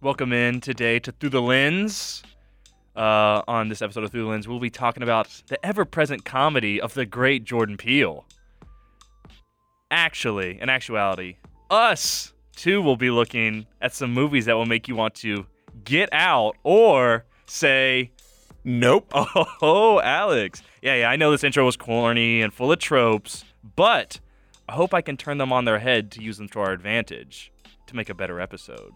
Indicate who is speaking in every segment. Speaker 1: Welcome in today to Through the Lens. Uh, on this episode of Through the Lens, we'll be talking about the ever present comedy of the great Jordan Peele. Actually, in actuality, us too will be looking at some movies that will make you want to get out or say,
Speaker 2: Nope.
Speaker 1: Oh, Alex. Yeah, yeah, I know this intro was corny and full of tropes, but I hope I can turn them on their head to use them to our advantage to make a better episode.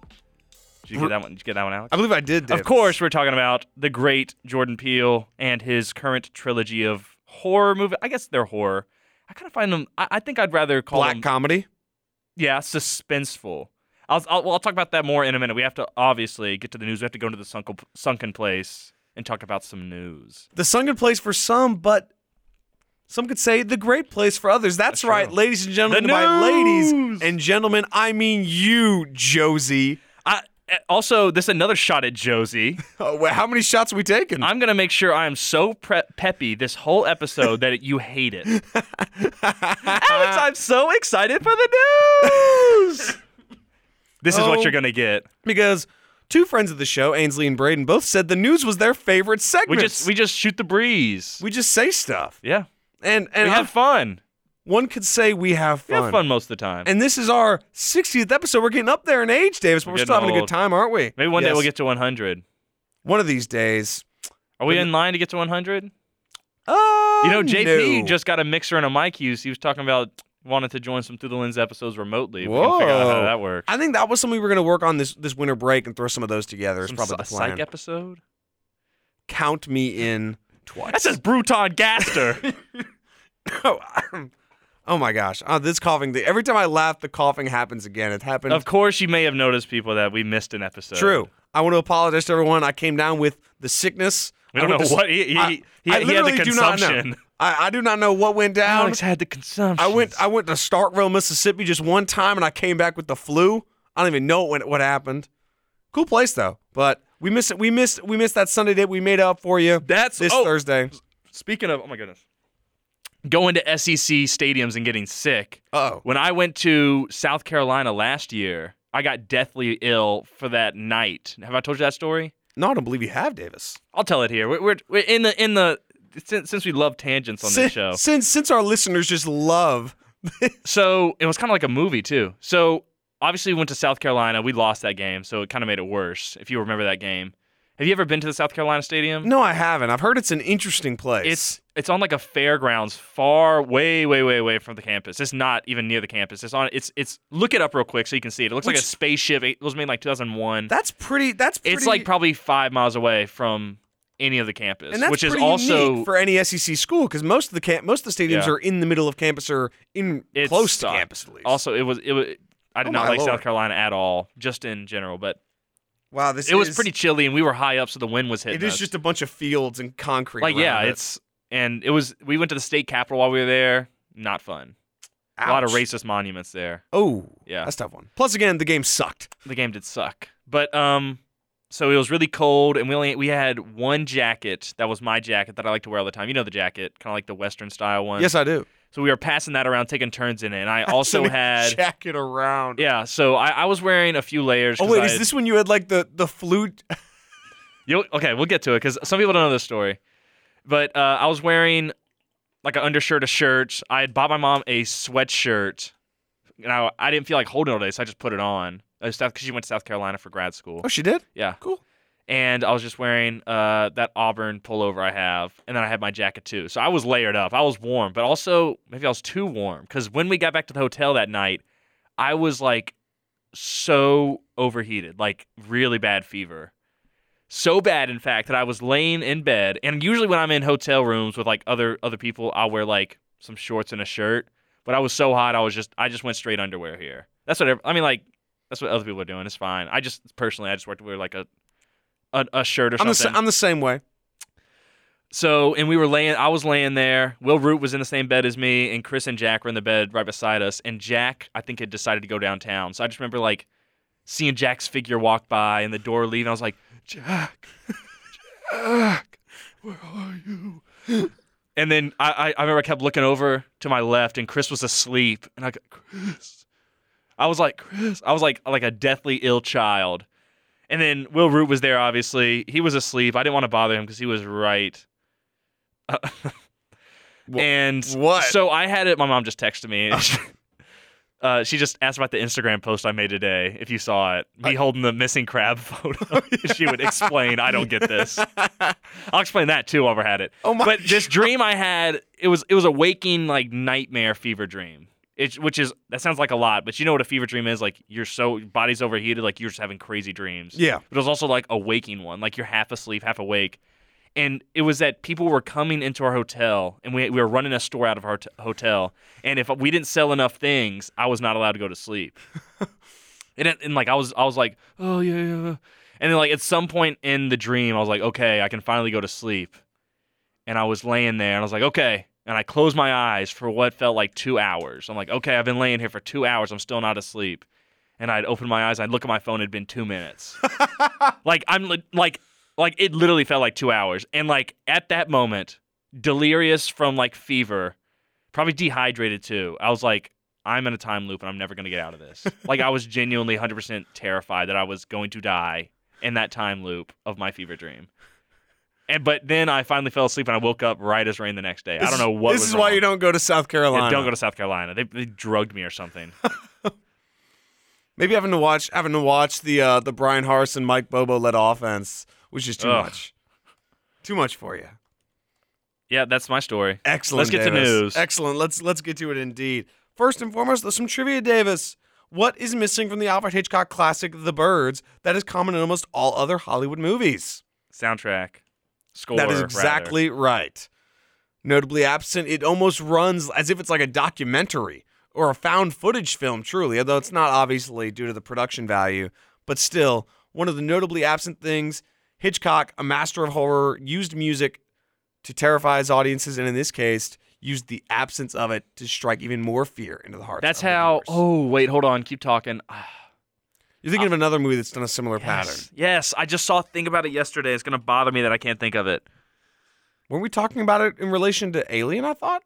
Speaker 1: Did you get that one? Did you get that one, Alex?
Speaker 2: I believe I did. Davis.
Speaker 1: Of course, we're talking about the great Jordan Peele and his current trilogy of horror movie. I guess they're horror. I kind of find them. I, I think I'd rather call
Speaker 2: Black
Speaker 1: them.
Speaker 2: comedy.
Speaker 1: yeah, suspenseful. I'll, I'll, well, I'll talk about that more in a minute. We have to obviously get to the news. We have to go into the sunken, sunken place and talk about some news.
Speaker 2: The sunken place for some, but some could say the great place for others. That's,
Speaker 1: That's
Speaker 2: right,
Speaker 1: true.
Speaker 2: ladies and gentlemen.
Speaker 1: The
Speaker 2: By ladies
Speaker 1: news!
Speaker 2: and gentlemen, I mean you, Josie.
Speaker 1: I, eh, also, this is another shot at Josie.
Speaker 2: Oh, wait, how many shots are we taking?
Speaker 1: I'm gonna make sure I am so pre- peppy this whole episode that it, you hate it. Ah. Alex, I'm so excited for the news. this is what
Speaker 2: Oh.
Speaker 1: you're gonna get.
Speaker 2: because two friends of the show, Ainsley and Braden, both said the news was their favorite
Speaker 1: We
Speaker 2: segment.
Speaker 1: just we just shoot the breeze.
Speaker 2: we just say stuff,
Speaker 1: yeah,
Speaker 2: and
Speaker 1: we
Speaker 2: and
Speaker 1: have fun.
Speaker 2: one could say we have
Speaker 1: We
Speaker 2: fun.
Speaker 1: have fun most of the time.
Speaker 2: And this is our 60th episode. We're getting up there in age, Davis, but
Speaker 1: We're
Speaker 2: we're, still
Speaker 1: getting
Speaker 2: having a
Speaker 1: old.
Speaker 2: good time, aren't we?
Speaker 1: Maybe one day
Speaker 2: Yes.
Speaker 1: we'll get to 100.
Speaker 2: one of these days.
Speaker 1: Are we
Speaker 2: But-
Speaker 1: in line to get to 100?
Speaker 2: Uh,
Speaker 1: You know, JP
Speaker 2: no.
Speaker 1: just got a mixer and a mic use. He was talking about wanted to join some through the lens episodes remotely. We can figure out how
Speaker 2: Whoa.
Speaker 1: that works.
Speaker 2: I think that was something we were going to work on this this winter break and throw some of those together. Is
Speaker 1: Some
Speaker 2: probably
Speaker 1: a
Speaker 2: the plan.
Speaker 1: psych episode.
Speaker 2: Count me in twice.
Speaker 1: That says Bruton Gaster.
Speaker 2: oh, oh my gosh! Uh, this coughing. thing- Every time I laugh, the coughing happens again. It happened.
Speaker 1: of course, you may have noticed, people, that we missed an episode.
Speaker 2: True. I want to apologize to everyone. I came down with the sickness.
Speaker 1: We
Speaker 2: I
Speaker 1: don't know
Speaker 2: went to s-
Speaker 1: what he, he,
Speaker 2: I-
Speaker 1: he, he
Speaker 2: I
Speaker 1: had
Speaker 2: literally
Speaker 1: the
Speaker 2: do not know.
Speaker 1: consumption. Oh,
Speaker 2: I, I do not know what went down.
Speaker 1: Alex had the consumption.
Speaker 2: I went I went to Starkville, Mississippi just one time and I came back with the flu. I don't even know when what happened. Cool place though. But we missed it. We missed we missed that Sunday date we made up for you.
Speaker 1: That's
Speaker 2: this
Speaker 1: oh,
Speaker 2: Thursday.
Speaker 1: Speaking of, oh my goodness, going to SEC stadiums and getting sick.
Speaker 2: Oh.
Speaker 1: When I went to South Carolina last year, I got deathly ill for that night. Have I told you that story?
Speaker 2: No, I don't believe you have, Davis.
Speaker 1: I'll tell it here. We're, we're, we're in the in the since, since we love tangents on this
Speaker 2: Since,
Speaker 1: show.
Speaker 2: since since our listeners just love
Speaker 1: So it was kind of like a movie too. So obviously we went to South Carolina. We lost that game, so it kind of made it worse. If you remember that game, have you ever been to the South Carolina Stadium?
Speaker 2: No, I haven't. I've heard it's an interesting place.
Speaker 1: It's it's on like a fairgrounds, far way, way, way, way from the campus. It's not even near the campus. It's on. It's it's look it up real quick so you can see it. It looks like a
Speaker 2: Which-
Speaker 1: spaceship. It was made in like 2001.
Speaker 2: that's pretty that's pretty
Speaker 1: it's like probably five miles away from any of the campus,
Speaker 2: and that's
Speaker 1: which is
Speaker 2: pretty
Speaker 1: also
Speaker 2: unique for any SEC school because most of the camp most of the stadiums
Speaker 1: Yeah.
Speaker 2: are in the middle of campus or in
Speaker 1: It
Speaker 2: close
Speaker 1: sucked.
Speaker 2: to campus at least.
Speaker 1: also it was it was. I did
Speaker 2: Oh
Speaker 1: not
Speaker 2: my
Speaker 1: like South
Speaker 2: lord.
Speaker 1: Carolina at all, just in general. But
Speaker 2: wow, this
Speaker 1: it was
Speaker 2: is-
Speaker 1: pretty chilly, and we were high up, so the wind was hitting.
Speaker 2: It is
Speaker 1: us.
Speaker 2: just a bunch of fields and concrete.
Speaker 1: like yeah,
Speaker 2: around it.
Speaker 1: it's and it was. We went to the state capitol while we were there. Not fun. A lot of
Speaker 2: Ouch.
Speaker 1: racist monuments there.
Speaker 2: Oh,
Speaker 1: Yeah.
Speaker 2: that's a tough one. Plus, again, the game sucked.
Speaker 1: the game did suck. But um, so it was really cold, and we only we had one jacket that was my jacket that I like to wear all the time. You know the jacket, kind of like the Western style one.
Speaker 2: Yes, I do.
Speaker 1: So we were passing that around, taking turns in it, and I also
Speaker 2: Sending
Speaker 1: had
Speaker 2: jacket around.
Speaker 1: yeah. So I, I was wearing a few layers.
Speaker 2: Oh
Speaker 1: 'cause
Speaker 2: wait,
Speaker 1: I
Speaker 2: is
Speaker 1: had-
Speaker 2: this when you had like the the flute?
Speaker 1: You'll, okay, we'll get to it because some people don't know this story. But uh, I was wearing like an undershirt, a shirt. I had bought my mom a sweatshirt, and I, I didn't feel like holding it all day, so I just put it on. Because she went to South Carolina for grad school.
Speaker 2: Oh, she did.
Speaker 1: Yeah.
Speaker 2: Cool.
Speaker 1: and I was just wearing uh, that Auburn pullover I have, and then I had my jacket too. So I was layered up. I was warm, but also maybe I was too warm because when we got back to the hotel that night, I was like so overheated, like really bad fever. So bad, in fact, that I was laying in bed. And usually, when I'm in hotel rooms with like other other people, I'll wear like some shorts and a shirt. But I was so hot, I was just I just went straight underwear here. That's what ev- I mean. Like that's what other people are doing. It's fine. I just personally, I just worked with like a a, a shirt or
Speaker 2: I'm the sa-
Speaker 1: something.
Speaker 2: I'm the same way.
Speaker 1: So, and we were laying, I was laying there. Will Root was in the same bed as me, and Chris and Jack were in the bed right beside us. And Jack, I think, had decided to go downtown. So I just remember like seeing Jack's figure walk by and the door leave. And I was like, Jack, Jack, where are you? And then I, I, I remember I kept looking over to my left, and Chris was asleep. And I go, Chris. I was like, Chris. I was like, like a deathly ill child. And then Will Root was there, obviously. He was asleep. I didn't want to bother him because he was right. Uh,
Speaker 2: Wha-
Speaker 1: and
Speaker 2: what? Oh,
Speaker 1: So I had it. My mom just texted me. Uh, she just asked about the Instagram post I made today. If you saw it, me holding the missing crab photo, she would explain, "I don't get this." I'll explain that too while we're at it.
Speaker 2: Oh my
Speaker 1: But this dream I had, it was it was a waking like nightmare fever dream. It, which is that sounds like a lot, but you know what a fever dream is? Like you're so your body's overheated, like you're just having crazy dreams.
Speaker 2: Yeah.
Speaker 1: But it was also like a waking one, like you're half asleep, half awake. And it was that people were coming into our hotel, and we, we were running a store out of our t- hotel. And if we didn't sell enough things, I was not allowed to go to sleep. and, it- and like I was, I was like, oh yeah, yeah. yeah." And then like at some point in the dream, I was like, okay, I can finally go to sleep. And I was laying there, and I was like, okay. And I closed my eyes for what felt like two hours. I'm like, okay, I've been laying here for two hours. I'm still not asleep. And I'd open my eyes, I'd look at my phone. It'd been two minutes. Like I'm li- like like it literally felt like 2 hours. And like at that moment, delirious from like fever, probably dehydrated too. I was like I'm in a time loop and I'm never going to get out of this. like I was genuinely 100% terrified that I was going to die in that time loop of my fever dream. And but then I finally fell asleep and I woke up right as rain the next day. I don't know what
Speaker 2: This
Speaker 1: was
Speaker 2: is why
Speaker 1: wrong.
Speaker 2: you don't go to South Carolina.
Speaker 1: Yeah, don't go to South Carolina. They they drugged me or something.
Speaker 2: Maybe having to watch having to watch the uh, the Brian Harson Mike Bobo led offense was just too
Speaker 1: Ugh.
Speaker 2: much. Too much for you.
Speaker 1: yeah, that's my story.
Speaker 2: Excellent.
Speaker 1: Let's get to
Speaker 2: Davis.
Speaker 1: news.
Speaker 2: Excellent. Let's let's get to it indeed. First and foremost, there's some trivia, Davis. What is missing from the Alfred Hitchcock classic The Birds that is common in almost all other Hollywood movies?
Speaker 1: Soundtrack. Score.
Speaker 2: that is
Speaker 1: rather.
Speaker 2: exactly right. Notably absent, it almost runs as if it's like a documentary or a found footage film, truly, although it's not obviously due to the production value. But still, one of the notably absent things Hitchcock, a master of horror, used music to terrify his audiences, and in this case, used the absence of it to strike even more fear into the hearts.
Speaker 1: That's
Speaker 2: of the
Speaker 1: how.
Speaker 2: viewers.
Speaker 1: Oh wait, hold on. Keep talking. Ah,
Speaker 2: You're thinking of another movie that's done a similar pattern.
Speaker 1: Yes. yes, I just saw a thing about it yesterday. It's gonna bother me that I can't think of it.
Speaker 2: Were we talking about it in relation to Alien? I thought.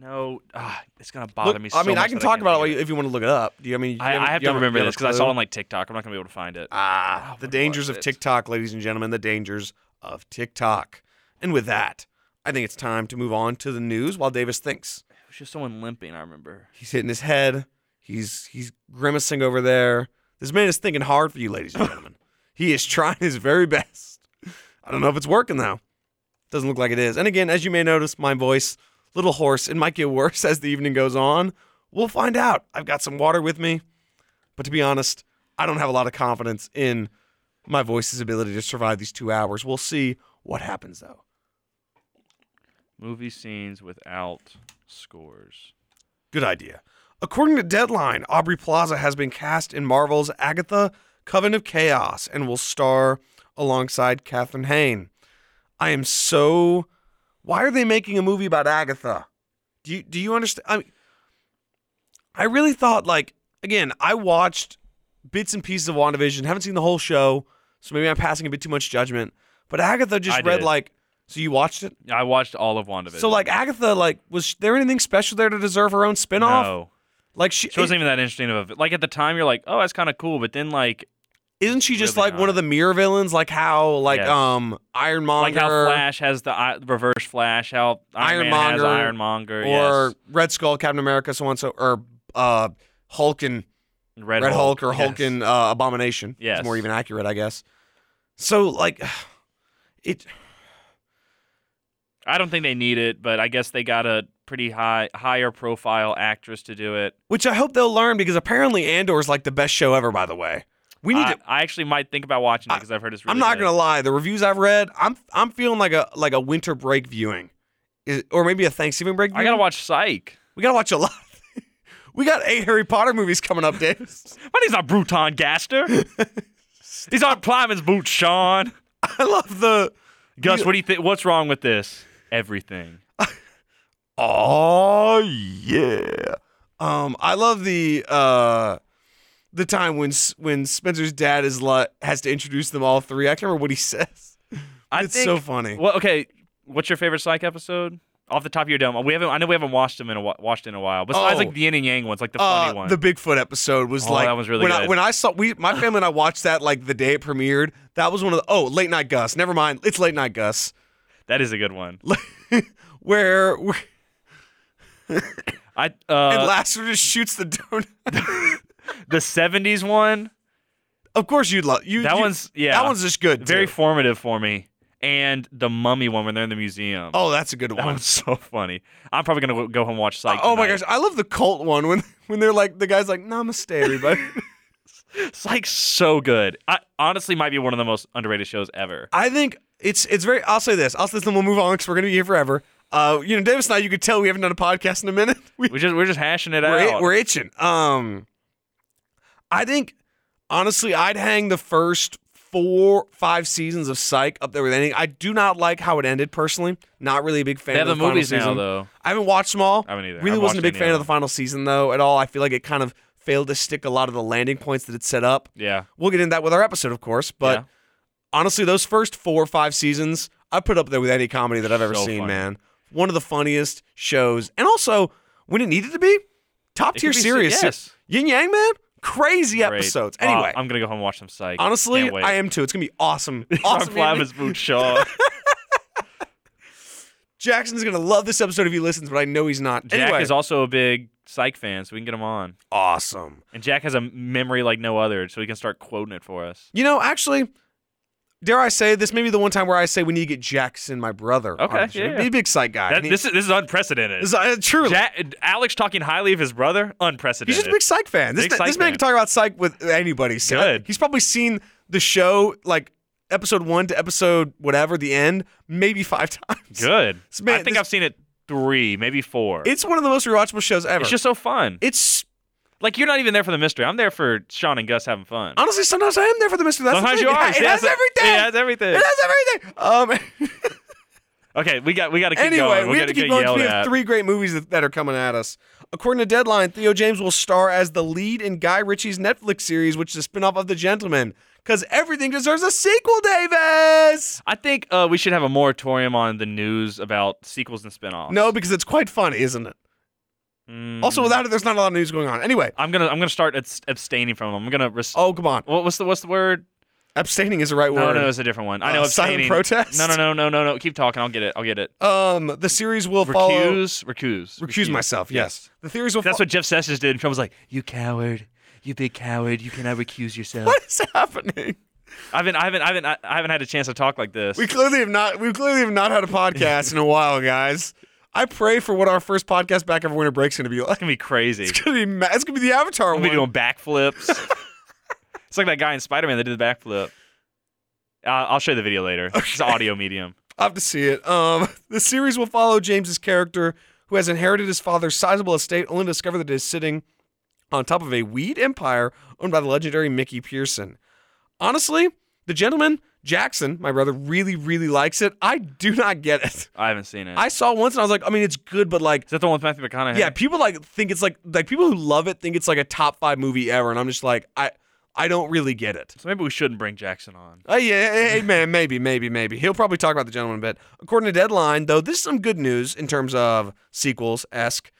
Speaker 1: No, ah, it's gonna bother
Speaker 2: Look,
Speaker 1: me. So
Speaker 2: I mean,
Speaker 1: much
Speaker 2: I can
Speaker 1: that
Speaker 2: talk
Speaker 1: can't
Speaker 2: about
Speaker 1: think
Speaker 2: it
Speaker 1: of
Speaker 2: if you want to look it up. Do you? I mean, do you
Speaker 1: I, I have
Speaker 2: do
Speaker 1: to
Speaker 2: you a-
Speaker 1: remember
Speaker 2: do you
Speaker 1: this
Speaker 2: a
Speaker 1: because I saw
Speaker 2: clue?
Speaker 1: it on like TikTok. I'm not gonna be able to find it.
Speaker 2: Ah,
Speaker 1: Oh,
Speaker 2: the
Speaker 1: what
Speaker 2: dangers
Speaker 1: was
Speaker 2: of
Speaker 1: it?
Speaker 2: TikTok, ladies and gentlemen, the dangers of TikTok. And with that, I think it's time to move on to the news while Davis thinks.
Speaker 1: It was just someone limping. I remember.
Speaker 2: He's hitting his head. He's he's grimacing over there. This man is thinking hard for you, ladies and gentlemen. he is trying his very best. I don't know if it's working though. Doesn't look like it is. And again, as you may notice, my voice little hoarse. It might get worse as the evening goes on. We'll find out. I've got some water with me, but to be honest, I don't have a lot of confidence in my voice's ability to survive these two hours. We'll see what happens though.
Speaker 1: Movie scenes without scores.
Speaker 2: Good idea. According to Deadline, Aubrey Plaza has been cast in Marvel's Agatha Coven of Chaos and will star alongside Katherine Hayne. I am so. Why are they making a movie about Agatha? Do you do you understand? I mean, I really thought like again. I watched bits and pieces of WandaVision. Haven't seen the whole show, so maybe I'm passing a bit too much judgment. But Agatha just
Speaker 1: I
Speaker 2: read
Speaker 1: did.
Speaker 2: like. So you watched it?
Speaker 1: I watched all of WandaVision.
Speaker 2: So like Agatha, like was there anything special there to deserve her own spinoff?
Speaker 1: no,
Speaker 2: Like she,
Speaker 1: she wasn't even that interesting of a. Like at the time, you're like, oh, that's kind of cool, but then like,
Speaker 2: isn't she just
Speaker 1: really
Speaker 2: like one of the mirror villains? Like how like
Speaker 1: Yes.
Speaker 2: um Ironmonger
Speaker 1: like how Flash has the I- reverse Flash, how Iron Man has
Speaker 2: Ironmonger
Speaker 1: Ironmonger,
Speaker 2: or
Speaker 1: yes.
Speaker 2: Red Skull, Captain America, so on so or uh Hulk and
Speaker 1: Red,
Speaker 2: Red, Hulk, or
Speaker 1: yes.
Speaker 2: Hulk and uh, Abomination. It's
Speaker 1: Yes.
Speaker 2: more even accurate, I guess. So like, it
Speaker 1: I don't think they need it, but I guess they got a pretty high higher profile actress to do it.
Speaker 2: which I hope they'll learn because apparently Andor is like the best show ever. By the way, we need
Speaker 1: I,
Speaker 2: to.
Speaker 1: I actually might think about watching it because I've heard it's really
Speaker 2: I'm not
Speaker 1: good.
Speaker 2: gonna lie. The reviews I've read, I'm I'm feeling like a like a winter break viewing, is, or maybe a Thanksgiving break.
Speaker 1: I
Speaker 2: viewing.
Speaker 1: gotta watch Psych.
Speaker 2: We gotta watch a lot. we got eight Harry Potter movies coming up, Davis.
Speaker 1: My name's not Bruton Gaster. These aren't Plyman's boots, Sean.
Speaker 2: I love the.
Speaker 1: Gus, what do you think? What's wrong with this? Everything.
Speaker 2: Oh yeah. Um, I love the uh, the time when S- when Spencer's dad is like has to introduce them all three. I can't remember what he says.
Speaker 1: I
Speaker 2: it's
Speaker 1: think,
Speaker 2: so funny.
Speaker 1: Well, okay. What's your favorite Psych episode? off the top of your dome? We haven't. I know we haven't watched them in a wh- watched in a while. Besides,
Speaker 2: Oh.
Speaker 1: like the yin and yang ones, like the
Speaker 2: Uh,
Speaker 1: funny one.
Speaker 2: The Bigfoot episode was
Speaker 1: Oh,
Speaker 2: like
Speaker 1: that one's really
Speaker 2: when I
Speaker 1: good.
Speaker 2: when I saw we my family and I watched that like the day it premiered. That was one of the oh late night Gus. Never mind, it's late night Gus.
Speaker 1: that is a good one.
Speaker 2: Where, where
Speaker 1: I
Speaker 2: and
Speaker 1: uh,
Speaker 2: Lasseter just shoots the donut.
Speaker 1: the '70s one.
Speaker 2: of course you'd love you.
Speaker 1: That
Speaker 2: you-
Speaker 1: one's yeah.
Speaker 2: that one's just good.
Speaker 1: very
Speaker 2: too.
Speaker 1: formative for me. And the mummy one when they're in the museum.
Speaker 2: oh, that's a good
Speaker 1: that
Speaker 2: one.
Speaker 1: one's so funny. I'm probably gonna go- go home and watch Psych.
Speaker 2: oh my
Speaker 1: tonight.
Speaker 2: gosh, I love the cult one when when they're like the guy's like Namaste everybody.
Speaker 1: Psych's so good. I honestly might be one of the most underrated shows ever.
Speaker 2: I think it's it's very. I'll say this. I'll say this, and we'll move on because we're gonna be here forever. Uh, you know, Davis and I, you could tell we haven't done a podcast in a minute. We
Speaker 1: We just we're just hashing it
Speaker 2: we're,
Speaker 1: out.
Speaker 2: we're itching. Um, I think honestly, I'd hang the first four, five seasons of Psych up there with anything. I do not like how it ended personally. Not really a big fan.
Speaker 1: they have
Speaker 2: of
Speaker 1: the
Speaker 2: the, final
Speaker 1: movies now
Speaker 2: season.
Speaker 1: though.
Speaker 2: I haven't watched them all.
Speaker 1: I haven't either. I
Speaker 2: Really
Speaker 1: haven't
Speaker 2: wasn't a
Speaker 1: watched
Speaker 2: big
Speaker 1: any
Speaker 2: fan
Speaker 1: of
Speaker 2: of the final season though at all. I feel like it kind of failed to stick a lot of the landing points that it set up.
Speaker 1: Yeah.
Speaker 2: We'll get into that with our episode, of course. But
Speaker 1: Yeah.
Speaker 2: honestly, those first four or five seasons, I put up there with any comedy that I've ever
Speaker 1: So
Speaker 2: seen,
Speaker 1: funny.
Speaker 2: man. One of the funniest shows. And also, when it needed to be, top
Speaker 1: It
Speaker 2: tier
Speaker 1: could be se-
Speaker 2: series.
Speaker 1: yes.
Speaker 2: Yin Yang Man, crazy
Speaker 1: Great.
Speaker 2: episodes.
Speaker 1: Wow,
Speaker 2: Anyway,
Speaker 1: I'm gonna go home and watch some Psych.
Speaker 2: honestly,
Speaker 1: Can't wait.
Speaker 2: I am too. It's going to be awesome.
Speaker 1: Awesome.
Speaker 2: awesome. evening.
Speaker 1: Flabba's Boot Shaw.
Speaker 2: Jackson's going to love this episode if he listens, but I know he's not.
Speaker 1: Jack
Speaker 2: anyway,
Speaker 1: is also a big Psych fan, so we can get him on.
Speaker 2: awesome.
Speaker 1: And Jack has a memory like no other, so he can start quoting it for us.
Speaker 2: You know, actually, dare I say, this may be the one time where I say we need to get Jackson, my brother.
Speaker 1: Okay,
Speaker 2: on the show.
Speaker 1: yeah, yeah.
Speaker 2: He's a big psych guy.
Speaker 1: That-
Speaker 2: and he-
Speaker 1: this is this is unprecedented.
Speaker 2: this is- uh, truly.
Speaker 1: Jack, Alex talking highly of his brother, unprecedented.
Speaker 2: He's just a big psych fan. This,
Speaker 1: Big
Speaker 2: this
Speaker 1: Psych
Speaker 2: man
Speaker 1: fan.
Speaker 2: can talk about psych with anybody. So I-
Speaker 1: Good.
Speaker 2: He's probably seen the show like episode one to episode whatever, the end, maybe five times.
Speaker 1: Good.
Speaker 2: This man-
Speaker 1: I think
Speaker 2: this-
Speaker 1: I've seen it three, maybe four.
Speaker 2: It's one of the most rewatchable shows ever.
Speaker 1: It's just so fun.
Speaker 2: It's
Speaker 1: Like you're not even there for the mystery. I'm there for Sean and Gus having fun.
Speaker 2: honestly sometimes I am there for the mystery. That's
Speaker 1: Sometimes
Speaker 2: the
Speaker 1: you
Speaker 2: thing. It
Speaker 1: are.
Speaker 2: ha- It,
Speaker 1: See,
Speaker 2: has
Speaker 1: that's-
Speaker 2: everything.
Speaker 1: It has everything.
Speaker 2: It has everything. Um,
Speaker 1: Okay, we got we got to keep
Speaker 2: anyway,
Speaker 1: going. We'll
Speaker 2: we have
Speaker 1: get-
Speaker 2: to keep
Speaker 1: get
Speaker 2: going. 'cause
Speaker 1: yelled
Speaker 2: We have
Speaker 1: at.
Speaker 2: three great movies that, that are coming at us. According to Deadline, Theo James will star as the lead in Guy Ritchie's Netflix series, which is a spinoff of The Gentleman. Because everything deserves a sequel, Davis.
Speaker 1: I think uh, we should have a moratorium on the news about sequels and spinoffs.
Speaker 2: No, because it's quite funny, isn't it?
Speaker 1: Mm.
Speaker 2: Also, without it, there's not a lot of news going on. Anyway,
Speaker 1: I'm gonna I'm gonna start abs- abstaining from them. I'm gonna res-
Speaker 2: oh come on,
Speaker 1: what, what's the what's the word?
Speaker 2: abstaining is the right
Speaker 1: No,
Speaker 2: word.
Speaker 1: no, it's a different one. I
Speaker 2: Uh,
Speaker 1: know
Speaker 2: silent
Speaker 1: abstaining.
Speaker 2: protest.
Speaker 1: No, no, no, no, no, no. Keep talking. I'll get it. I'll get it.
Speaker 2: Um, the series will follow.
Speaker 1: Recuse, recuse,
Speaker 2: Recuse myself. Yes, the series will.
Speaker 1: That's
Speaker 2: fo-
Speaker 1: what Jeff Sessions did. And Trump was like, "You coward, you big coward. You cannot recuse yourself."
Speaker 2: What is happening?
Speaker 1: I haven't, I haven't, I haven't, I haven't had a chance to talk like this.
Speaker 2: We clearly have not. We clearly have not had a podcast in a while, guys. I pray for what our first podcast back after winter break's going to be like.
Speaker 1: It's gonna be crazy.
Speaker 2: It's going to be. Ma- it's going to be the
Speaker 1: I'm
Speaker 2: Avatar one.
Speaker 1: gonna be doing backflips. it's like that guy in Spider Man that did the backflip. Uh, I'll show you the video later. It's an audio medium.
Speaker 2: I have to see it. Um, the series will follow James's character, who has inherited his father's sizable estate, only to discover that it is sitting on top of a weed empire owned by the legendary Mickey Pearson. Honestly, the gentleman Jackson, my brother, really, really likes it. I do not get it.
Speaker 1: I haven't seen it.
Speaker 2: I saw it once and I was like, I mean, it's good, but like,
Speaker 1: Is that the one with Matthew McConaughey?
Speaker 2: yeah, people like think it's like like people who love it think it's like a top five movie ever, and I'm just like, I I don't really get it.
Speaker 1: So maybe we shouldn't bring Jackson on.
Speaker 2: Oh yeah, hey, hey, man, maybe, maybe, maybe. He'll probably talk about the gentleman a bit. According to Deadline, though, this is some good news in terms of sequels esque.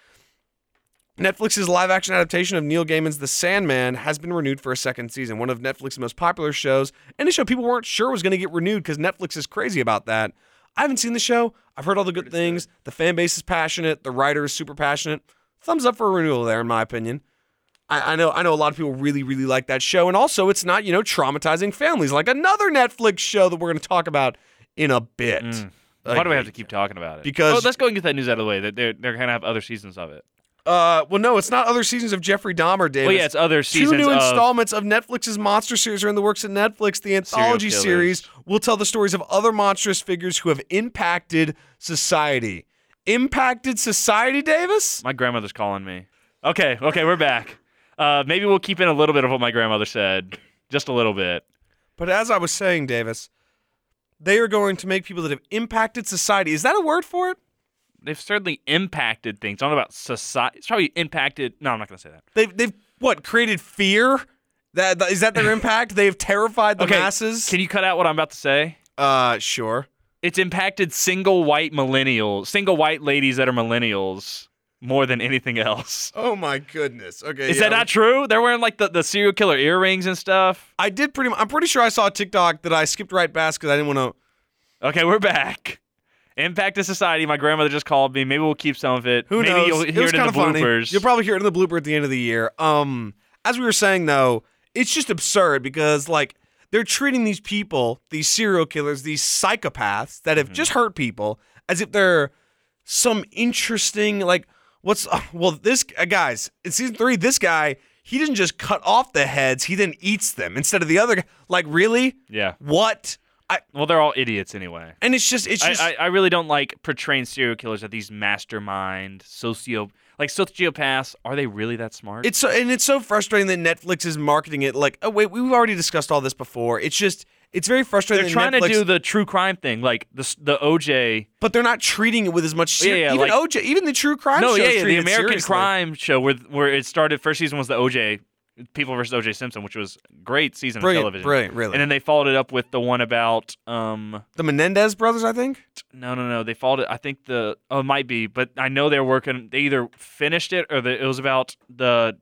Speaker 2: Netflix's live action adaptation of Neil Gaiman's The Sandman has been renewed for a second season, one of Netflix's most popular shows, and a show people weren't sure was going to get renewed because Netflix is crazy about that. I haven't seen the show. I've heard all the good things. The fan base is passionate. The writer is super passionate. Thumbs up for a renewal there, in my opinion. I, I know I know a lot of people really really like that show, and also it's not you know traumatizing families like another Netflix show that we're going to talk about in a bit.
Speaker 1: Mm. Why do we have to keep talking about it?
Speaker 2: Because-
Speaker 1: oh, let's go and get that news out of the way. That they're they're gonna have other seasons of it.
Speaker 2: Uh, well, no, it's not other seasons of Jeffrey Dahmer, David.
Speaker 1: Well, yeah, it's other
Speaker 2: Two
Speaker 1: seasons.
Speaker 2: new
Speaker 1: of-
Speaker 2: installments of Netflix's monster series are in the works at Netflix. The anthology
Speaker 1: killers.
Speaker 2: series will tell the stories of other monstrous figures who have impacted society. Impacted society, Davis?
Speaker 1: My grandmother's calling me. Okay, okay, we're back. Uh, maybe we'll keep in a little bit of what my grandmother said, just a little bit.
Speaker 2: But as I was saying, Davis, they are going to make people that have impacted society. Is that a word for it?
Speaker 1: They've certainly impacted things. I don't know about society. It's probably impacted. No, I'm not gonna say that.
Speaker 2: They've they've what created fear? That that- is that their impact? They've terrified the
Speaker 1: Okay,
Speaker 2: masses.
Speaker 1: Can you cut out what I'm about to say?
Speaker 2: uh, sure.
Speaker 1: It's impacted single white millennials, single white ladies that are millennials more than anything else.
Speaker 2: Oh my goodness. Okay.
Speaker 1: Is
Speaker 2: yeah.
Speaker 1: that not true? They're wearing like the, the serial killer earrings and stuff.
Speaker 2: I did pretty. mu- I'm pretty sure I saw a TikTok that I skipped right past because I didn't want to.
Speaker 1: Okay, we're back. Impact to society. My grandmother just called me. Maybe we'll keep some of it.
Speaker 2: Who
Speaker 1: Maybe
Speaker 2: knows?
Speaker 1: you'll
Speaker 2: it
Speaker 1: hear
Speaker 2: was
Speaker 1: it, in
Speaker 2: kind
Speaker 1: the
Speaker 2: of funny.
Speaker 1: bloopers.
Speaker 2: You'll probably hear it in the blooper at the end of the year. Um, as we were saying though, it's just absurd because like they're treating these people, these serial killers, these psychopaths that
Speaker 1: Mm-hmm.
Speaker 2: have just hurt people, as if they're some interesting like what's well this uh, guys in season three this guy he didn't just cut off the heads he then eats them instead of the other guy like really
Speaker 1: yeah.
Speaker 2: what I
Speaker 1: Well, they're all idiots anyway.
Speaker 2: and it's just it's just
Speaker 1: I, I, I really don't like portraying serial killers as these mastermind socio like sociopaths. Are they really that smart?
Speaker 2: It's so, and it's so frustrating that Netflix is marketing it like, oh wait, we've already discussed all this before. It's just, it's very frustrating.
Speaker 1: they're
Speaker 2: that
Speaker 1: trying
Speaker 2: Netflix,
Speaker 1: to do the true crime thing, like the s- the OJ.
Speaker 2: but they're not treating it with as much. Ser-
Speaker 1: Yeah, yeah,
Speaker 2: even
Speaker 1: like-
Speaker 2: OJ, even the true crime.
Speaker 1: no,
Speaker 2: shows
Speaker 1: yeah, yeah,
Speaker 2: treat
Speaker 1: the
Speaker 2: it
Speaker 1: American
Speaker 2: seriously.
Speaker 1: Crime show where where it started. First season was the OJ People versus OJ Simpson, which was great season
Speaker 2: Brilliant,
Speaker 1: of television.
Speaker 2: brilliant, really.
Speaker 1: And then they followed it up with the one about um
Speaker 2: the Menendez brothers, I think.
Speaker 1: no no no they followed it I think the oh it might be but I know they're working they either finished it or the, it was about the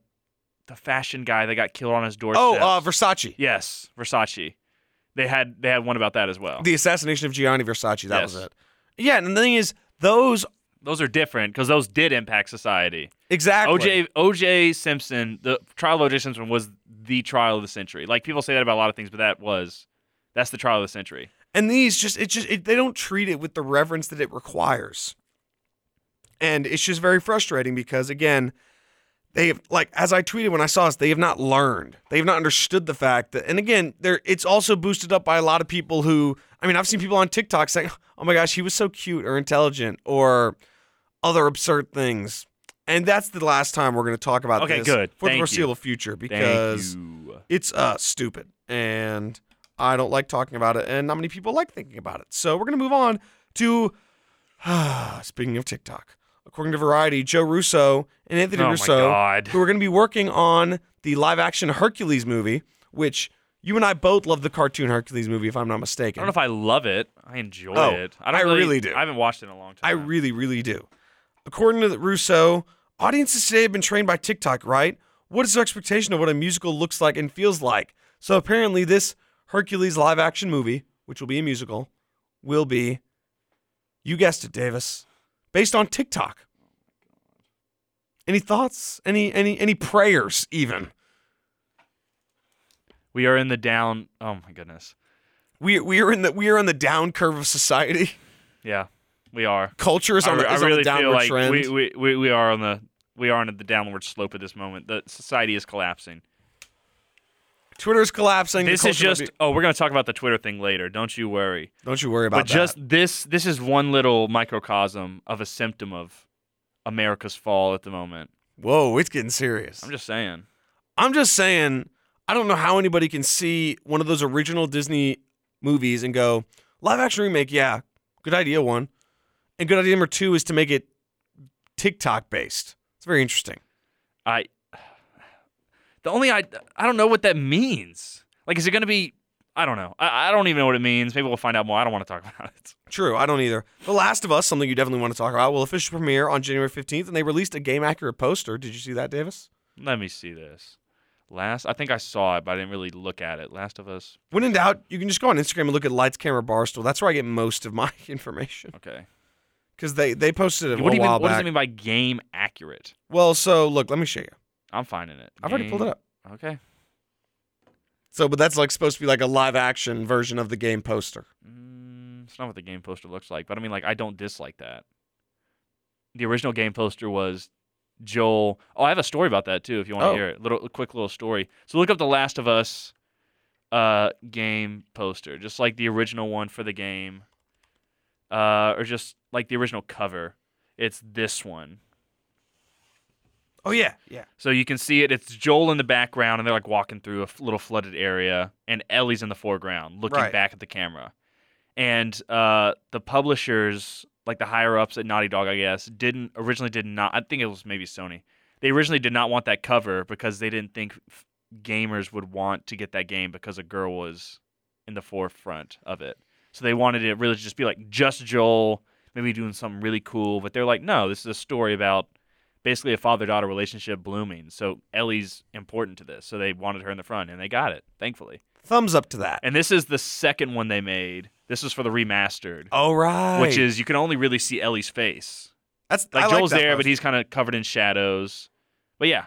Speaker 1: the fashion guy that got killed on his doorstep.
Speaker 2: Oh, uh, Versace.
Speaker 1: Yes, Versace. They had they had one about that as well.
Speaker 2: The assassination of Gianni Versace. That was
Speaker 1: Yes.
Speaker 2: it. Yeah, and the thing is, those
Speaker 1: those are different because those did impact society.
Speaker 2: exactly.
Speaker 1: OJ OJ Simpson, the trial of OJ Simpson was the trial of the century. Like people say that about a lot of things, but that was that's the trial of the century.
Speaker 2: And these just it just it, they don't treat it with the reverence that it requires. And it's just very frustrating because again, they have like as I tweeted when I saw this, they have not learned. They have not understood the fact that and again, there it's also boosted up by a lot of people who I mean, I've seen people on TikTok saying, "Oh my gosh, he was so cute or intelligent or other absurd things." And that's the last time we're going to talk about
Speaker 1: Okay,
Speaker 2: this
Speaker 1: good.
Speaker 2: for
Speaker 1: Thank
Speaker 2: the
Speaker 1: you.
Speaker 2: foreseeable future
Speaker 1: Thank
Speaker 2: because
Speaker 1: you.
Speaker 2: it's uh stupid and I don't like talking about it and not many people like thinking about it. So we're going to move on to speaking of TikTok. According to Variety, Joe Russo and Anthony
Speaker 1: Oh my
Speaker 2: Russo
Speaker 1: god.
Speaker 2: who are going to be working on the live action Hercules movie, which you and I both love the cartoon Hercules movie if I'm not
Speaker 1: I
Speaker 2: mistaken.
Speaker 1: don't know if I love it. I enjoy
Speaker 2: Oh,
Speaker 1: it. I don't
Speaker 2: I
Speaker 1: really,
Speaker 2: really do.
Speaker 1: I haven't watched it in a long time.
Speaker 2: I really, really do. According to Russo, audiences today have been trained by TikTok, right? What is their expectation of what a musical looks like and feels like? So apparently, this Hercules live action movie, which will be a musical, will be, you guessed it, Davis, based on TikTok. Any thoughts? Any any any prayers even?
Speaker 1: we are in the down. Oh my goodness.
Speaker 2: We we are in the we are on the down curve of society.
Speaker 1: Yeah, we are.
Speaker 2: Culture is on,
Speaker 1: I,
Speaker 2: the,
Speaker 1: I
Speaker 2: is on
Speaker 1: really
Speaker 2: the downward
Speaker 1: feel like
Speaker 2: trend.
Speaker 1: We, we, we, we are on the we are on the downward slope at this moment. The society is collapsing.
Speaker 2: Twitter is collapsing. the
Speaker 1: This is
Speaker 2: culture might
Speaker 1: just
Speaker 2: be-
Speaker 1: oh, we're gonna talk about the Twitter thing later. Don't you worry.
Speaker 2: don't you worry about
Speaker 1: But
Speaker 2: that.
Speaker 1: just this this is one little microcosm of a symptom of America's fall at the moment.
Speaker 2: Whoa, it's getting serious.
Speaker 1: I'm just saying.
Speaker 2: I'm just saying, I don't know how anybody can see one of those original Disney movies and go, live action remake, yeah, good idea one. And good idea number two is to make it TikTok based. It's very interesting.
Speaker 1: I the only I I don't know what that means. Like, is it gonna be? I don't know. I, I don't even know what it means. Maybe we'll find out more. I don't want to talk about it.
Speaker 2: True, I don't either. The Last of Us, something you definitely want to talk about, will officially premiere on January 15th, and they released a game accurate poster. Did you see that, Davis?
Speaker 1: Let me see this. Last, I think I saw it, but I didn't really look at it. Last of Us.
Speaker 2: When in doubt, you can just go on Instagram and look at Lights Camera Barstool. That's where I get most of my information
Speaker 1: Okay.
Speaker 2: because they, they posted it a
Speaker 1: What, do you mean,
Speaker 2: while
Speaker 1: what does
Speaker 2: back.
Speaker 1: it mean by game accurate?
Speaker 2: Well, so look, let me show you.
Speaker 1: I'm finding it.
Speaker 2: I've already pulled it
Speaker 1: Game-
Speaker 2: up.
Speaker 1: Okay.
Speaker 2: So, but that's like supposed to be like a live action version of the game poster.
Speaker 1: Mm, it's not what the game poster looks like, but I mean, like, I don't dislike that. The original game poster was Joel. Oh, I have a story about that too. If you want to
Speaker 2: Oh.
Speaker 1: hear it, little a quick little story. So look up the Last of Us uh, game poster, just like the original one for the game, uh, or just like the original cover. It's this one.
Speaker 2: Oh yeah, yeah.
Speaker 1: So you can see it. It's Joel in the background, and they're like walking through a f- little flooded area, and Ellie's in the foreground looking
Speaker 2: Right.
Speaker 1: back at the camera. And uh, the publishers, like the higher ups at Naughty Dog, I guess, didn't originally did not. I think it was maybe Sony. They originally did not want that cover because they didn't think f- gamers would want to get that game because a girl was in the forefront of it. So they wanted it really to just be like just Joel, maybe doing something really cool. But they're like, no, this is a story about basically a father daughter relationship blooming. So Ellie's important to this. So they wanted her in the front, and they got it, thankfully.
Speaker 2: Thumbs up to that.
Speaker 1: And this is the second one they made. This was for the remastered,
Speaker 2: All right.
Speaker 1: which is you can only really see Ellie's face.
Speaker 2: that's
Speaker 1: Like
Speaker 2: I
Speaker 1: Joel's
Speaker 2: that
Speaker 1: there, but
Speaker 2: post.
Speaker 1: he's kind of covered in shadows. But yeah,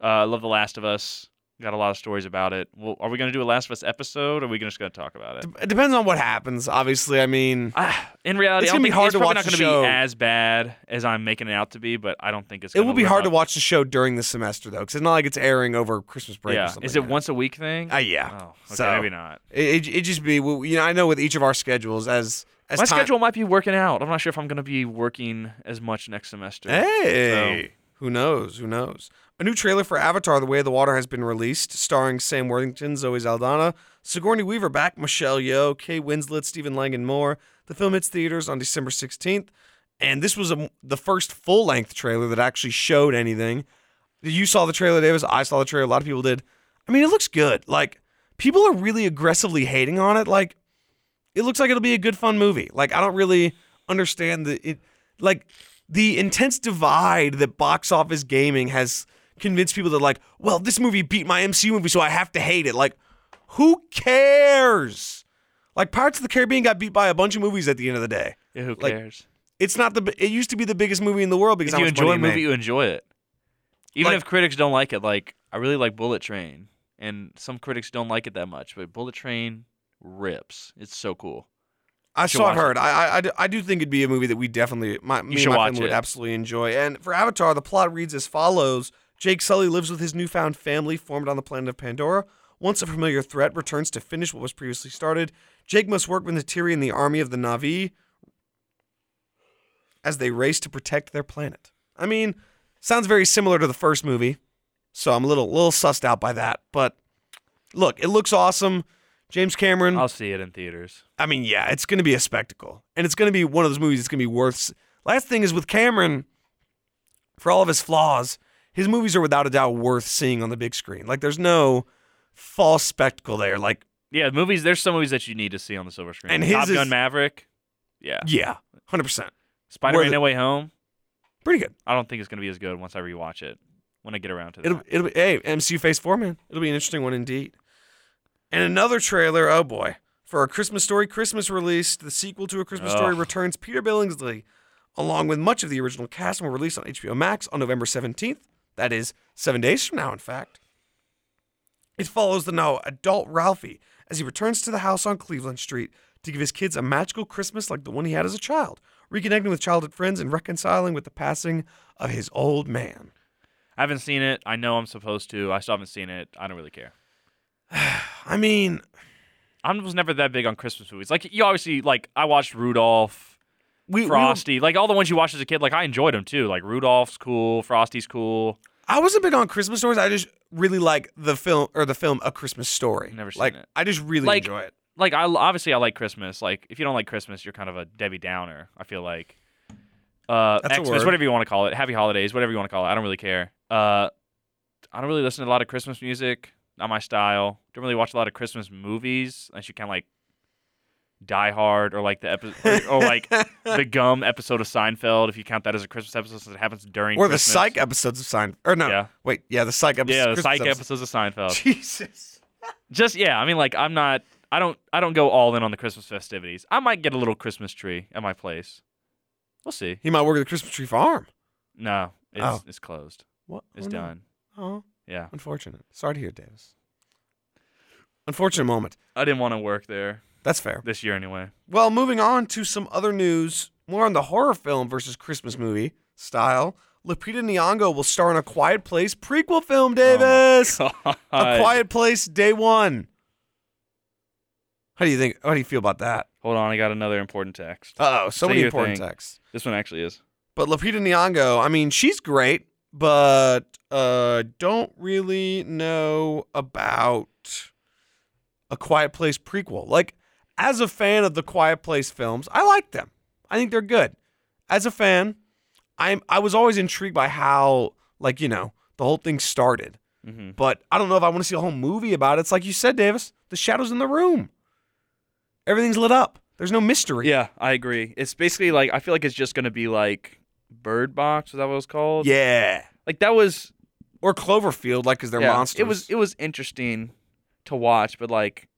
Speaker 1: uh, I love The Last of Us. Got a lot of stories about it. Well, are we going to do a Last of Us episode, or are we just going to talk about it?
Speaker 2: Dep- it depends on what happens. Obviously, I mean,
Speaker 1: Ah, in reality,
Speaker 2: It's
Speaker 1: I don't
Speaker 2: gonna be
Speaker 1: think-
Speaker 2: hard to
Speaker 1: probably
Speaker 2: watch
Speaker 1: not
Speaker 2: the
Speaker 1: going to be
Speaker 2: show.
Speaker 1: as bad as I'm making it out to be, but I don't think it's.
Speaker 2: it
Speaker 1: Gonna
Speaker 2: will be
Speaker 1: live
Speaker 2: hard to
Speaker 1: up-
Speaker 2: watch the show during the semester though, because it's not like it's airing over Christmas break. Or
Speaker 1: Yeah,
Speaker 2: something
Speaker 1: is it
Speaker 2: like
Speaker 1: once a week thing?
Speaker 2: that. Uh, yeah.
Speaker 1: Oh, okay,
Speaker 2: So-
Speaker 1: maybe not.
Speaker 2: It, it it just be we- you know I know with each of our schedules as as
Speaker 1: My
Speaker 2: time-
Speaker 1: schedule might be working out. I'm not sure if I'm going to be working as much next semester.
Speaker 2: Hey, who knows? Who knows? A new trailer for Avatar: The Way of the Water has been released, starring Sam Worthington, Zoe Saldana, Sigourney Weaver, back Michelle Yeoh, Kay Winslet, Stephen Lang, and more. The film hits theaters on December 16th, and this was a, the first full-length trailer that actually showed anything. You saw the trailer, Davis. I saw the trailer. A lot of people did. I mean, it looks good. Like people are really aggressively hating on it. Like it looks like it'll be a good fun movie. Like I don't really understand the it like the intense divide that box office gaming has convinced people that like, well, this movie beat my MCU movie, so I have to hate it. Like, who cares? Like Pirates of the Caribbean got beat by a bunch of movies at the end of the day.
Speaker 1: Yeah, who
Speaker 2: Like,
Speaker 1: cares?
Speaker 2: It's not the bi- it used to be the biggest movie in the world because
Speaker 1: if
Speaker 2: how
Speaker 1: you
Speaker 2: much money
Speaker 1: enjoy a
Speaker 2: it
Speaker 1: movie,
Speaker 2: made.
Speaker 1: you enjoy it. Even
Speaker 2: Like-
Speaker 1: if critics don't like it, like I really like Bullet Train, and some critics don't like it that much, but Bullet Train rips. It's so cool.
Speaker 2: I
Speaker 1: should
Speaker 2: saw
Speaker 1: watch
Speaker 2: it
Speaker 1: it.
Speaker 2: heard. I, I- I do- I do think it'd be a movie that we definitely my me
Speaker 1: should
Speaker 2: and my
Speaker 1: watch
Speaker 2: family would
Speaker 1: it.
Speaker 2: absolutely enjoy. And for Avatar, the plot reads as follows: Jake Sully lives with his newfound family formed on the planet of Pandora. Once a familiar threat returns to finish what was previously started, Jake must work with Natiri and the army of the Navi as they race to protect their planet. I mean, sounds very similar to the first movie, so I'm a little little sussed out by that. But look, it looks awesome. James Cameron.
Speaker 1: I'll see it in theaters.
Speaker 2: I mean, yeah, it's going to be a spectacle. And it's going to be one of those movies that's going to be worth. s- Last thing is with Cameron, for all of his flaws, his movies are without a doubt worth seeing on the big screen. Like, there's no false spectacle there. Like,
Speaker 1: Yeah, movies. There's some movies that you need to see on the silver screen.
Speaker 2: And his
Speaker 1: Top Gun
Speaker 2: is-
Speaker 1: Maverick. Yeah,
Speaker 2: yeah, 100%.
Speaker 1: Spider
Speaker 2: the-
Speaker 1: Man No Way Home.
Speaker 2: Pretty good.
Speaker 1: I don't think it's gonna be as good once I rewatch it when I get around to that.
Speaker 2: It'll, it'll be, hey, MCU Phase 4, man. It'll be an interesting one indeed. And another trailer, oh boy, for A Christmas Story Christmas released. The sequel to A Christmas Story
Speaker 1: Ugh.
Speaker 2: returns Peter Billingsley along with much of the original cast and will release on HBO Max on November 17th. That is seven days from now, in fact. It follows the now adult Ralphie as he returns to the house on Cleveland Street to give his kids a magical Christmas like the one he had as a child, reconnecting with childhood friends and reconciling with the passing of his old man.
Speaker 1: I haven't seen it. I know I'm supposed to. I still haven't seen it. I don't really care.
Speaker 2: I mean,
Speaker 1: I was never that big on Christmas movies. Like you obviously like I watched Rudolph.
Speaker 2: we, we were-
Speaker 1: Frosty, like all the ones you watched as a kid, like I enjoyed them too. Like Rudolph's cool, Frosty's cool.
Speaker 2: I wasn't big on Christmas stories. I just really like the film or the film A Christmas Story.
Speaker 1: Never seen
Speaker 2: like,
Speaker 1: it.
Speaker 2: I just really
Speaker 1: Like-
Speaker 2: enjoy it.
Speaker 1: Like I obviously I like Christmas. Like if you don't like Christmas, you're kind of a Debbie Downer. I feel like uh,
Speaker 2: That's a
Speaker 1: Xmas,
Speaker 2: word.
Speaker 1: whatever you want to call it, Happy Holidays, whatever you want to call it. I don't really care. Uh, I don't really listen to a lot of Christmas music. Not my style. Don't really watch a lot of Christmas movies unless you kind of like Die Hard or like the episode or, or like the Gum episode of Seinfeld. If you count that as a Christmas episode, since it happens during
Speaker 2: or the
Speaker 1: Christmas.
Speaker 2: Psych episodes of Seinfeld. Or no,
Speaker 1: Yeah.
Speaker 2: wait, yeah, the Psych episodes.
Speaker 1: Yeah, the
Speaker 2: Christmas
Speaker 1: Psych episodes of Seinfeld.
Speaker 2: Jesus.
Speaker 1: just yeah i mean like i'm not i don't i don't go all in on the christmas festivities i might get a little christmas tree at my place we'll see
Speaker 2: He might work at the Christmas Tree Farm.
Speaker 1: no it's,
Speaker 2: Oh.
Speaker 1: it's closed
Speaker 2: What?
Speaker 1: it's
Speaker 2: Oh, no.
Speaker 1: done
Speaker 2: Oh,
Speaker 1: yeah
Speaker 2: unfortunate. Sorry to hear, Davis. Unfortunate moment.
Speaker 1: i didn't want to work there
Speaker 2: That's fair.
Speaker 1: this year anyway
Speaker 2: Well, moving on to some other news, more on the horror film versus Christmas movie style. Lupita Nyong'o will star in a Quiet Place prequel film, Davis.
Speaker 1: Oh my
Speaker 2: A
Speaker 1: God.
Speaker 2: Quiet Place Day One. How do you think? How do you feel about that?
Speaker 1: hold on i got another important text
Speaker 2: Uh oh, so
Speaker 1: Say
Speaker 2: many
Speaker 1: your
Speaker 2: important
Speaker 1: thing.
Speaker 2: texts.
Speaker 1: this one actually is
Speaker 2: But Lupita Nyong'o, I mean, she's great, but uh, don't really know about a Quiet Place prequel. Like, as a fan of the Quiet Place films, I like them. I think they're good. As a fan, I'm I was always intrigued by how like you know the whole thing started.
Speaker 1: hmm
Speaker 2: But I don't know if I want to see a whole movie about it. It's like you said, Davis, the shadows in the room. Everything's lit up. There's no mystery.
Speaker 1: Yeah, I agree. It's basically like I feel like it's just gonna be like Bird Box. Is that what it was called?
Speaker 2: Yeah.
Speaker 1: Like that was
Speaker 2: Or Cloverfield, like, because they're
Speaker 1: yeah,
Speaker 2: monsters.
Speaker 1: It was it was interesting to watch, but like,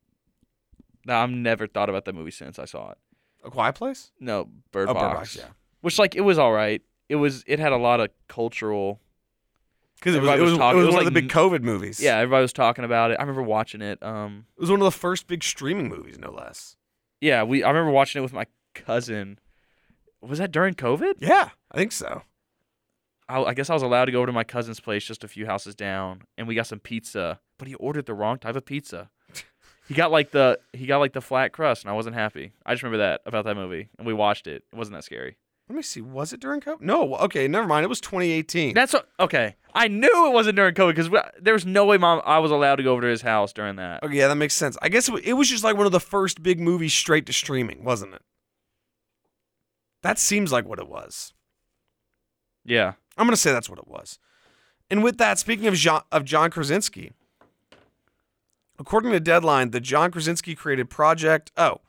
Speaker 1: nah, I've never thought about that movie since I saw it.
Speaker 2: a quiet place.
Speaker 1: No, Bird
Speaker 2: Oh,
Speaker 1: Box.
Speaker 2: Bird Box, yeah.
Speaker 1: Which like it was all right. It was it had a lot of cultural.
Speaker 2: Because it was,
Speaker 1: Everybody
Speaker 2: it
Speaker 1: was
Speaker 2: was, it
Speaker 1: talking-
Speaker 2: was
Speaker 1: it was
Speaker 2: one of the
Speaker 1: like
Speaker 2: big COVID movies.
Speaker 1: Yeah, everybody was talking about it. I remember watching it. Um,
Speaker 2: It was one of the first big streaming movies, no less.
Speaker 1: yeah, we I remember watching it with my cousin. Was that during COVID?
Speaker 2: Yeah, I think so.
Speaker 1: I, I guess I was allowed to go over to my cousin's place just a few houses down, and we got some pizza. But he ordered the wrong type of pizza. He got like the he got like the flat crust, and I wasn't happy. I just remember that about that movie, and we watched it. It wasn't that scary.
Speaker 2: Let me see. Was it during COVID? No. Okay, never mind. It was 2018.
Speaker 1: That's what, okay. I knew it wasn't during COVID because there was no way mom I was allowed to go over to his house during that.
Speaker 2: okay, yeah, that makes sense. I guess it wa- it was just like one of the first big movies straight to streaming, wasn't it? That seems like what it was.
Speaker 1: Yeah,
Speaker 2: I'm gonna say that's what it was. And with that, speaking of John, of John Krasinski, according to Deadline, the John Krasinski created project. Oh,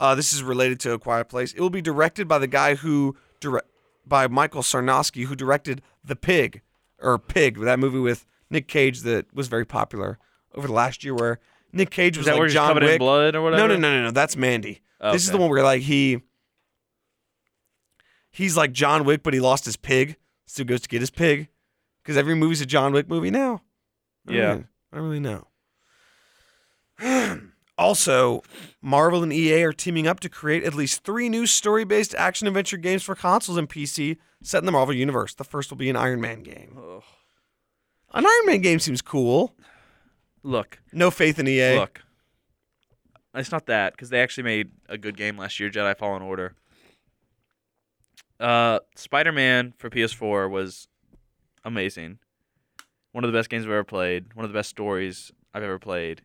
Speaker 2: uh, this is related to A Quiet Place. It will be directed by the guy who direct by Michael Sarnowski, who directed The Pig or Pig, that movie with Nick Cage that was very popular over the last year, where Nick Cage
Speaker 1: is
Speaker 2: was
Speaker 1: that
Speaker 2: like
Speaker 1: where he's
Speaker 2: John
Speaker 1: covered
Speaker 2: Wick.
Speaker 1: in blood or whatever?
Speaker 2: No, no, no, no, no. That's Mandy.
Speaker 1: Oh,
Speaker 2: This is
Speaker 1: okay.
Speaker 2: the one where like he he's like John Wick, but he lost his pig, so he goes to get his pig because every movie's a John Wick movie now. I don't
Speaker 1: Yeah.
Speaker 2: really- I don't really know. also, Marvel and EA are teaming up to create at least three new story-based action-adventure games for consoles and PC set in the Marvel universe. The first will be an Iron Man game.
Speaker 1: Ugh.
Speaker 2: An Iron Man game seems cool.
Speaker 1: Look,
Speaker 2: No faith in E EA.
Speaker 1: look. It's not that because they actually made a good game last year, Jedi Fallen Order. Uh, Spider Man for PS4 was amazing. One of the best games I've ever played. One of the best stories I've ever played,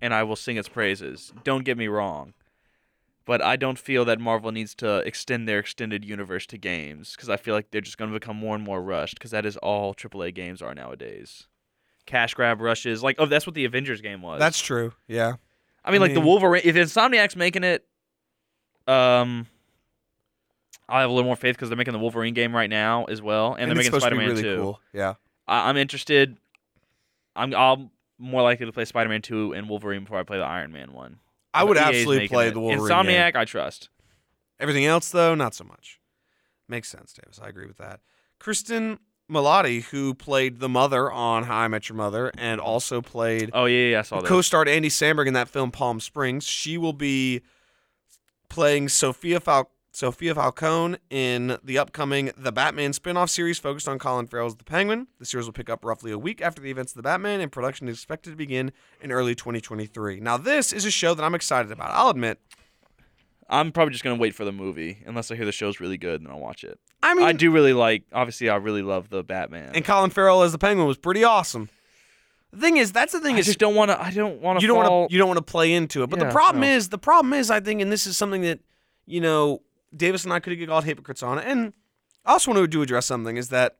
Speaker 1: and I will sing its praises. Don't get me wrong, but I don't feel that Marvel needs to extend their extended universe to games because I feel like they're just going to become more and more rushed because that is all AAA games are nowadays. Cash grab rushes, like oh, that's what the Avengers game was.
Speaker 2: That's true. Yeah.
Speaker 1: I mean,
Speaker 2: I
Speaker 1: like the
Speaker 2: mean-
Speaker 1: Wolverine. If Insomniac's making it, um, I'll have a little more faith because they're making the Wolverine game right now as well, and, they're
Speaker 2: it's
Speaker 1: making
Speaker 2: supposed to be
Speaker 1: Spider-Man
Speaker 2: really
Speaker 1: Two.
Speaker 2: cool. Yeah.
Speaker 1: I- I'm interested. I'm I'll more likely to play Spider-Man Two and Wolverine before I play the Iron Man one.
Speaker 2: I would
Speaker 1: But EA is
Speaker 2: absolutely
Speaker 1: making
Speaker 2: play
Speaker 1: it.
Speaker 2: the Wolverine
Speaker 1: Insomniac,
Speaker 2: game.
Speaker 1: I trust.
Speaker 2: Everything else, though, not so much. Makes sense, Davis. I agree with that. Kristen Milotti, who played the mother on How I Met Your Mother and also played
Speaker 1: Oh yeah, yeah, I saw that.
Speaker 2: co-starred Andy Samberg in that film Palm Springs, she will be playing Sophia Fal- Sophia Falcone in the upcoming The Batman spin-off series focused on Colin Farrell's The Penguin. The series will pick up roughly a week after the events of The Batman, and production is expected to begin in early 2023. Now, this is a show that I'm excited about. I'll admit.
Speaker 1: I'm probably just gonna wait for the movie unless I hear the show's really good, then I'll watch it.
Speaker 2: I mean,
Speaker 1: I do really like. Obviously, I really love the Batman.
Speaker 2: and Colin Farrell as the Penguin was pretty awesome. The thing is, that's the thing
Speaker 1: I
Speaker 2: is
Speaker 1: just don't want to. I don't want to.
Speaker 2: you don't
Speaker 1: fall...
Speaker 2: want to you don't want to play into it. But the
Speaker 1: Yeah,
Speaker 2: problem
Speaker 1: no.
Speaker 2: is the problem is I think, and this is something that you know Davis and I could get called hypocrites on, and I also want to do address something is that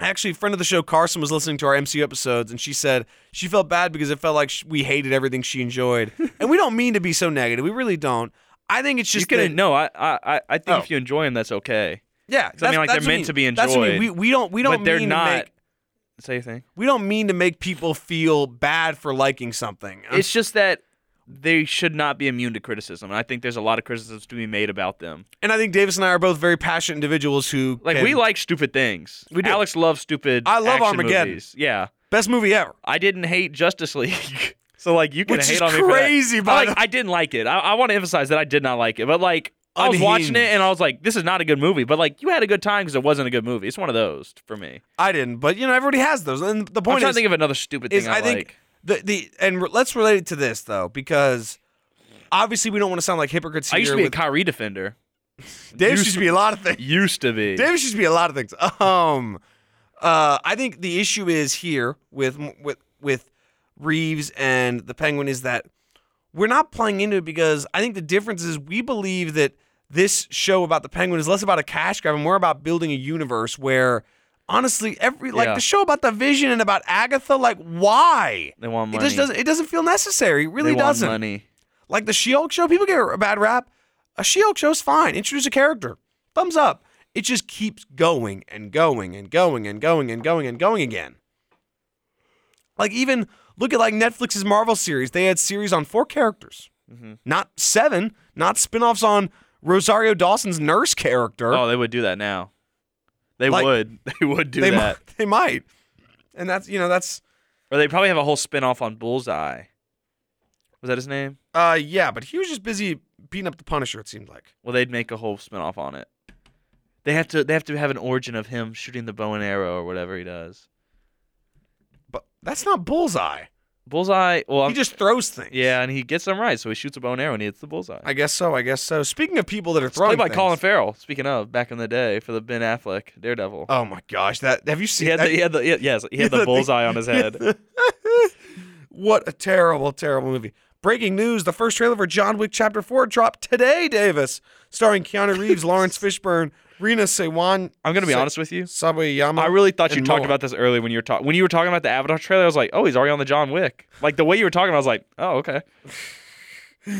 Speaker 2: actually a friend of the show Carson was listening to our MCU episodes, and she said she felt bad because it felt like sh- we hated everything she enjoyed, and we don't mean to be so negative, we really don't. I think it's just
Speaker 1: you
Speaker 2: that-
Speaker 1: can no. I I I- I think
Speaker 2: Oh.
Speaker 1: if you enjoy them, that's okay.
Speaker 2: yeah.
Speaker 1: I mean, like,
Speaker 2: that's
Speaker 1: they're
Speaker 2: what
Speaker 1: meant to be
Speaker 2: That's what I mean. We,
Speaker 1: enjoyed.
Speaker 2: we don't we don't
Speaker 1: but they're
Speaker 2: mean
Speaker 1: not.
Speaker 2: to make
Speaker 1: say your thing.
Speaker 2: we don't mean to make people feel bad for liking something. I'm
Speaker 1: It's just that they should not be immune to criticism, and I think there's a lot of criticisms to be made about them.
Speaker 2: And I think Davis and I are both very passionate individuals who
Speaker 1: Like
Speaker 2: can-
Speaker 1: we like stupid things.
Speaker 2: We do.
Speaker 1: Alex loves stupid.
Speaker 2: I love
Speaker 1: action
Speaker 2: Armageddon.
Speaker 1: Movies. Yeah,
Speaker 2: best movie ever,
Speaker 1: I didn't hate Justice League, so like you can
Speaker 2: which
Speaker 1: hate
Speaker 2: is
Speaker 1: on me.
Speaker 2: crazy.
Speaker 1: For that. I,
Speaker 2: By
Speaker 1: like,
Speaker 2: the
Speaker 1: I didn't like it. I, I want to emphasize that I did not like it, but like. I was watching it
Speaker 2: Unhinged.
Speaker 1: and I was like, "This is not a good movie," but like, you had a good time because it wasn't a good movie. It's one of those for me.
Speaker 2: I didn't, but you know everybody has those. And the
Speaker 1: I'm
Speaker 2: point
Speaker 1: trying
Speaker 2: is,
Speaker 1: to think of another stupid
Speaker 2: is
Speaker 1: thing I,
Speaker 2: I think-
Speaker 1: like.
Speaker 2: the the and re- let's relate it to this though, because obviously we don't want to sound like hypocrites
Speaker 1: I
Speaker 2: here.
Speaker 1: used to be a
Speaker 2: with,
Speaker 1: Kyrie defender.
Speaker 2: Davis
Speaker 1: used
Speaker 2: used to be a lot of things.
Speaker 1: Used to be.
Speaker 2: Davis used to be a lot of things. Um, uh, I think the issue is here with with with Reeves and the Penguin is that we're not playing into it because I think the difference is we believe that this show about the Penguin is less about a cash grab and more about building a universe where. Honestly, every like
Speaker 1: Yeah.
Speaker 2: the show about the Vision and about Agatha, like why
Speaker 1: They want
Speaker 2: it
Speaker 1: money.
Speaker 2: just doesn't it doesn't feel necessary. It really
Speaker 1: they want
Speaker 2: doesn't.
Speaker 1: money.
Speaker 2: Like the She-Hulk show, people get a bad rap. A She-Hulk show's fine. Introduce a character. Thumbs up. It just keeps going and going and going and going and going and going again. Like even look at like Netflix's Marvel series. They had series on four characters.
Speaker 1: Mm-hmm.
Speaker 2: Not seven, not spin-offs on Rosario Dawson's nurse character.
Speaker 1: Oh, they would do that now. They
Speaker 2: Like-
Speaker 1: would. They would do
Speaker 2: they
Speaker 1: that.
Speaker 2: might they might. And that's you know, that's
Speaker 1: Or they probably have a whole spin off on Bullseye. Was that his name?
Speaker 2: uh yeah, but he was just busy beating up the Punisher, it seemed like.
Speaker 1: Well, they'd make a whole spin off on it. They have to. They have to have an origin of him shooting the bow and arrow or whatever he does.
Speaker 2: But that's not bullseye.
Speaker 1: Bullseye. Well, I'm-
Speaker 2: he just throws things.
Speaker 1: Um, yeah, and he gets them right, so he shoots a bow and arrow and he hits the bullseye.
Speaker 2: I guess so. I guess so. Speaking of people that are
Speaker 1: It's played
Speaker 2: throwing
Speaker 1: by
Speaker 2: things,
Speaker 1: Colin Farrell. Speaking of, back in the day for the Ben Affleck Daredevil.
Speaker 2: Oh my gosh, that have
Speaker 1: he
Speaker 2: you seen?
Speaker 1: had the,
Speaker 2: that,
Speaker 1: he had the yeah, yes, he had the
Speaker 2: the-
Speaker 1: bullseye on his head.
Speaker 2: what a terrible, terrible movie. Breaking news: The first trailer for John Wick Chapter Four dropped today. Davis, starring Keanu Reeves, Lawrence Fishburne, Rena Sewan.
Speaker 1: I'm gonna be
Speaker 2: Se-
Speaker 1: honest with you.
Speaker 2: Sawayama.
Speaker 1: I really thought you
Speaker 2: and
Speaker 1: talked
Speaker 2: more.
Speaker 1: about this earlier when you were talking when you were talking about the Avatar trailer. I was like, oh, he's already on the John Wick. Like the way you were talking, I was like, oh, okay. It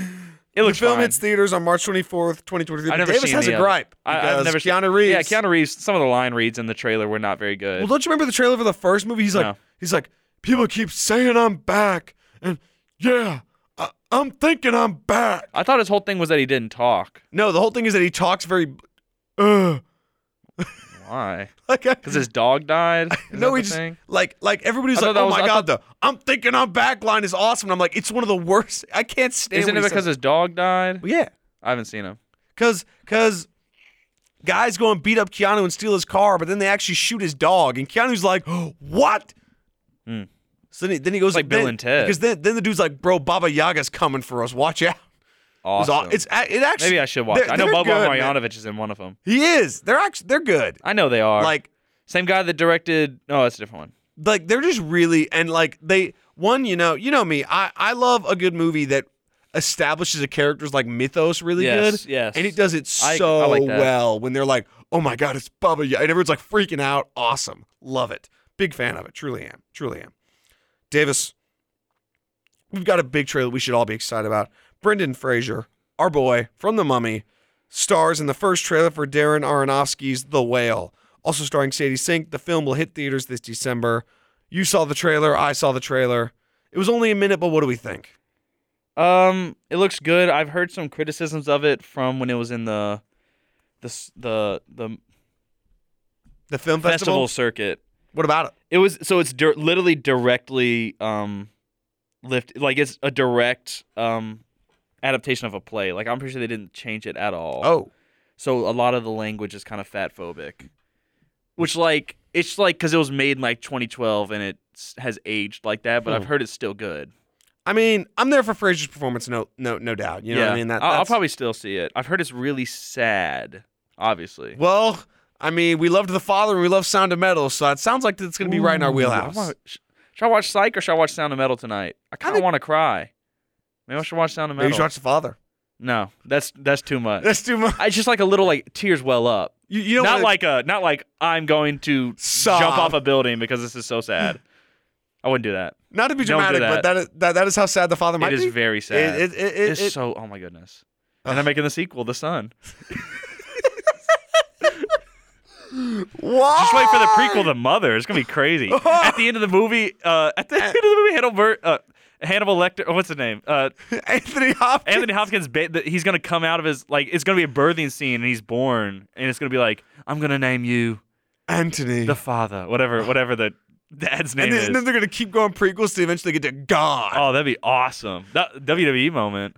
Speaker 2: The
Speaker 1: looks
Speaker 2: film
Speaker 1: fine.
Speaker 2: hits theaters on March 24th, 2023.
Speaker 1: I've
Speaker 2: But
Speaker 1: never
Speaker 2: Davis
Speaker 1: seen
Speaker 2: has
Speaker 1: any
Speaker 2: a
Speaker 1: of it.
Speaker 2: gripe
Speaker 1: I- I've
Speaker 2: because
Speaker 1: never seen-
Speaker 2: Keanu Reeves.
Speaker 1: yeah, Keanu Reeves. Some of the line reads in the trailer were not very good.
Speaker 2: Well, don't you remember the trailer for the first movie? He's like,
Speaker 1: No.
Speaker 2: he's like, people keep saying I'm back, and yeah, I, I'm thinking I'm back.
Speaker 1: I thought his whole thing was that he didn't talk.
Speaker 2: No, the whole thing is that he talks very, uh,
Speaker 1: Why?
Speaker 2: like, I,
Speaker 1: Because his dog died. Is
Speaker 2: no,
Speaker 1: that
Speaker 2: he
Speaker 1: the
Speaker 2: just
Speaker 1: thing?
Speaker 2: like, like everybody's
Speaker 1: I thought
Speaker 2: like,
Speaker 1: that
Speaker 2: oh
Speaker 1: was-
Speaker 2: my
Speaker 1: I
Speaker 2: god, the I'm thinking I'm back line is awesome. And I'm like, it's one of the worst. I can't stand.
Speaker 1: Isn't it
Speaker 2: when he
Speaker 1: because his
Speaker 2: says-
Speaker 1: dog died?
Speaker 2: Well, yeah,
Speaker 1: I haven't seen him.
Speaker 2: because because. Guys go and beat up Keanu and steal his car, but then they actually shoot his dog, and Keanu's like, "What?"
Speaker 1: Hmm.
Speaker 2: So then he, then he goes
Speaker 1: like Bill
Speaker 2: then-
Speaker 1: and Ted.
Speaker 2: because then then the dude's like, "Bro, Baba Yaga's coming for us. Watch out!" It was
Speaker 1: Awesome.
Speaker 2: aw- It's a- it actually
Speaker 1: Maybe I should watch.
Speaker 2: they're-
Speaker 1: it. I know
Speaker 2: they're
Speaker 1: Bobo
Speaker 2: good, man.
Speaker 1: Marjanovic is in one of them.
Speaker 2: He is. They're actually they're good.
Speaker 1: I know they are.
Speaker 2: Like
Speaker 1: Same guy that directed. No, that's a different one.
Speaker 2: like they're just really and like they one you know you know me I I love a good movie that establishes a character's like mythos really
Speaker 1: yes.
Speaker 2: good
Speaker 1: Yes.
Speaker 2: and it does it
Speaker 1: I- I
Speaker 2: so
Speaker 1: like that.
Speaker 2: well when they're like oh my god it's Baba Yaga and everyone's like freaking out awesome love it big fan of it truly am truly am Davis we've got a big trailer we should all be excited about Brendan Fraser our boy from The Mummy stars in the first trailer for Darren Aronofsky's The Whale. Also starring Sadie Sink, the film will hit theaters this December. You saw the trailer, I saw the trailer. It was only a minute, but what do we think?
Speaker 1: Um, it looks good. I've heard some criticisms of it from when it was in the, the s- the the
Speaker 2: The film
Speaker 1: festival
Speaker 2: festival?
Speaker 1: circuit.
Speaker 2: What about it?
Speaker 1: It was so it's dir- literally directly um, lift like it's a direct um, adaptation of a play. Like I'm pretty sure they didn't change it at all.
Speaker 2: Oh,
Speaker 1: So a lot of the language is kind of fat phobic, which like it's like because it was made in like 2012 and it s- has aged like that. But I've
Speaker 2: Hmm.
Speaker 1: heard it's still good.
Speaker 2: I mean, I'm there for Fraser's performance, no, no, no doubt. You know
Speaker 1: yeah,
Speaker 2: what I mean? That,
Speaker 1: I'll, I'll
Speaker 2: that's-
Speaker 1: probably still see it. I've heard it's really sad. Obviously.
Speaker 2: Well, I mean, we loved The Father and we love Sound of Metal, so it sounds like it's going to be right in our
Speaker 1: Ooh, I
Speaker 2: wheelhouse.
Speaker 1: wanna- sh- should I watch Psych or should I watch Sound of Metal tonight? I kind of
Speaker 2: think-
Speaker 1: want to cry. Maybe I should watch Sound of Metal.
Speaker 2: Maybe you should watch The Father.
Speaker 1: no, that's that's too much.
Speaker 2: That's too much.
Speaker 1: I just like a little like tears well up.
Speaker 2: You, you don't
Speaker 1: not
Speaker 2: wanna-
Speaker 1: like a not like I'm going to
Speaker 2: Sob.
Speaker 1: jump off a building because this is so sad. I wouldn't do that.
Speaker 2: not to be
Speaker 1: don't do
Speaker 2: dramatic, but that is, that, that is how sad The Father might
Speaker 1: it is
Speaker 2: be.
Speaker 1: very sad.
Speaker 2: It, it, it, it,
Speaker 1: it's
Speaker 2: it-
Speaker 1: so oh my goodness.
Speaker 2: Ugh.
Speaker 1: And they're making the sequel, The Sun.
Speaker 2: Why?
Speaker 1: Just wait for the prequel, The Mother. It's gonna be crazy. at the end of the movie, uh, at the end of the movie, Hannibal, uh, Hannibal Lecter. oh, What's his name? Uh,
Speaker 2: Anthony Hopkins.
Speaker 1: Anthony Hopkins, ba- that he's gonna come out of his like it's gonna be a birthing scene, and he's born, and it's gonna be like I'm gonna name you
Speaker 2: Anthony.
Speaker 1: the father, whatever, whatever the dad's name
Speaker 2: and, then, and
Speaker 1: is.
Speaker 2: then they're gonna keep going prequels to eventually get to God.
Speaker 1: Oh, that'd be awesome. That WWE moment.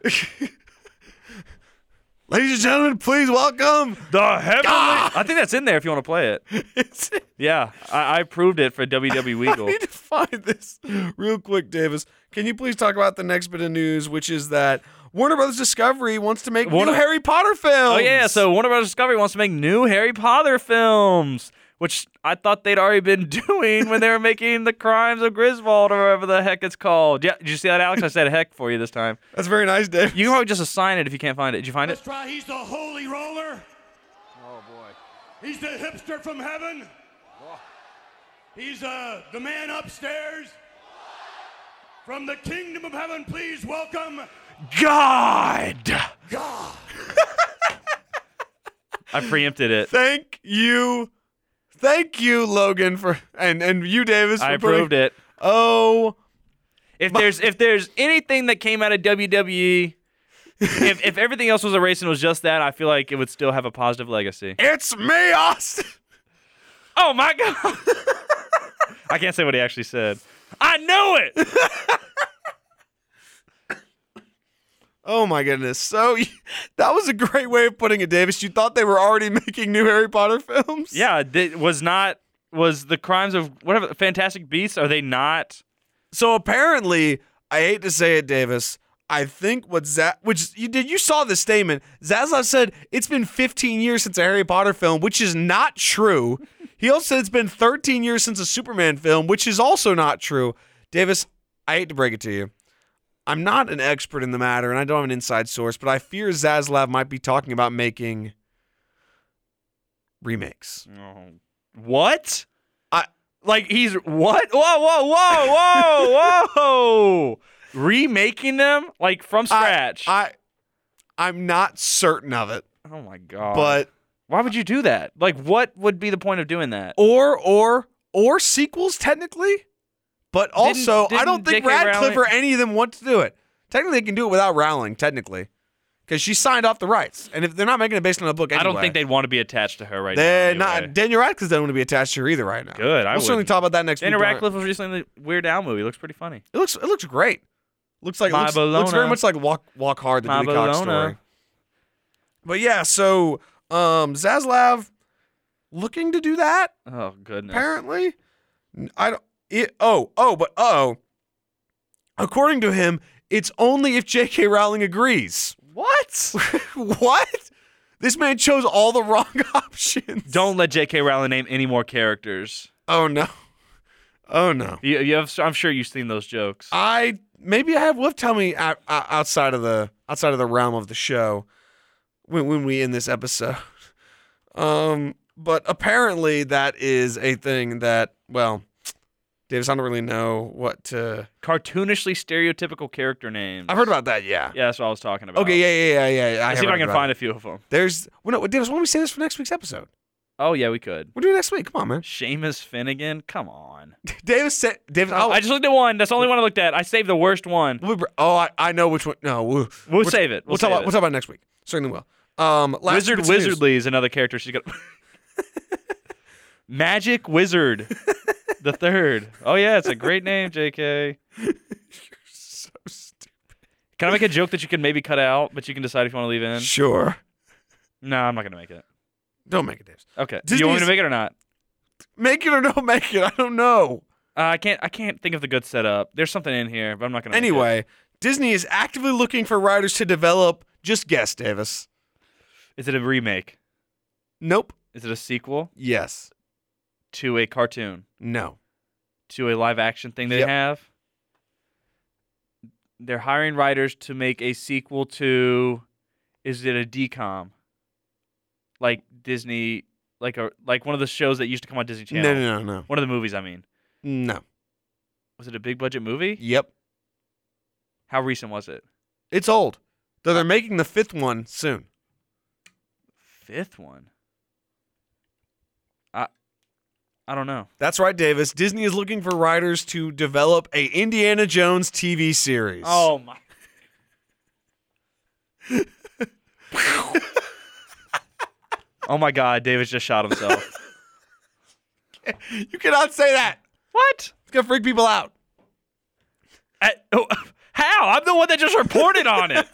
Speaker 2: Ladies and gentlemen, please welcome.
Speaker 1: The heavenly.
Speaker 2: God!
Speaker 1: I think that's in there if you want to play it.
Speaker 2: It's,
Speaker 1: Yeah, I, I proved it for WWE.
Speaker 2: I
Speaker 1: Eagle.
Speaker 2: need to find this real quick, Davis. Can you please talk about the next bit of news, which is that Warner Brothers Discovery wants to make
Speaker 1: Warner-
Speaker 2: new Harry Potter films.
Speaker 1: Oh yeah, so Warner Brothers Discovery wants to make new Harry Potter films, which I thought they'd already been doing when they were making The Crimes of Griswold or whatever the heck it's called. Yeah, did you see that, Alex? I said heck for you this time.
Speaker 2: that's very nice, Davis.
Speaker 1: You can probably just assign it if you can't find it. Did you find it?
Speaker 3: Let's try. He's the holy roller. Oh boy. Oh. He's the hipster from heaven. He's uh, the man upstairs. From the kingdom of heaven, please welcome
Speaker 2: God.
Speaker 1: I preempted it.
Speaker 2: Thank you. Thank you, Logan, for and and you, Davis. For
Speaker 1: I approved it.
Speaker 2: Oh,
Speaker 1: If there's if there's anything that came out of WWE, if if everything else was erased and was just that, I feel like it would still have a positive legacy.
Speaker 2: it's me, Austin.
Speaker 1: Oh my god! I can't say what he actually said. I knew it.
Speaker 2: Oh my goodness. So that was a great way of putting it, Davis. You thought they were already making new Harry Potter films?
Speaker 1: Yeah, th- was not was the crimes of whatever Fantastic Beasts. Are they not?
Speaker 2: So apparently, I hate to say it, Davis. I think what Zaz, which you did, you saw the statement. Zaslav said it's been 15 years since a Harry Potter film, which is not true. He also said it's been 13 years since a Superman film, which is also not true. Davis, I hate to break it to you. I'm not an expert in the matter, and I don't have an inside source, but I fear Zaslav might be talking about making remakes.
Speaker 1: Oh. What?
Speaker 2: I-
Speaker 1: like he's what? Whoa, whoa, whoa, whoa, whoa! Remaking them like from scratch.
Speaker 2: I, I, I'm not certain of it,
Speaker 1: oh my god!
Speaker 2: but
Speaker 1: why would you do that? Like, what would be the point of doing that?
Speaker 2: or or or sequels technically, but also I
Speaker 1: didn't
Speaker 2: don't think
Speaker 1: J.K.
Speaker 2: Radcliffe
Speaker 1: Rowling-
Speaker 2: or any of them want to do it. Technically, they can do it without Rowling, technically, because she signed off the rights. And if they're not making it based on a book, anyway,
Speaker 1: I don't think they'd want to be attached to her right
Speaker 2: They're
Speaker 1: now.
Speaker 2: not.
Speaker 1: anyway.
Speaker 2: Then you're right, because they don't want to be attached to her either right now.
Speaker 1: Good, I
Speaker 2: we'll certainly
Speaker 1: wouldn't.
Speaker 2: talk about that next
Speaker 1: Daniel
Speaker 2: week. Brian.
Speaker 1: Radcliffe was recently in the Weird Al movie. Looks pretty funny.
Speaker 2: It looks it looks great. Looks like
Speaker 1: My
Speaker 2: looks, looks very
Speaker 1: Bologna.
Speaker 2: much like Walk Walk Hard, the
Speaker 1: My
Speaker 2: Billy Cox
Speaker 1: Bologna.
Speaker 2: story. But yeah, so um, Zaslav looking to do that.
Speaker 1: Oh goodness.
Speaker 2: apparently. N- I don't. It, oh, oh, but oh. According to him, it's only if J.K. Rowling agrees.
Speaker 1: What?
Speaker 2: what? This man chose all the wrong options.
Speaker 1: Don't let J.K. Rowling name any more characters.
Speaker 2: Oh no. Oh no.
Speaker 1: You, you have, I'm sure you've seen those jokes.
Speaker 2: I maybe I have Wolf tell me o- o- outside of the outside of the realm of the show when when we end this episode. Um, but apparently that is a thing that well, Davis, I don't really know what to.
Speaker 1: Cartoonishly stereotypical character names.
Speaker 2: I've heard about that. Yeah.
Speaker 1: Yeah, that's what I was talking about.
Speaker 2: Okay. Yeah. Yeah. Yeah. Yeah. yeah
Speaker 1: Let's see if I can find a few of them.
Speaker 2: There's. Well, no, Davis. Why don't we say this for next week's episode?
Speaker 1: Oh yeah, we could.
Speaker 2: We'll do it next week. Come on, man.
Speaker 1: Seamus Finnegan. Come on.
Speaker 2: Davis. Said, Davis. oh, I'll,
Speaker 1: I just looked at one. That's the only one I looked at. I saved the worst one.
Speaker 2: we'll be- oh, I, I know which one. No. We'll,
Speaker 1: We'll,
Speaker 2: we'll-
Speaker 1: save it. We'll,
Speaker 2: We'll, talk
Speaker 1: save
Speaker 2: about.
Speaker 1: it.
Speaker 2: We'll talk about it next week. Certainly will. Um. Last
Speaker 1: Wizard
Speaker 2: bits of news.
Speaker 1: Wizardly is another character she's got. Magic Wizard, the third. Oh yeah, it's a great name, J.K.
Speaker 2: So stupid.
Speaker 1: Can I make a joke that you can maybe cut out, but you can decide if you want to leave in?
Speaker 2: Sure.
Speaker 1: No, I'm not gonna make it.
Speaker 2: Don't make it, Davis.
Speaker 1: Okay. Do you want me
Speaker 2: Disney's-
Speaker 1: to make it or not?
Speaker 2: Make it or don't make it. I don't know.
Speaker 1: Uh, I can't. I can't think of the good setup. There's something in here, but I'm not gonna. make it.
Speaker 2: Anyway, Disney is actively looking for writers to develop. Just guess, Davis.
Speaker 1: is it a remake?
Speaker 2: Nope.
Speaker 1: Is it a sequel
Speaker 2: Yes.
Speaker 1: to a cartoon?
Speaker 2: No.
Speaker 1: to a live action thing they
Speaker 2: Yep.
Speaker 1: have. They're hiring writers to make a sequel to is it a DCOM? Like Disney like a like one of the shows that used to come on Disney Channel.
Speaker 2: No. No. No. No.
Speaker 1: One of the movies I mean.
Speaker 2: No.
Speaker 1: Was it a big budget movie?
Speaker 2: Yep.
Speaker 1: How recent was it?
Speaker 2: It's old. Though they're making the fifth one soon.
Speaker 1: Fifth one. I I don't know.
Speaker 2: That's right, Davis. Disney is looking for writers to develop a Indiana Jones TV series.
Speaker 1: Oh my Oh my god, David just shot himself.
Speaker 2: you cannot say that.
Speaker 1: what?
Speaker 2: It's gonna freak people out.
Speaker 1: At- oh, how? I'm the one that just reported on it.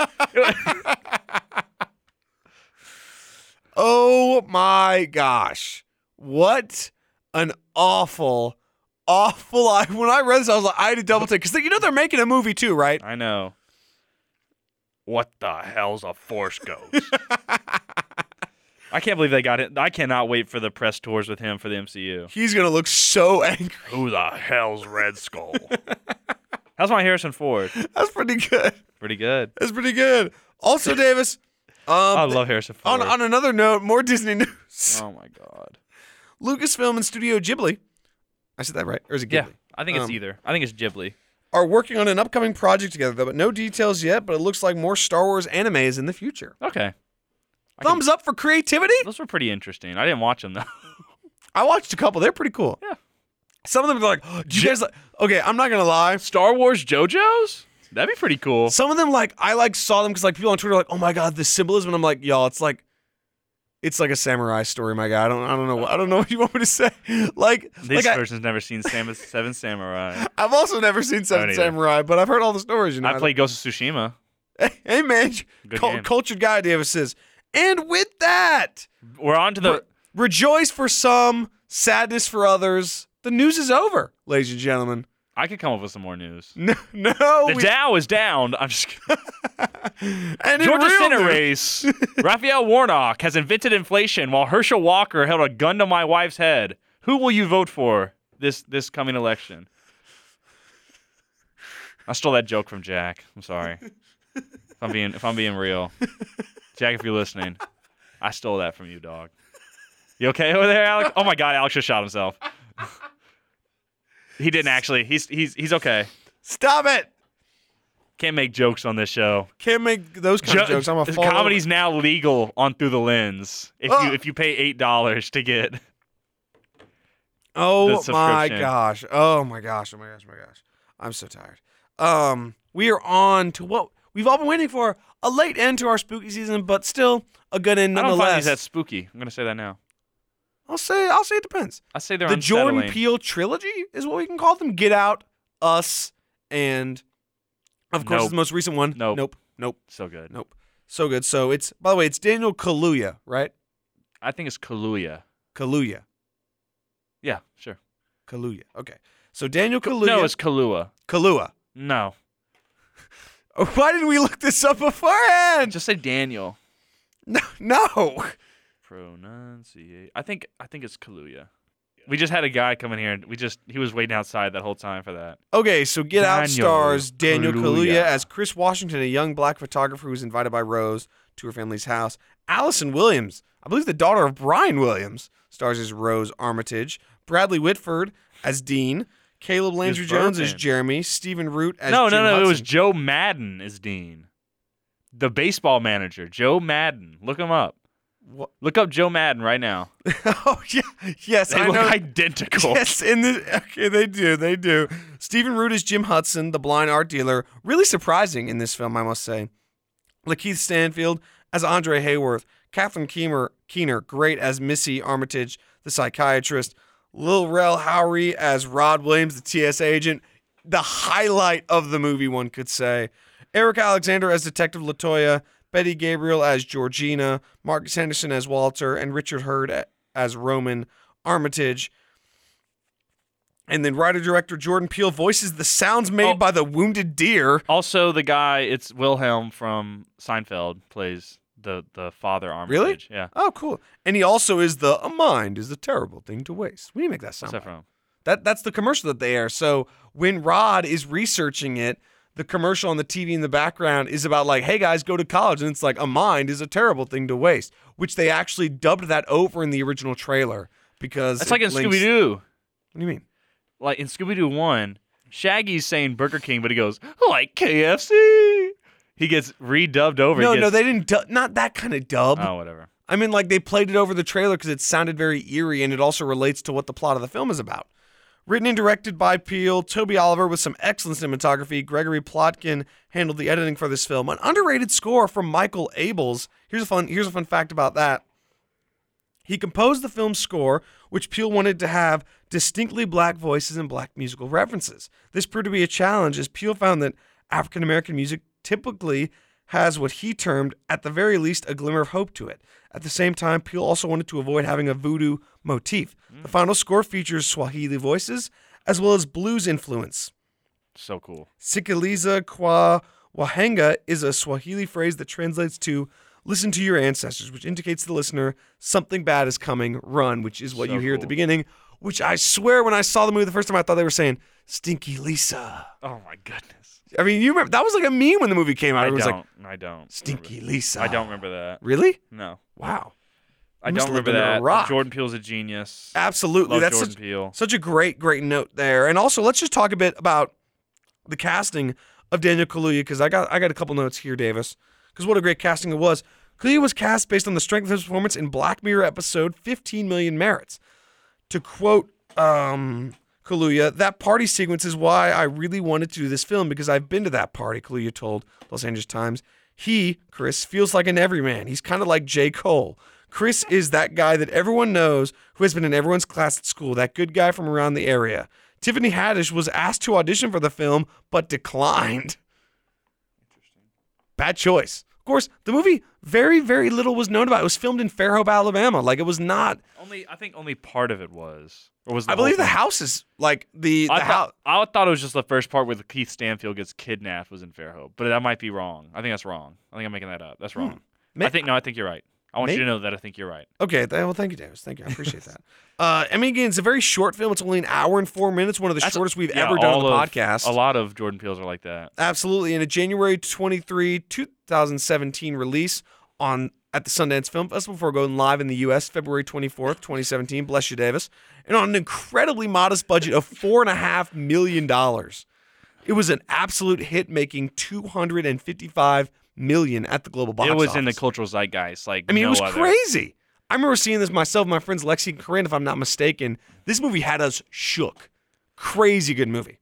Speaker 2: Oh my gosh! What an awful, awful. I when I read this, I was like, I had to double take because you know they're making a movie too, right?
Speaker 1: I know. What the hell's a force ghost? I can't believe they got it. I cannot wait for the press tours with him for the MCU.
Speaker 2: He's gonna look so angry.
Speaker 1: Who the hell's Red Skull? How's my Harrison Ford?
Speaker 2: That's pretty good.
Speaker 1: Pretty good.
Speaker 2: That's pretty good. Also, Davis. Um,
Speaker 1: I love Harrison Ford.
Speaker 2: on on another note, more Disney news.
Speaker 1: oh my god.
Speaker 2: Lucasfilm and Studio Ghibli. I said that right, or is it Ghibli?
Speaker 1: Yeah, I think it's
Speaker 2: Um,
Speaker 1: either. I think it's Ghibli.
Speaker 2: are working on an upcoming project together, though, but no details yet. But it looks like more Star Wars anime is in the future.
Speaker 1: Okay. I can-
Speaker 2: Thumbs up for creativity.
Speaker 1: Those were pretty interesting. I didn't watch them though.
Speaker 2: I watched a couple; they're pretty cool.
Speaker 1: Yeah.
Speaker 2: Some of them are like, "Do you guys like?" Okay, I'm not gonna lie.
Speaker 1: Star Wars JoJo's? That'd be pretty cool.
Speaker 2: Some of them like I like saw them because like people on Twitter are like, "Oh my god, this symbolism," and I'm like, "Y'all, it's like." It's like a samurai story, my guy. I don't, I don't know. what- I don't know what you want me to say. Like,
Speaker 1: This
Speaker 2: like I,
Speaker 1: person's never seen Sam- Seven Samurai.
Speaker 2: I've also never seen Seven
Speaker 1: either.
Speaker 2: Samurai, but I've heard all the stories. You know,
Speaker 1: I played Ghost of Tsushima.
Speaker 2: Hey man,
Speaker 1: Good
Speaker 2: cul-
Speaker 1: game.
Speaker 2: cultured guy Davis says. And with that,
Speaker 1: We're on to the.
Speaker 2: rejoice for some, sadness for others. The news is over, ladies and gentlemen.
Speaker 1: I could come up with some more news.
Speaker 2: No, no.
Speaker 1: The
Speaker 2: we-
Speaker 1: Dow is down. I'm just kidding.
Speaker 2: and in
Speaker 1: Georgia
Speaker 2: real
Speaker 1: Senate
Speaker 2: news-
Speaker 1: race. Raphael Warnock has invented inflation while Herschel Walker held a gun to my wife's head. Who will you vote for this this coming election? I stole that joke from Jack. I'm sorry. If I'm being if I'm being real. Jack, if you're listening, I stole that from you, dog. You okay over there, Alex? Oh my god, Alex just shot himself. he didn't actually. He's he's he's okay.
Speaker 2: Stop it!
Speaker 1: Can't make jokes on this show.
Speaker 2: Can't make those kind of
Speaker 1: Jo-
Speaker 2: jokes. I'm a
Speaker 1: this
Speaker 2: fall
Speaker 1: comedy's now legal on Through the Lens. If
Speaker 2: Ah.
Speaker 1: you if you pay eight dollars to get
Speaker 2: Oh
Speaker 1: the
Speaker 2: my
Speaker 1: subscription.
Speaker 2: gosh! Oh my gosh! Oh my gosh! Oh my gosh! I'm so tired. Um, we are on to what we've all been waiting for: a late end to our spooky season, but still a good end
Speaker 1: I don't
Speaker 2: nonetheless.
Speaker 1: find these that spooky. I'm gonna say that now.
Speaker 2: I'll say I'll say it depends.
Speaker 1: I say they're
Speaker 2: the
Speaker 1: unsettling.
Speaker 2: Jordan Peele trilogy is what we can call them. Get Out, Us, and of course
Speaker 1: Nope.
Speaker 2: the most recent one.
Speaker 1: Nope.
Speaker 2: nope, nope,
Speaker 1: so good.
Speaker 2: nope. So good. So it's by the way, it's Daniel Kaluuya, right?
Speaker 1: I think it's Kaluuya.
Speaker 2: Kaluuya,
Speaker 1: Yeah, sure.
Speaker 2: Kaluuya. Okay, so Daniel Kaluuya.
Speaker 1: No, it's Kalua.
Speaker 2: Kaluuya.
Speaker 1: No,
Speaker 2: Oh, Why didn't we look this up beforehand?
Speaker 1: just say Daniel.
Speaker 2: No, no.
Speaker 1: Pronunciate. I think I think it's Kaluuya. We just had a guy come in here, and we just he was waiting outside that whole time for that.
Speaker 2: Okay, so Get Out
Speaker 1: Daniel
Speaker 2: stars Daniel Kaluuya.
Speaker 1: Kaluuya.
Speaker 2: as Chris Washington, a young black photographer who's invited by Rose to her family's house. Allison Williams, I believe the daughter of Brian Williams, stars as Rose Armitage. Bradley Whitford as Dean. Caleb Landry Jones as
Speaker 1: Burpin.
Speaker 2: Jeremy. Stephen Root as
Speaker 1: no,
Speaker 2: Jim
Speaker 1: no, no. It was
Speaker 2: Hudson.
Speaker 1: Joe Madden is Dean, the baseball manager. Joe Madden. Look him up.
Speaker 2: What-
Speaker 1: Look up Joe Madden right now.
Speaker 2: oh yeah, yes,
Speaker 1: They
Speaker 2: I
Speaker 1: look
Speaker 2: know.
Speaker 1: identical.
Speaker 2: Yes, in the okay, they do, they do. Stephen Root is Jim Hudson, the blind art dealer. Really surprising in this film, I must say. Lakeith Stanfield as Andre Hayworth, Catherine Keener, Keener, great as Missy Armitage, the psychiatrist. Lil Rel Howery as Rod Williams, the TSA agent. The highlight of the movie, one could say. Eric Alexander as Detective Latoya, Betty Gabriel as Georgina, Marcus Henderson as Walter, and Richard Hurd a- as Roman Armitage. And then writer director Jordan Peele voices the sounds made
Speaker 1: Oh.
Speaker 2: by the wounded deer.
Speaker 1: Also, the guy, it's Wilhelm from Seinfeld, plays the the father armitage.
Speaker 2: Really?
Speaker 1: Yeah.
Speaker 2: Oh, cool. And he also is the a mind is a terrible thing to waste. We need to make that sound.
Speaker 1: What's that from?
Speaker 2: That that's the commercial that they air. So when Rod is researching it, the commercial on the TV in the background is about like, hey guys, go to college, and it's like a mind is a terrible thing to waste, which they actually dubbed that over in the original trailer because
Speaker 1: That's
Speaker 2: it
Speaker 1: like in
Speaker 2: links-
Speaker 1: Scooby Doo.
Speaker 2: What do you mean?
Speaker 1: Like in Scooby Doo One, Shaggy's saying Burger King, but he goes like KFC. He gets redubbed over.
Speaker 2: no,
Speaker 1: he
Speaker 2: no,
Speaker 1: gets,
Speaker 2: they didn't. Du- not that kind of dub.
Speaker 1: Oh, whatever.
Speaker 2: I mean, like they played it over the trailer because it sounded very eerie, and it also relates to what the plot of the film is about. Written and directed by Peele, Toby Oliver with some excellent cinematography. Gregory Plotkin handled the editing for this film. An underrated score from Michael Abels. Here's a fun. Here's a fun fact about that. He composed the film's score, which Peele wanted to have distinctly black voices and black musical references. This proved to be a challenge as Peele found that African American music typically has what he termed, at the very least, a glimmer of hope to it. At the same time, Peele also wanted to avoid having a voodoo motif. The final score features Swahili voices as well as blues influence.
Speaker 1: So cool.
Speaker 2: Sikiliza kwa wahanga is a Swahili phrase that translates to listen to your ancestors, which indicates to the listener something bad is coming, run, which is what
Speaker 1: So
Speaker 2: you hear at the
Speaker 1: cool.
Speaker 2: beginning. Which I swear, when I saw the movie the first time, I thought they were saying "Stinky Lisa."
Speaker 1: Oh my goodness.
Speaker 2: I mean, you remember that was like a meme when the movie came out.
Speaker 1: I
Speaker 2: Everyone was
Speaker 1: don't.
Speaker 2: like
Speaker 1: I don't.
Speaker 2: "Stinky
Speaker 1: remember-
Speaker 2: Lisa."
Speaker 1: I don't remember that.
Speaker 2: really.
Speaker 1: No.
Speaker 2: Wow,
Speaker 1: I
Speaker 2: must
Speaker 1: don't
Speaker 2: live
Speaker 1: remember
Speaker 2: under a
Speaker 1: that.
Speaker 2: rock.
Speaker 1: Jordan Peele's a genius.
Speaker 2: absolutely.
Speaker 1: Love
Speaker 2: That's
Speaker 1: Jordan
Speaker 2: such,
Speaker 1: Peele.
Speaker 2: such a great, great note there. And also, let's just talk a bit about the casting of Daniel Kaluuya because I got I got a couple notes here, Davis. Because what a great casting it was. Kaluuya was cast based on the strength of his performance in Black Mirror episode 15 Million Merits. To quote um, Kaluuya, that party sequence is why I really wanted to do this film because I've been to that party, Kaluuya told Los Angeles Times. He, Chris, feels like an everyman. He's kind of like J. Cole. Chris is that guy that everyone knows who has been in everyone's class at school, that good guy from around the area. Tiffany Haddish was asked to audition for the film but declined. Bad choice. Of course, the movie very, very little was known about. It was filmed in Fairhope, Alabama. Like it was not.
Speaker 1: Only I think only part of it was, or was the
Speaker 2: I believe the
Speaker 1: whole thing?
Speaker 2: house is like the, the
Speaker 1: I
Speaker 2: house.
Speaker 1: thought, I thought it was just the first part where Keith Stanfield gets kidnapped was in Fairhope, but that might be wrong. I think that's wrong. I think I'm making that up. That's wrong.
Speaker 2: Hmm. May-
Speaker 1: I think no. I think you're right. I want
Speaker 2: May-
Speaker 1: you to know that I think you're right.
Speaker 2: Okay, th- well, thank you, Davis. Thank you. I appreciate that. Uh, I mean, again, it's a very short film. It's only an hour and four minutes, one of the
Speaker 1: That's-
Speaker 2: shortest we've
Speaker 1: yeah,
Speaker 2: ever done on
Speaker 1: all
Speaker 2: the
Speaker 1: of-
Speaker 2: podcast.
Speaker 1: A lot of Jordan Peele's are like that.
Speaker 2: Absolutely. In a January 23, 2017 release on at the Sundance Film Festival before going live in the US February 24th, 2017. Bless you, Davis. And on an incredibly modest budget of four and a half million dollars. It was an absolute hit making 255 million at the global box
Speaker 1: it was in the
Speaker 2: office.
Speaker 1: cultural zeitgeist. Like
Speaker 2: I mean,
Speaker 1: no
Speaker 2: it was
Speaker 1: other.
Speaker 2: crazy. I remember seeing this myself, my friends Lexi and Corinne, if I'm not mistaken. This movie had us shook. Crazy good movie.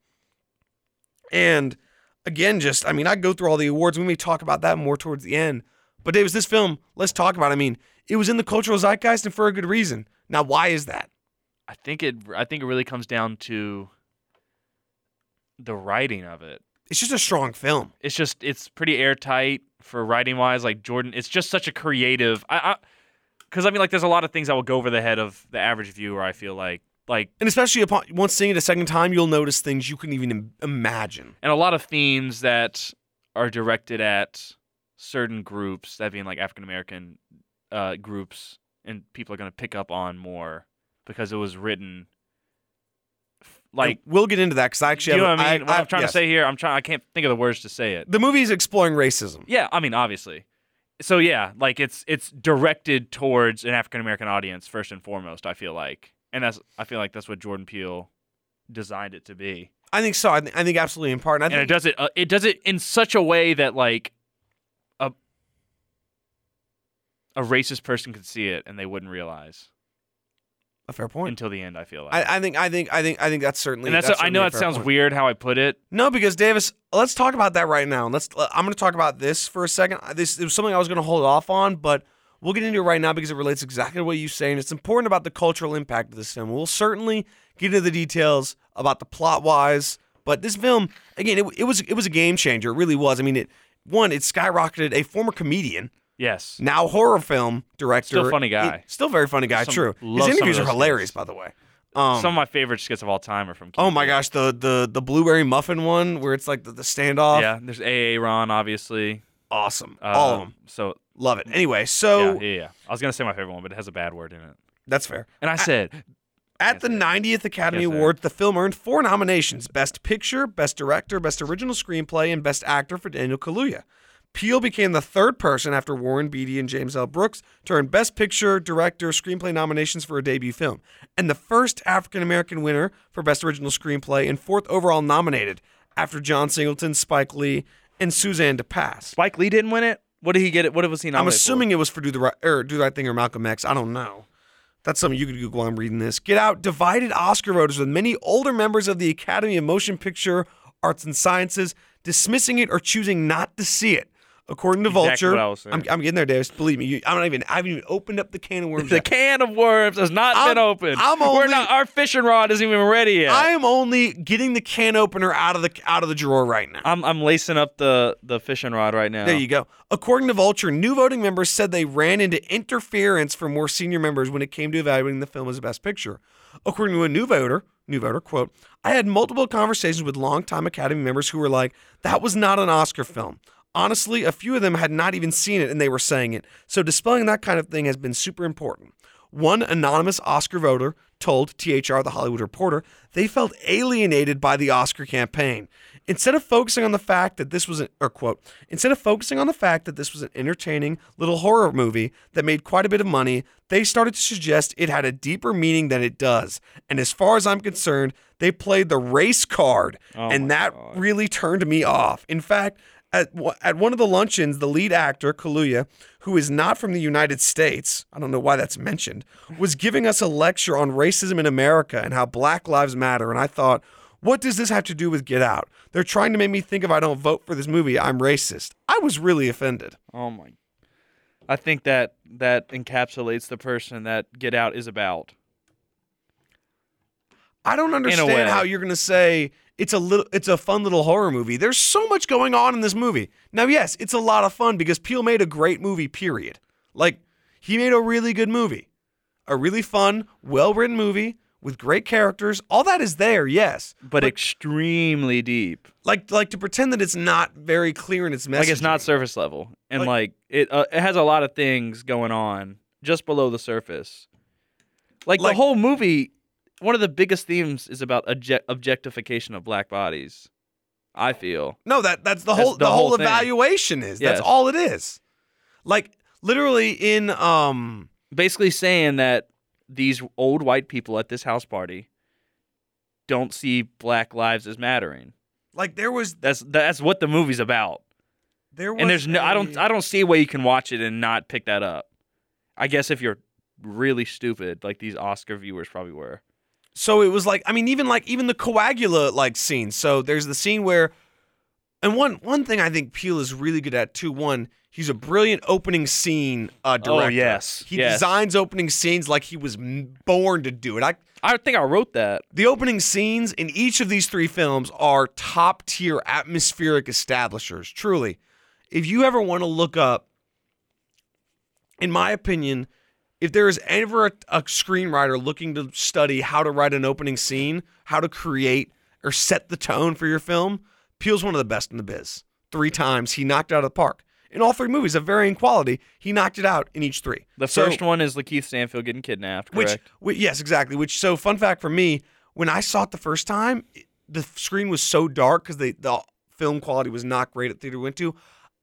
Speaker 2: And again, just, I mean, I go through all the awards. We may talk about that more towards the end. But Davis, this film, let's talk about it. I mean, it was in the cultural zeitgeist and for a good reason. Now, why is that?
Speaker 1: I think it. I think it really comes down to the writing of it.
Speaker 2: It's just a strong film.
Speaker 1: It's just it's pretty airtight for writing wise. Like Jordan, it's just such a creative. I, because I, mean, like there's a lot of things that will go over the head of the average viewer. I feel like like
Speaker 2: And especially upon once seeing it a second time, you'll notice things you couldn't even im- imagine.
Speaker 1: and a lot of themes that are directed at certain groups, that being like African American uh, groups, and people are going to pick up on more because it was written f- like.
Speaker 2: And we'll get into that because I actually
Speaker 1: you know
Speaker 2: have
Speaker 1: what I
Speaker 2: I-
Speaker 1: mean? what
Speaker 2: I-
Speaker 1: I'm trying
Speaker 2: yes.
Speaker 1: to say here, I'm trying. I can't think of the words to say it.
Speaker 2: The movie is exploring racism.
Speaker 1: Yeah, I mean, obviously. So yeah, like it's it's directed towards an African American audience first and foremost. I feel like, and that's I feel like that's what Jordan Peele designed it to be.
Speaker 2: I think so. I, th- I think absolutely in part. And
Speaker 1: and
Speaker 2: I
Speaker 1: it
Speaker 2: think
Speaker 1: does it. Uh, it does it in such a way that like a a racist person could see it and they wouldn't realize
Speaker 2: a fair point.
Speaker 1: until the end. I feel like,
Speaker 2: I, I think. I think. I think. I think that's certainly.
Speaker 1: and that's,
Speaker 2: that's
Speaker 1: I
Speaker 2: certainly
Speaker 1: know
Speaker 2: a
Speaker 1: it
Speaker 2: fair
Speaker 1: sounds
Speaker 2: point.
Speaker 1: weird how I put it.
Speaker 2: No, because Davis, let's talk about that right now. Let's. uh, I'm going to talk about this for a second. Uh, This it was something I was going to hold off on, but we'll get into it right now because it relates exactly to what you say, and it's important about the cultural impact of this film. We'll certainly get into the details about the plot wise, but this film, again, it, it was it was a game changer. It really was. I mean, it one, it skyrocketed a former comedian
Speaker 1: Yes,
Speaker 2: now horror film director.
Speaker 1: Still funny guy.
Speaker 2: It- still very funny guy.
Speaker 1: Some-
Speaker 2: true.
Speaker 1: love
Speaker 2: His
Speaker 1: some of
Speaker 2: interviews are
Speaker 1: those
Speaker 2: hilarious,
Speaker 1: things.
Speaker 2: by the way. Um,
Speaker 1: some of my favorite skits of all time are from. Keith
Speaker 2: oh my
Speaker 1: Peele.
Speaker 2: gosh, the the the blueberry muffin one where it's like the, the standoff.
Speaker 1: Yeah, there's AA Ron, obviously.
Speaker 2: Awesome.
Speaker 1: Uh,
Speaker 2: All of them.
Speaker 1: So
Speaker 2: Love it. Anyway,
Speaker 1: yeah,
Speaker 2: so
Speaker 1: yeah, yeah. I was gonna say my favorite one, but it has a bad word in it.
Speaker 2: that's fair.
Speaker 1: And I said,
Speaker 2: At the 90th Academy
Speaker 1: Yes, sir.
Speaker 2: Awards, the film earned four nominations Best Picture, Best Director, Best Original Screenplay, and Best Actor for Daniel Kaluuya. Peele became the third person after Warren Beatty and James L. Brooks to earn Best Picture, Director, Screenplay nominations for a debut film, and the first African American winner for Best Original Screenplay and fourth overall nominated after John Singleton, Spike Lee, and Suzanne DePass.
Speaker 1: Spike Lee didn't win it. What did he get? It? What was he?
Speaker 2: I'm
Speaker 1: nominated for?
Speaker 2: assuming it was for Do the Right or Do the Right Thing or Malcolm X. I don't know. That's something you could Google while I'm reading this. Get Out divided Oscar voters with many older members of the Academy of Motion Picture Arts and Sciences dismissing it or choosing not to see it. According to
Speaker 1: Exactly
Speaker 2: Vulture,
Speaker 1: what I was saying.
Speaker 2: am I'm getting there, Davis. Believe me, you, I'm not even. I haven't even opened up the can of worms.
Speaker 1: The
Speaker 2: yet.
Speaker 1: can of worms has not
Speaker 2: I'm-
Speaker 1: been opened.
Speaker 2: I'm
Speaker 1: We're
Speaker 2: only-
Speaker 1: not, our fishing rod isn't even ready yet.
Speaker 2: I am only getting the can opener out of the out of the drawer right now.
Speaker 1: I'm, I'm lacing up the, the fishing rod right now.
Speaker 2: There you go. According to Vulture, new voting members said they ran into interference from more senior members when it came to evaluating the film as a best picture. According to a new voter, new voter quote, I had multiple conversations with longtime Academy members who were like, "That was not an Oscar film." Honestly, a few of them had not even seen it and they were saying it. So dispelling that kind of thing has been super important. One anonymous Oscar voter told THR The Hollywood Reporter they felt alienated by the Oscar campaign. Instead of focusing on the fact that this was an or quote, instead of focusing on the fact that this was an entertaining little horror movie that made quite a bit of money, they started to suggest it had a deeper meaning than it does. And as far as I'm concerned, they played the race card, and that really turned me off. In fact, at, w- at one of the luncheons, the lead actor, Kaluuya, who is not from the United States, I don't know why that's mentioned, was giving us a lecture on racism in America and how Black Lives Matter. And I thought, what does this have to do with Get Out? They're trying to make me think if I don't vote for this movie, I'm racist. I was really offended.
Speaker 1: Oh my. I think that that encapsulates the person that Get Out is about.
Speaker 2: I don't
Speaker 1: way.
Speaker 2: understand how you're going to say it's a little it's a fun little horror movie. There's so much going on in this movie. Now yes, it's a lot of fun because Peele made a great movie period. Like he made a really good movie. A really fun, well-written movie with great characters. All that is there, yes.
Speaker 1: But, extremely deep.
Speaker 2: Like like to pretend that it's not very clear in its message.
Speaker 1: Like it's not surface level. And like,
Speaker 2: Like-
Speaker 1: it uh, it has a lot of things going on just below the surface. Like, the
Speaker 2: Like-
Speaker 1: whole movie one of the biggest themes is about object- objectification of black bodies. I feel.
Speaker 2: No, that that's the
Speaker 1: That's
Speaker 2: whole
Speaker 1: the
Speaker 2: the, whole,
Speaker 1: whole thing.
Speaker 2: evaluation is.
Speaker 1: Yes.
Speaker 2: That's all it is. Like literally in um
Speaker 1: basically saying that these old white people at this house party don't see black lives as mattering.
Speaker 2: like there was
Speaker 1: That's that's what the movie's about.
Speaker 2: there was
Speaker 1: And there's no I don't
Speaker 2: a-
Speaker 1: I don't see a way you can watch it and not pick that up. I guess if you're really stupid, like these Oscar viewers probably were.
Speaker 2: so it was like I mean even like even the coagula like scene. So there's the scene where and one one thing I think Peel is really good at too. One, he's a brilliant opening scene uh,
Speaker 1: Oh,
Speaker 2: director.
Speaker 1: yes,
Speaker 2: he
Speaker 1: yes.
Speaker 2: designs opening scenes like he was m- born to do it. I
Speaker 1: I think I wrote that.
Speaker 2: the opening scenes in each of these three films are top tier atmospheric establishers. Truly, if you ever want to look up, in my opinion, if there is ever a, a screenwriter looking to study how to write an opening scene, how to create or set the tone for your film, Peel's one of the best in the biz. Three times he knocked it out of the park. In all three movies of varying quality, he knocked it out in each three.
Speaker 1: The
Speaker 2: So-
Speaker 1: first one is Lakeith Stanfield getting kidnapped,
Speaker 2: which,
Speaker 1: correct?
Speaker 2: whi- yes, exactly. Which so fun fact for me, when I saw it the first time, it- the f- screen was so dark because the the film quality was not great at theater we went to.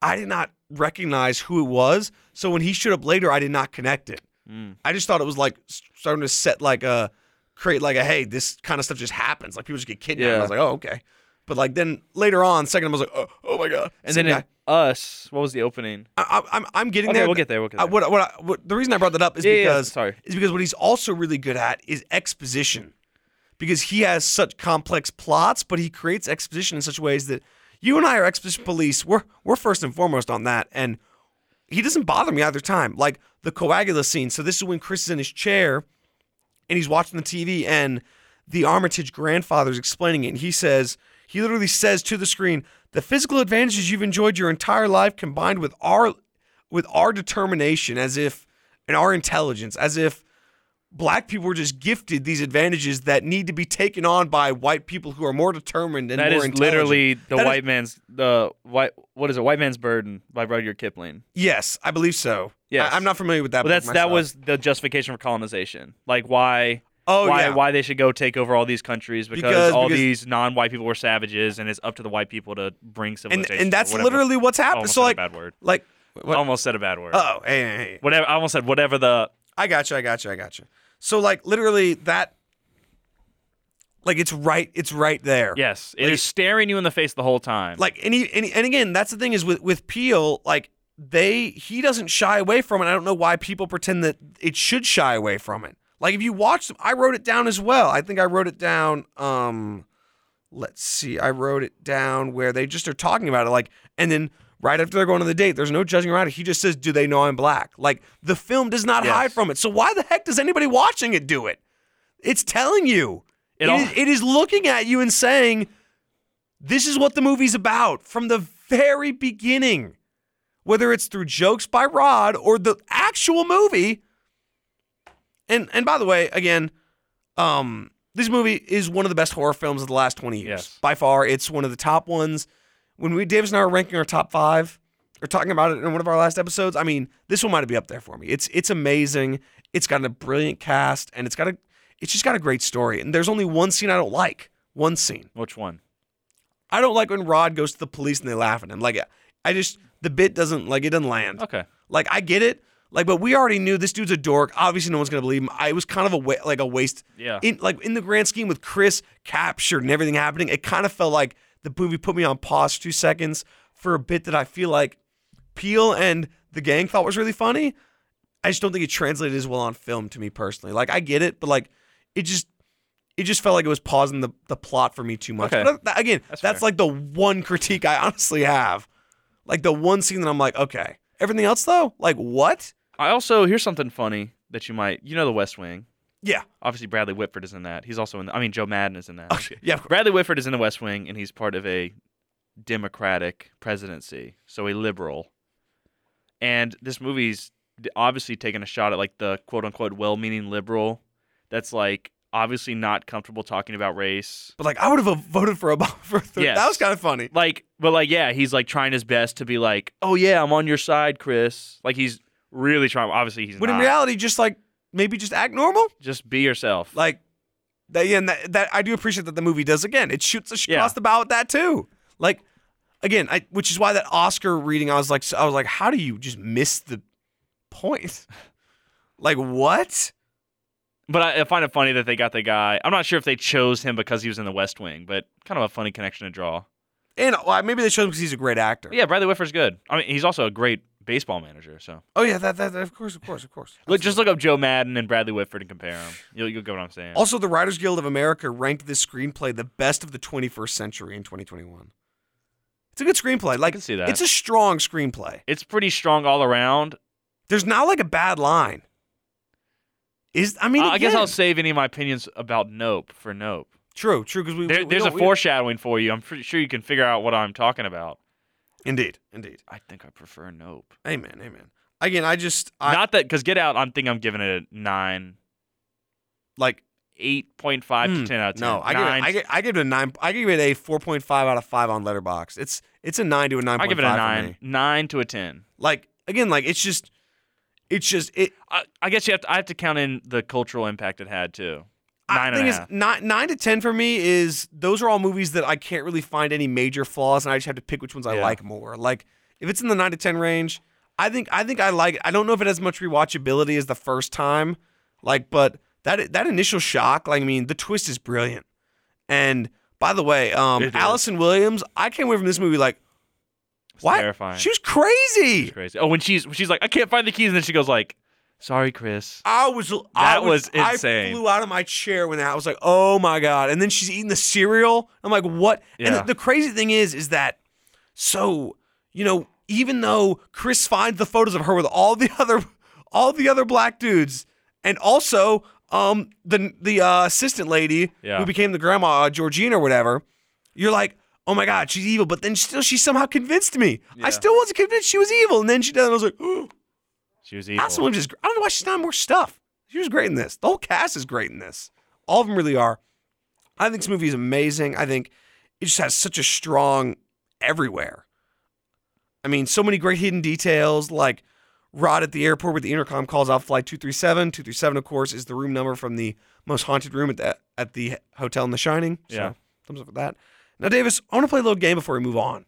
Speaker 2: I did not recognize who it was, so when he showed up later, I did not connect it.
Speaker 1: Mm.
Speaker 2: I just thought it was like s- starting to set like a create like a hey, this kind of stuff just happens. Like people just get kidnapped.
Speaker 1: Yeah.
Speaker 2: I was like, oh okay. But like then later on, second, I was like, oh, oh my god.
Speaker 1: and
Speaker 2: Same
Speaker 1: then in
Speaker 2: guy.
Speaker 1: Us, what was the opening?
Speaker 2: I, I, I'm I'm getting
Speaker 1: Okay,
Speaker 2: there.
Speaker 1: we'll get there. We'll get
Speaker 2: I,
Speaker 1: there.
Speaker 2: what, what, I, what the reason I brought that up is
Speaker 1: Yeah, yeah, yeah,
Speaker 2: because
Speaker 1: sorry.
Speaker 2: is because what he's also really good at is exposition, because he has such complex plots, but he creates exposition in such ways that you and I are exposition police. We're we're first and foremost on that, and he doesn't bother me either time. Like the coagula scene. So this is when Chris is in his chair and he's watching the TV and the Armitage grandfather's explaining it and he says he literally says to the screen the physical advantages you've enjoyed your entire life combined with our with our determination as if and our intelligence as if black people were just gifted these advantages that need to be taken on by white people who are more determined and
Speaker 1: That
Speaker 2: more
Speaker 1: is
Speaker 2: intelligent.
Speaker 1: literally the
Speaker 2: That is-
Speaker 1: white man's the white what is it? White man's burden by Rudyard Kipling.
Speaker 2: yes I believe so
Speaker 1: Yes.
Speaker 2: I, am not familiar with that
Speaker 1: Well,
Speaker 2: book
Speaker 1: that's that
Speaker 2: myself.
Speaker 1: was the justification for colonization. Like why
Speaker 2: oh
Speaker 1: why
Speaker 2: yeah
Speaker 1: why they should go take over all these countries because,
Speaker 2: Because-
Speaker 1: all
Speaker 2: because-
Speaker 1: these non-white people were savages and it's up to the white people to bring
Speaker 2: and
Speaker 1: civilization.
Speaker 2: and
Speaker 1: or
Speaker 2: that's
Speaker 1: whatever.
Speaker 2: literally what's
Speaker 1: I
Speaker 2: happened
Speaker 1: almost
Speaker 2: so
Speaker 1: said
Speaker 2: like
Speaker 1: a bad word.
Speaker 2: like
Speaker 1: I
Speaker 2: what?
Speaker 1: almost said a bad word.
Speaker 2: oh hey, hey, hey.
Speaker 1: Whatever I almost said whatever the
Speaker 2: I gotcha, I gotcha, I gotcha. So like literally that like it's right it's right there.
Speaker 1: yes, it is
Speaker 2: Like-
Speaker 1: staring you in the face the whole time.
Speaker 2: Like and he and, he- and again, that's the thing is with with Peel, like they he doesn't shy away from it. I don't know why people pretend that it should shy away from it. Like if you watch them, I wrote it down as well. I think I wrote it down um let's see, I wrote it down where they just are talking about it, like, and then right after they're going on the date, there's no judging around it. He just says, Do they know I'm black? Like, the film does not
Speaker 1: Yes.
Speaker 2: hide from it. So why the heck does anybody watching it do it? It's telling you.
Speaker 1: It
Speaker 2: It
Speaker 1: all-
Speaker 2: is- it is looking at you and saying, This is what the movie's about from the very beginning. Whether it's through jokes by Rod or the actual movie. And and by the way, again, um, this movie is one of the best horror films of the last 20 years.
Speaker 1: Yes.
Speaker 2: By far, it's one of the top ones. When we Davis and I were ranking our top five, or talking about it in one of our last episodes. I mean, this one might be up there for me. It's it's amazing. It's got a brilliant cast, and it's got a it's just got a great story. And there's only one scene I don't like. One scene
Speaker 1: Which one?
Speaker 2: I don't like when Rod goes to the police and they laugh at him. Like I just the bit doesn't like it doesn't land.
Speaker 1: Okay.
Speaker 2: Like I get it. Like, but we already knew this dude's a dork. Obviously, no one's gonna believe him. I it was kind of a wa- like a waste.
Speaker 1: Yeah.
Speaker 2: In like in the grand scheme with Chris captured and everything happening, it kind of felt like the movie put me on pause for two seconds for a bit that I feel like Peel and the gang thought was really funny. I just don't think it translated as well on film to me personally. Like I get it, but like it just it just felt like it was pausing the, the plot for me too much.
Speaker 1: Okay.
Speaker 2: But that- again,
Speaker 1: That's
Speaker 2: that's,
Speaker 1: fair.
Speaker 2: like the one critique I honestly have. Like the one scene that I'm like, okay. Everything else though, like what?
Speaker 1: I also here's something funny that you might you know the West Wing.
Speaker 2: Yeah.
Speaker 1: Obviously Bradley Whitford is in that. He's also in. The, I mean Joe Madden is in that.
Speaker 2: Yeah. of course.
Speaker 1: Bradley Whitford is in the West Wing, and he's part of a Democratic presidency, so a liberal. And this movie's d- obviously taking a shot at like the quote unquote well meaning liberal that's like obviously not comfortable talking about race.
Speaker 2: But like I would have voted for Obama for thir-
Speaker 1: Yes.
Speaker 2: that was kind of funny.
Speaker 1: Like, but like, yeah, he's like trying his best to be like, oh yeah, I'm on your side, Chris. Like, he's really trying. Obviously, he's
Speaker 2: When in
Speaker 1: not.
Speaker 2: reality, just like maybe just act normal.
Speaker 1: Just be yourself.
Speaker 2: Like that yeah, and that, that I do appreciate that the movie does again. It shoots across
Speaker 1: Yeah.
Speaker 2: the bow with that too. Like again, I which is why that Oscar reading I was like I was like, how do you just miss the point? Like what?
Speaker 1: But I, I find it funny that they got the guy. I'm not sure if they chose him because he was in the West Wing, but kind of a funny connection to draw.
Speaker 2: And uh, well, maybe they chose him because he's a great actor.
Speaker 1: But yeah, Bradley Whitford's good. I mean, he's also a great baseball manager. So
Speaker 2: Oh yeah, that, that, that of course, of course, of course.
Speaker 1: look, just look up Joe Madden and Bradley Whitford and compare them. You'll, you'll get what I'm saying.
Speaker 2: Also, the Writers Guild of America ranked this screenplay the best of the 21st century in 2021. It's a good screenplay. Like
Speaker 1: can see that.
Speaker 2: it's a strong screenplay.
Speaker 1: it's pretty strong all around.
Speaker 2: There's not like a bad line. Is I mean,
Speaker 1: Uh, I, I guess
Speaker 2: again-
Speaker 1: I'll save any of my opinions about Nope for Nope.
Speaker 2: True, true. Because we,
Speaker 1: There,
Speaker 2: we- we
Speaker 1: there's a
Speaker 2: don't- we-
Speaker 1: foreshadowing for you. I'm pretty sure you can figure out what I'm talking about.
Speaker 2: Indeed, indeed.
Speaker 1: I think I prefer Nope.
Speaker 2: Amen, amen. Again, I just I
Speaker 1: Not that because Get Out. I'm think I'm giving it a nine,
Speaker 2: like
Speaker 1: eight point five to
Speaker 2: mm,
Speaker 1: ten out of ten.
Speaker 2: No, I give,
Speaker 1: Nine.
Speaker 2: it, I give I give it a nine. I give it a four point five out of five on Letterbox. It's it's a nine to a nine.
Speaker 1: I give it a nine, nine to a ten.
Speaker 2: Like again, like it's just it's just it.
Speaker 1: I, I guess you have to. I have to count in the cultural impact it had too. Nine
Speaker 2: I
Speaker 1: and
Speaker 2: think
Speaker 1: a
Speaker 2: it's
Speaker 1: half.
Speaker 2: nine nine to ten for me is those are all movies that I can't really find any major flaws, and I just have to pick which ones I
Speaker 1: Yeah.
Speaker 2: like more. Like if it's in the nine to ten range, I think I think I like. it. I don't know if it has much rewatchability as the first time, like, but that that initial shock, like, I mean, the twist is brilliant. And by the way, um,
Speaker 1: It is.
Speaker 2: Allison Williams, I came away from this movie like,
Speaker 1: It's
Speaker 2: what?
Speaker 1: Terrifying.
Speaker 2: She was crazy.
Speaker 1: It's crazy. Oh, when she's when she's like, I can't find the keys, and then she goes like, Sorry, Chris.
Speaker 2: I was I
Speaker 1: That was
Speaker 2: I
Speaker 1: insane.
Speaker 2: flew out of my chair when that I was like, oh my god! And then she's eating the cereal. I'm like, what? And
Speaker 1: Yeah.
Speaker 2: the, the crazy thing is, is that so you know, even though Chris finds the photos of her with all the other, all the other black dudes, and also um the the uh, assistant lady
Speaker 1: Yeah.
Speaker 2: who became the grandma uh, Georgina or whatever, you're like. Oh my God, she's evil, but then still she somehow convinced me.
Speaker 1: Yeah.
Speaker 2: I still wasn't convinced she was evil, and then she does. And I was like,
Speaker 1: She was evil.
Speaker 2: Allison Williams is. gr- I don't know why she's not in more stuff. She was great in this. The whole cast is great in this. All of them really are. I think this movie is amazing. I think it just has such a strong everywhere. I mean, so many great hidden details, like Rod at the airport with the intercom calls out flight 237. 237, of course, is the room number from the most haunted room at the at the hotel in The Shining. So,
Speaker 1: Yeah.
Speaker 2: thumbs up for that. Now, Davis, I want to play a little game before we move on.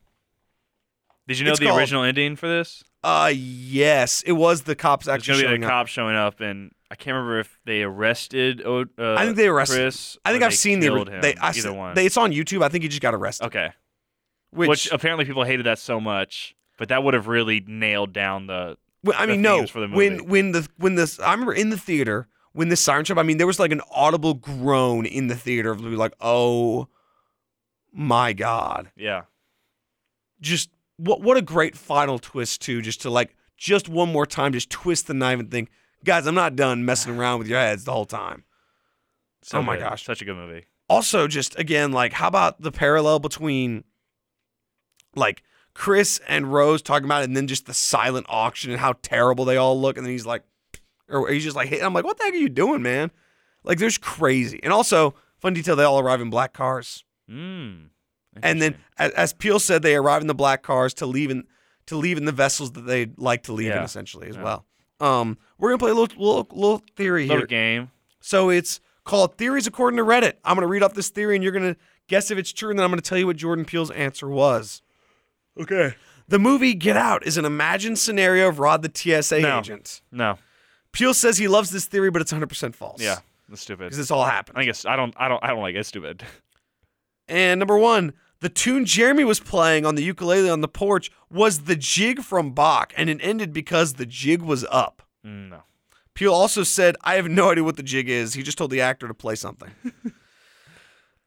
Speaker 1: Did you know
Speaker 2: It's
Speaker 1: the
Speaker 2: called-
Speaker 1: original ending for this?
Speaker 2: Uh, yes, it was the cops
Speaker 1: It's
Speaker 2: actually
Speaker 1: gonna be
Speaker 2: showing
Speaker 1: the
Speaker 2: up.
Speaker 1: cops showing up, and I can't remember if they arrested. O- Uh,
Speaker 2: I think they arrested him.
Speaker 1: Chris.
Speaker 2: I think
Speaker 1: or
Speaker 2: I've
Speaker 1: they
Speaker 2: seen the
Speaker 1: killed him.
Speaker 2: They, I,
Speaker 1: either one.
Speaker 2: They, it's on YouTube. I think he just got arrested.
Speaker 1: okay,
Speaker 2: Which,
Speaker 1: which, apparently people hated that so much, but that would have really nailed down the.
Speaker 2: wh- I
Speaker 1: the
Speaker 2: mean, no.
Speaker 1: themes uh, for the movie.
Speaker 2: When when the when this I remember in the theater when this siren shop. I mean, there was like an audible groan in the theater of like, oh my god,
Speaker 1: Yeah,
Speaker 2: just what what a great final twist too. Just to like just one more time, just twist the knife and think, guys, I'm not done messing around with your heads the whole time.
Speaker 1: so
Speaker 2: Oh my
Speaker 1: good.
Speaker 2: gosh.
Speaker 1: such a good movie.
Speaker 2: also just again like how about the parallel between like chris and rose talking about it and then just the silent auction and how terrible they all look and then he's like or he's just like hey i'm like what the heck are you doing man like there's crazy and also fun detail they all arrive in black cars
Speaker 1: Mm.
Speaker 2: and then
Speaker 1: Interesting.
Speaker 2: as, as peel said they arrive in the black cars to leave in to leave in the vessels that they like to leave in,
Speaker 1: Yeah.
Speaker 2: essentially as
Speaker 1: Yeah.
Speaker 2: well. Um, we're gonna play a little little, little theory
Speaker 1: Little
Speaker 2: here.
Speaker 1: game.
Speaker 2: So it's called Theories According to Reddit. I'm going to read off this theory and you're going to guess if it's true, and then I'm going to tell you what Jordan Peele's answer was.
Speaker 1: Okay.
Speaker 2: The movie Get Out is an imagined scenario of Rod the TSA
Speaker 1: No.
Speaker 2: agent.
Speaker 1: No.
Speaker 2: Peele says he loves this theory, but it's 100% false.
Speaker 1: Yeah. That's stupid.
Speaker 2: Because this all happened.
Speaker 1: I guess I don't. I don't. I don't like it. It's stupid.
Speaker 2: And number one, the tune Jeremy was playing on the ukulele on the porch was the jig from Bach, and it ended because the jig was up.
Speaker 1: Mm, No.
Speaker 2: Peel also said, I have no idea what the jig is. He just told the actor to play something.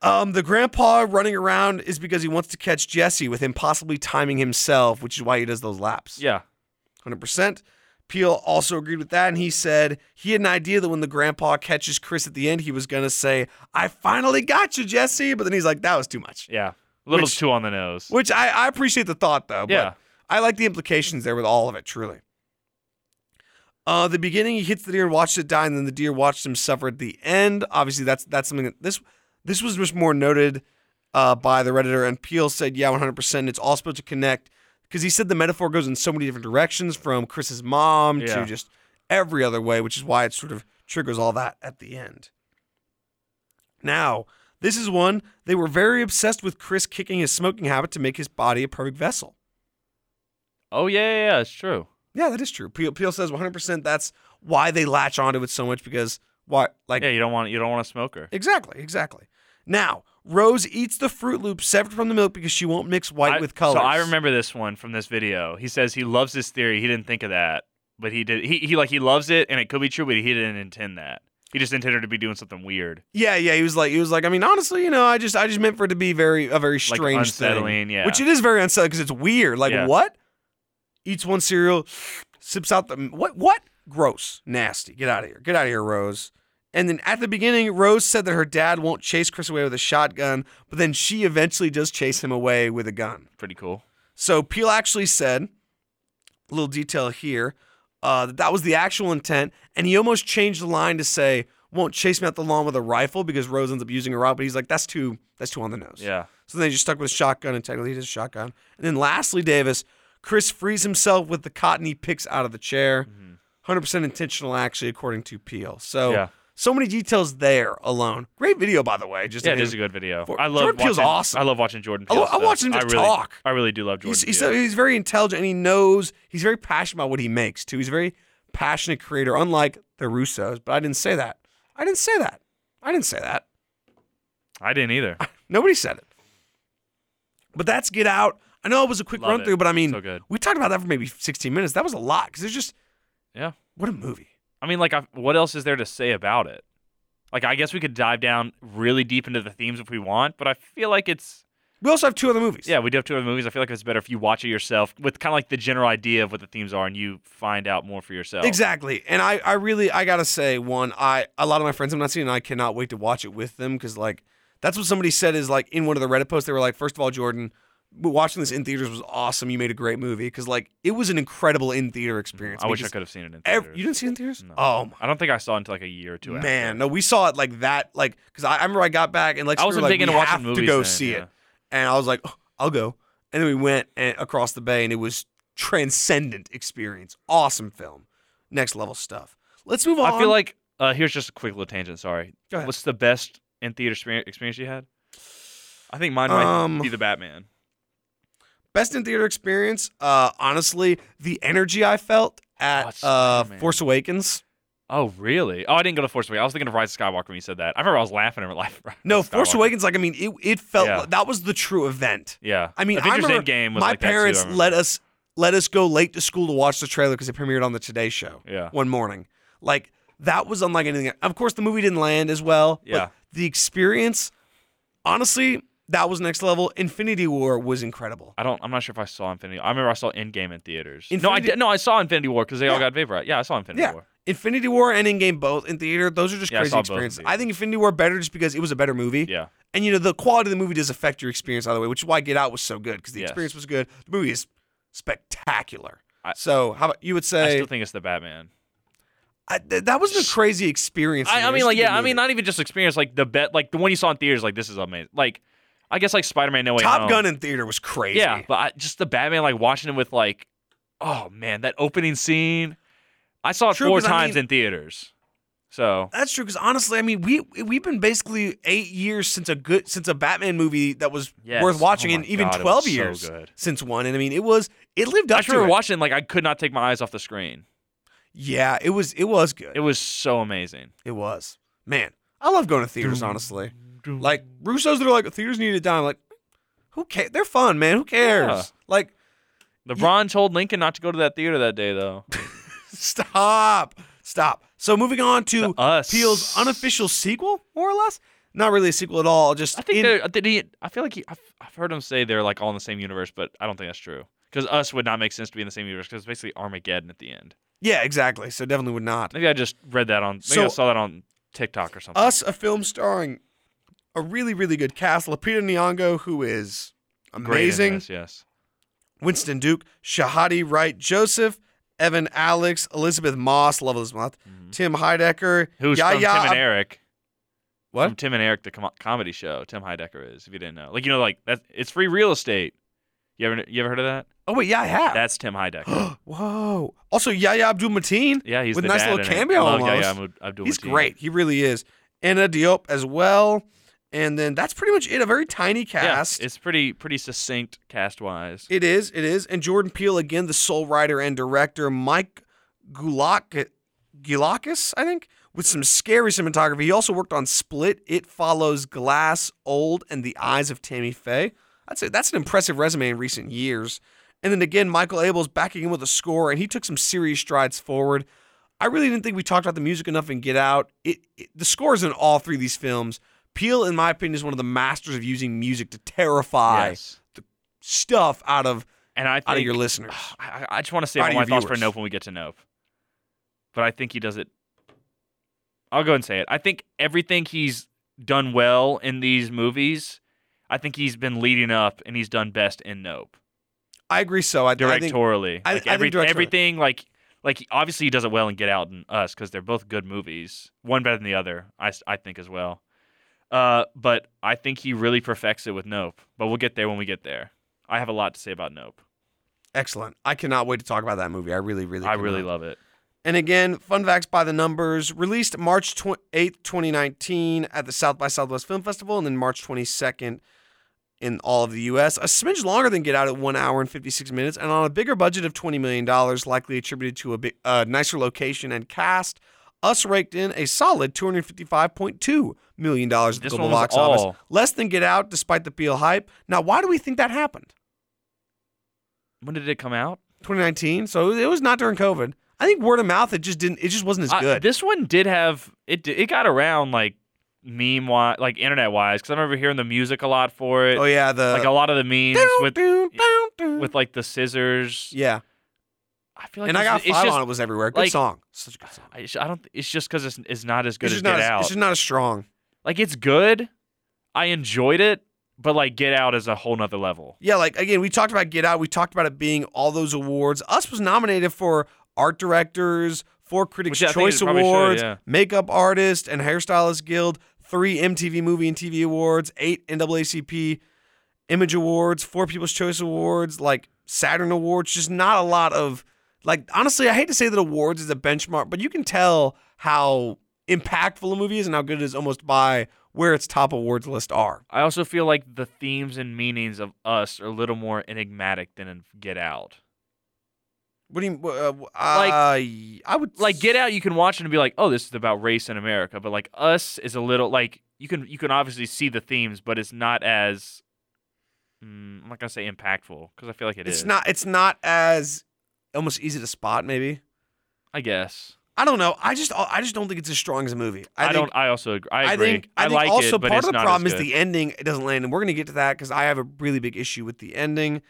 Speaker 2: um, the grandpa running around is because he wants to catch Jesse with him possibly timing himself, which is why he does those laps.
Speaker 1: Yeah.
Speaker 2: 100%. Peel also agreed with that, and he said he had an idea that when the grandpa catches Chris at the end, he was going to say, I finally got you, Jesse. But then he's like, that was too much.
Speaker 1: Yeah. A little
Speaker 2: Which-
Speaker 1: too on the nose.
Speaker 2: Which I, I appreciate the thought, though. But
Speaker 1: Yeah.
Speaker 2: I like the implications there with all of it, truly. Uh, the beginning, he hits the deer and watches it die, and then the deer watched him suffer at the end. Obviously, that's that's something that this this was much more noted uh, by the redditor, and Peel said, "Yeah, 100. percent It's all supposed to connect because he said the metaphor goes in so many different directions, from Chris's mom
Speaker 1: Yeah.
Speaker 2: to just every other way, which is why it sort of triggers all that at the end." Now, this is one they were very obsessed with Chris kicking his smoking habit to make his body a perfect vessel.
Speaker 1: Oh yeah, yeah, yeah, it's true.
Speaker 2: Yeah, that is true. Peel, Peel says 100% that's why they latch onto it so much because why like
Speaker 1: Yeah, you don't want you don't want a smoker.
Speaker 2: exactly, exactly. Now, Rose eats the fruit loop severed from the milk because she won't mix white
Speaker 1: I-
Speaker 2: with colors.
Speaker 1: So I remember this one from this video. He says he loves this theory. He didn't think of that, but he did. He, he like he loves it, and it could be true, but he didn't intend that. He just intended her to be doing something weird,
Speaker 2: Yeah, yeah, he was like he was like I mean honestly, you know, I just I just meant for it to be very a very
Speaker 1: like
Speaker 2: strange thing.
Speaker 1: unsettling. Yeah,
Speaker 2: Which it is very unsettling because it's weird. Like
Speaker 1: Yeah.
Speaker 2: what? Eats one cereal, sips out the what? What? Gross, nasty. Get out of here. Get out of here, Rose. And then at the beginning, Rose said that her dad won't chase Chris away with a shotgun, but then she eventually does chase him away with a gun.
Speaker 1: pretty cool.
Speaker 2: So Peel actually said, a little detail here, uh, that that was the actual intent, and he almost changed the line to say, "Won't chase me out the lawn with a rifle," because Rose ends up using a rifle. But he's like, "That's too, that's too on the nose."
Speaker 1: Yeah,
Speaker 2: So then he just stuck with a shotgun, and technically he did a shotgun. And then lastly, Davis, Chris frees himself with the cotton he picks out of the chair. 100% intentional, actually, according to Peel. So,
Speaker 1: Mm-hmm. Yeah.
Speaker 2: so many details there alone. Great video, by the way. Just
Speaker 1: yeah,
Speaker 2: I
Speaker 1: it
Speaker 2: mean,
Speaker 1: is a good video.
Speaker 2: for-
Speaker 1: I love
Speaker 2: Jordan Peele's
Speaker 1: watching,
Speaker 2: awesome.
Speaker 1: I love watching Jordan.
Speaker 2: I
Speaker 1: Peele
Speaker 2: lo- I
Speaker 1: stuff.
Speaker 2: watch him just
Speaker 1: really,
Speaker 2: talk.
Speaker 1: I really do love Jordan.
Speaker 2: He's, he's,
Speaker 1: Peele.
Speaker 2: so, he's very intelligent, and he knows, he's very passionate about what he makes, too. He's a very passionate creator, unlike the Russos. But I didn't say that. I didn't say that. I didn't say that.
Speaker 1: I didn't either.
Speaker 2: Nobody said it. But that's Get Out. I know it was a quick
Speaker 1: Love
Speaker 2: run through,
Speaker 1: it.
Speaker 2: but I mean,
Speaker 1: So good.
Speaker 2: we talked about that for maybe 16 minutes. That was a lot because it's just
Speaker 1: Yeah.
Speaker 2: what a movie.
Speaker 1: I mean, like, I, what else is there to say about it? Like, I guess we could dive down really deep into the themes if we want, but I feel like it's
Speaker 2: We also have two other movies.
Speaker 1: Yeah, we do have two other movies. I feel like it's better if you watch it yourself with kind of like the general idea of what the themes are and you find out more for yourself.
Speaker 2: exactly. And I, I really, I gotta say, one, I a lot of my friends have not seen, it, and I cannot wait to watch it with them because like that's what somebody said is like in one of the Reddit posts. They were like, first of all, Jordan, watching this in theaters was awesome. You made a great movie because like it was an incredible in theater experience.
Speaker 1: Mm, I wish I
Speaker 2: because
Speaker 1: could have seen it in
Speaker 2: ev-
Speaker 1: theaters.
Speaker 2: you didn't see it in theaters?
Speaker 1: No.
Speaker 2: Oh my
Speaker 1: I don't think I saw it until like a year or two after.
Speaker 2: man, no, we saw it like that, like because I, I remember I got back and like
Speaker 1: I wasn't
Speaker 2: like,
Speaker 1: big into
Speaker 2: we
Speaker 1: watching
Speaker 2: have to
Speaker 1: movies
Speaker 2: go
Speaker 1: then,
Speaker 2: see
Speaker 1: yeah.
Speaker 2: it, and I was like, "Oh, I'll go, and then we went and, across the bay, and it was transcendent experience, awesome film, next level stuff. Let's move on.
Speaker 1: I feel like uh, here's just a quick little tangent. Sorry.
Speaker 2: Go ahead.
Speaker 1: What's the best in theater spe- experience you had? I think mine might
Speaker 2: Um,
Speaker 1: be the Batman.
Speaker 2: best in theater experience. Uh, honestly, the energy I felt
Speaker 1: Oh,
Speaker 2: at
Speaker 1: it's
Speaker 2: uh,
Speaker 1: Spider-Man.
Speaker 2: Force Awakens.
Speaker 1: Oh really? Oh, I didn't go to Force Awakens. I was thinking of Rise of Skywalker when you said that. I remember I was laughing at Life.
Speaker 2: No, Force Awakens. Like I mean, it it felt
Speaker 1: Yeah.
Speaker 2: like- that was the true event.
Speaker 1: Yeah.
Speaker 2: I mean,
Speaker 1: Avengers
Speaker 2: I remember
Speaker 1: Endgame was
Speaker 2: my
Speaker 1: like that too, I
Speaker 2: parents
Speaker 1: remember.
Speaker 2: let us let us go late to school to watch the trailer because it premiered on the Today Show.
Speaker 1: Yeah.
Speaker 2: one morning, like that was unlike anything. Of course, the movie didn't land as well.
Speaker 1: Yeah.
Speaker 2: but the experience, honestly, that was next level. Infinity War was incredible.
Speaker 1: I don't. I'm not sure if I saw Infinity. I remember I saw Endgame in theaters. no, I
Speaker 2: Infinity-
Speaker 1: did. No, I saw Infinity War because they all
Speaker 2: Yeah.
Speaker 1: got vaporized. Yeah, I saw Infinity
Speaker 2: yeah,
Speaker 1: War.
Speaker 2: Infinity War and Endgame both in theater. Those are just
Speaker 1: Yeah, I
Speaker 2: crazy
Speaker 1: saw both in
Speaker 2: experiences. I
Speaker 1: theaters.
Speaker 2: think Infinity War better just because it was a better movie.
Speaker 1: Yeah,
Speaker 2: And you know the quality of the movie does affect your experience either way, which is why Get Out was so good because the
Speaker 1: Yes.
Speaker 2: experience was good. The movie is spectacular.
Speaker 1: I-
Speaker 2: so how about you would
Speaker 1: I
Speaker 2: say
Speaker 1: still think it's the Batman.
Speaker 2: I, th- that wasn't a crazy experience. for
Speaker 1: I,
Speaker 2: me.
Speaker 1: I
Speaker 2: It was
Speaker 1: mean,
Speaker 2: just
Speaker 1: like,
Speaker 2: a good
Speaker 1: yeah, I mean,
Speaker 2: movie.
Speaker 1: not even just experience. Like the bet, like the one you saw in theaters. Like this is amazing. Like, I guess like Spider-Man No Way
Speaker 2: Top
Speaker 1: Home.
Speaker 2: Gun in theater was crazy.
Speaker 1: Yeah, but I, just the Batman, like watching it with like oh man, that opening scene. I saw it
Speaker 2: True,
Speaker 1: four
Speaker 2: 'cause I
Speaker 1: times
Speaker 2: mean-
Speaker 1: in theaters. So
Speaker 2: That's true because honestly, I mean, we we've been basically eight years since a good since a Batman movie that was
Speaker 1: Yes.
Speaker 2: worth watching,
Speaker 1: Oh
Speaker 2: and
Speaker 1: my
Speaker 2: even
Speaker 1: God, it was
Speaker 2: twelve
Speaker 1: so
Speaker 2: years
Speaker 1: good.
Speaker 2: since one. And I mean, it was it lived
Speaker 1: I
Speaker 2: up
Speaker 1: just
Speaker 2: to
Speaker 1: remember
Speaker 2: it.
Speaker 1: watching like I could not take my eyes off the screen.
Speaker 2: yeah, it was it was good.
Speaker 1: It was so amazing.
Speaker 2: It was. Man, I love going to theaters, honestly. Like, Russo's, they're like, theaters need to die. I'm like, who cares? They're fun, man. Who cares?
Speaker 1: Yeah.
Speaker 2: Like,
Speaker 1: LeBron told Lincoln not to go to that theater that day though.
Speaker 2: stop. Stop. So, moving on to
Speaker 1: The Us.
Speaker 2: Peel's unofficial sequel, more or less. Not really a sequel at all. Just
Speaker 1: I think
Speaker 2: in-
Speaker 1: they're did he, I feel like he, I've, I've heard him say they're like all in the same universe, but I don't think that's true. Because us would not make sense to be in the same universe because it's basically Armageddon at the end.
Speaker 2: yeah, exactly. So, definitely would not.
Speaker 1: Maybe I just read that on. Maybe I
Speaker 2: So-
Speaker 1: saw that on TikTok or something.
Speaker 2: Us, a film starring a really, really good cast. Lupita Nyong'o, who is
Speaker 1: Great in
Speaker 2: amazing.
Speaker 1: this, yes.
Speaker 2: Winston Duke, Shahadi Wright Joseph, Evan Alex, Elizabeth Moss, love Elizabeth Moss, Tim Heidecker,
Speaker 1: Mm-hmm. Who's
Speaker 2: Yahya
Speaker 1: from Tim and
Speaker 2: Ab-
Speaker 1: Eric?
Speaker 2: What?
Speaker 1: From Tim and Eric, the com- comedy show. Tim Heidecker is, if you didn't know. Like you know, like that's it's free real estate. You ever you ever heard of that?
Speaker 2: Oh wait, yeah, I have.
Speaker 1: That's Tim Heidecker.
Speaker 2: Whoa. Also, Yahya Abdul Mateen.
Speaker 1: yeah, he's
Speaker 2: with
Speaker 1: the
Speaker 2: a nice
Speaker 1: dad
Speaker 2: little
Speaker 1: in it.
Speaker 2: cameo
Speaker 1: I love
Speaker 2: almost.
Speaker 1: Yahya Abdul- Abdul
Speaker 2: he's
Speaker 1: Mateen.
Speaker 2: great. He really is. Anna Diop as well. And then that's pretty much it. A very tiny cast.
Speaker 1: Yeah, it's pretty pretty succinct cast wise.
Speaker 2: It is. It is. And Jordan Peele again, the sole writer and director. Mike Gulak- Gulakis, I think, with some scary cinematography. He also worked on Split, It Follows, Glass, Old, and The Eyes of Tammy Faye. I'd say that's an impressive resume in recent years. And then again, Michael Abel's backing in with a score, and he took some serious strides forward. I really didn't think we talked about the music enough in Get Out. It, it the scores in all three of these films. Peele, in my opinion, is one of the masters of using music to terrify
Speaker 1: Yes.
Speaker 2: stuff out of
Speaker 1: And I think
Speaker 2: out of your listeners.
Speaker 1: I, I- I just want to say
Speaker 2: Out
Speaker 1: all
Speaker 2: of
Speaker 1: my
Speaker 2: your
Speaker 1: thoughts for
Speaker 2: viewers.
Speaker 1: Nope when we get to Nope. But I think he does it. I'll go ahead and say it. I think everything he's done well in these movies, I think he's been leading up and he's done best in Nope
Speaker 2: I agree. So I, I think
Speaker 1: directorially.
Speaker 2: I-
Speaker 1: like
Speaker 2: I think
Speaker 1: every,
Speaker 2: directorially.
Speaker 1: everything like like he- obviously he does it well in Get Out and Us because they're both good movies, one better than the other. I s- I think as well. Uh, but I think he really perfects it with Nope. But we'll get there when we get there. I have a lot to say about Nope.
Speaker 2: excellent. I cannot wait to talk about that movie. I really, really,
Speaker 1: I really
Speaker 2: cannot.
Speaker 1: love it.
Speaker 2: And again, fun facts by the numbers: released March eighth, twenty nineteen, at the South by Southwest Film Festival, and then March twenty second in all of the U.S. A smidge longer than Get Out at one hour and fifty six minutes, and on a bigger budget of twenty million dollars, likely attributed to a bit, uh, nicer location and cast. Us raked in a solid two hundred fifty five point two million dollars at the
Speaker 1: This
Speaker 2: global
Speaker 1: one was
Speaker 2: box office,
Speaker 1: all-
Speaker 2: less than Get Out, despite the Beale hype. Now, why do we think that happened?
Speaker 1: When did it come out?
Speaker 2: 2019. So it was not during COVID. I think word of mouth. It just didn't. It just wasn't as
Speaker 1: I-
Speaker 2: good.
Speaker 1: this one did have it. di- It got around like meme wise, like internet wise, because I remember hearing the music a lot for it.
Speaker 2: oh yeah, the
Speaker 1: Like a lot of the memes
Speaker 2: Doo,
Speaker 1: with
Speaker 2: doo, doo, doo.
Speaker 1: with like the scissors.
Speaker 2: yeah.
Speaker 1: I feel like
Speaker 2: and I
Speaker 1: this
Speaker 2: got
Speaker 1: is- it's
Speaker 2: five
Speaker 1: just,
Speaker 2: on. It was everywhere. Good
Speaker 1: like,
Speaker 2: song. Such a good song.
Speaker 1: I just- I don't. It's just because it's, it's not as good
Speaker 2: It's
Speaker 1: as
Speaker 2: just,
Speaker 1: Get
Speaker 2: not as,
Speaker 1: Out.
Speaker 2: it's just not as strong.
Speaker 1: Like it's good. I enjoyed it, but like Get Out is a whole nother level.
Speaker 2: Yeah, like again, we talked about Get Out. We talked about it being all those awards. Us was nominated for art directors, four critics'
Speaker 1: Which I think
Speaker 2: choice
Speaker 1: it probably should,
Speaker 2: awards,
Speaker 1: yeah.
Speaker 2: makeup artist and hairstylist guild, three MTV Movie and TV Awards, eight NAACP Image Awards, four People's Choice Awards, like Saturn Awards. Just not a lot of like. Honestly, I hate to say that awards is a benchmark, but you can tell how impactful a movie is and how good it is almost by where its top awards list are.
Speaker 1: I also feel like the themes and meanings of Us are a little more enigmatic than in Get Out.
Speaker 2: What do you uh, like?
Speaker 1: Like-
Speaker 2: I would
Speaker 1: like Get Out, you can watch it and be like, oh, this is about race in America. But like Us is a little like you can you can obviously see the themes, but it's not as mm, I'm not gonna say impactful because I feel like it
Speaker 2: it's
Speaker 1: is.
Speaker 2: not. It's not as almost easy to spot. Maybe
Speaker 1: I guess.
Speaker 2: I don't know. I just I just don't think it's as strong as a movie.
Speaker 1: I,
Speaker 2: I, think,
Speaker 1: don't. I also agree. I
Speaker 2: I,
Speaker 1: agree.
Speaker 2: think. I think
Speaker 1: like
Speaker 2: also
Speaker 1: it, but
Speaker 2: part
Speaker 1: it's
Speaker 2: of the
Speaker 1: not as
Speaker 2: problem is
Speaker 1: good.
Speaker 2: the ending. It doesn't land, and we're gonna get to that because I have a really big issue with the ending.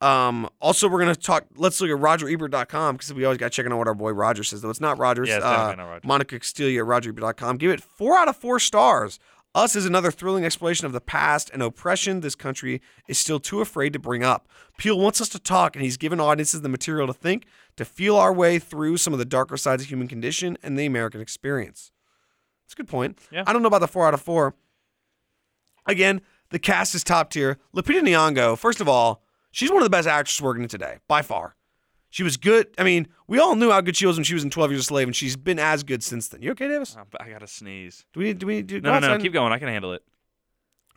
Speaker 2: Um. Also, we're gonna talk. Let's look at RogerEbert.com because we always got checking on what our boy Roger says. Though it's not Rogers.
Speaker 1: Yeah, it's
Speaker 2: uh,
Speaker 1: definitely not Roger.
Speaker 2: Monica Castillo at RogerEbert.com. Give it four out of four stars. Us is another thrilling exploration of the past and oppression this country is still too afraid to bring up. Peel wants us to talk, and he's given audiences the material to think, to feel our way through some of the darker sides of human condition and the American experience. That's a good point.
Speaker 1: Yeah.
Speaker 2: I don't know about the four out of four. Again, the cast is top tier. Lupita Nyong'o, first of all, she's one of the best actresses working today by far. She was good. I mean, we all knew how good she was when she was in Twelve Years a Slave, and she's been as good since then. You okay, Davis?
Speaker 1: Um, but I gotta sneeze.
Speaker 2: Do we need? Do we need to?
Speaker 1: No, no, no. Keep going. I can handle it.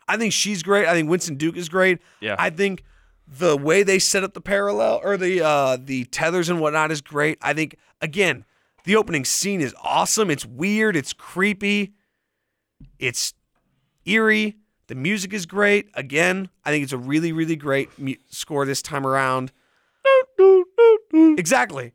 Speaker 2: I think she's great. I think Winston Duke is great.
Speaker 1: Yeah.
Speaker 2: I think the way they set up the parallel or the uh, the tethers and whatnot is great. I think again, the opening scene is awesome. It's weird. It's creepy. It's eerie. The music is great. Again, I think it's a really really great mu- score this time around. Exactly.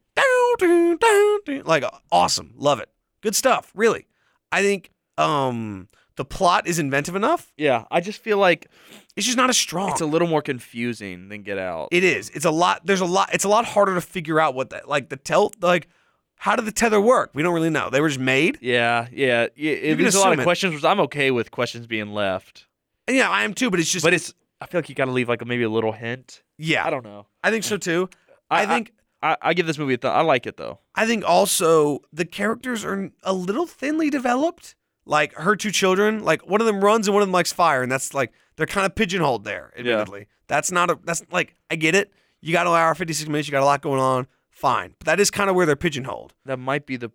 Speaker 2: Like awesome. Love it. Good stuff. Really. I think um the plot is inventive enough.
Speaker 1: Yeah, I just feel like
Speaker 2: It's just not as strong.
Speaker 1: it's a little more confusing than Get Out.
Speaker 2: It is. It's a lot. There's a lot. It's a lot harder to figure out what that like the tell like. How did the tether work? We don't really know. They were just made.
Speaker 1: yeah, yeah. yeah it
Speaker 2: can
Speaker 1: leaves a lot of
Speaker 2: assume it.
Speaker 1: questions, which I'm okay with questions being left.
Speaker 2: And yeah, I am too. But it's just.
Speaker 1: But it's, I feel like you gotta leave like maybe a little hint.
Speaker 2: yeah,
Speaker 1: I
Speaker 2: I,
Speaker 1: don't know.
Speaker 2: think so too.
Speaker 1: I,
Speaker 2: I think.
Speaker 1: I, I give this movie a th- I like it though.
Speaker 2: I think also the characters are a little thinly developed. Like her two children, like one of them runs and one of them likes fire, and that's like they're kind of pigeonholed there. Admittedly, that's not a that's like I get it. You got an hour fifty six minutes. You got a lot going on. Fine, but that is kind of where they're pigeonholed.
Speaker 1: That might be the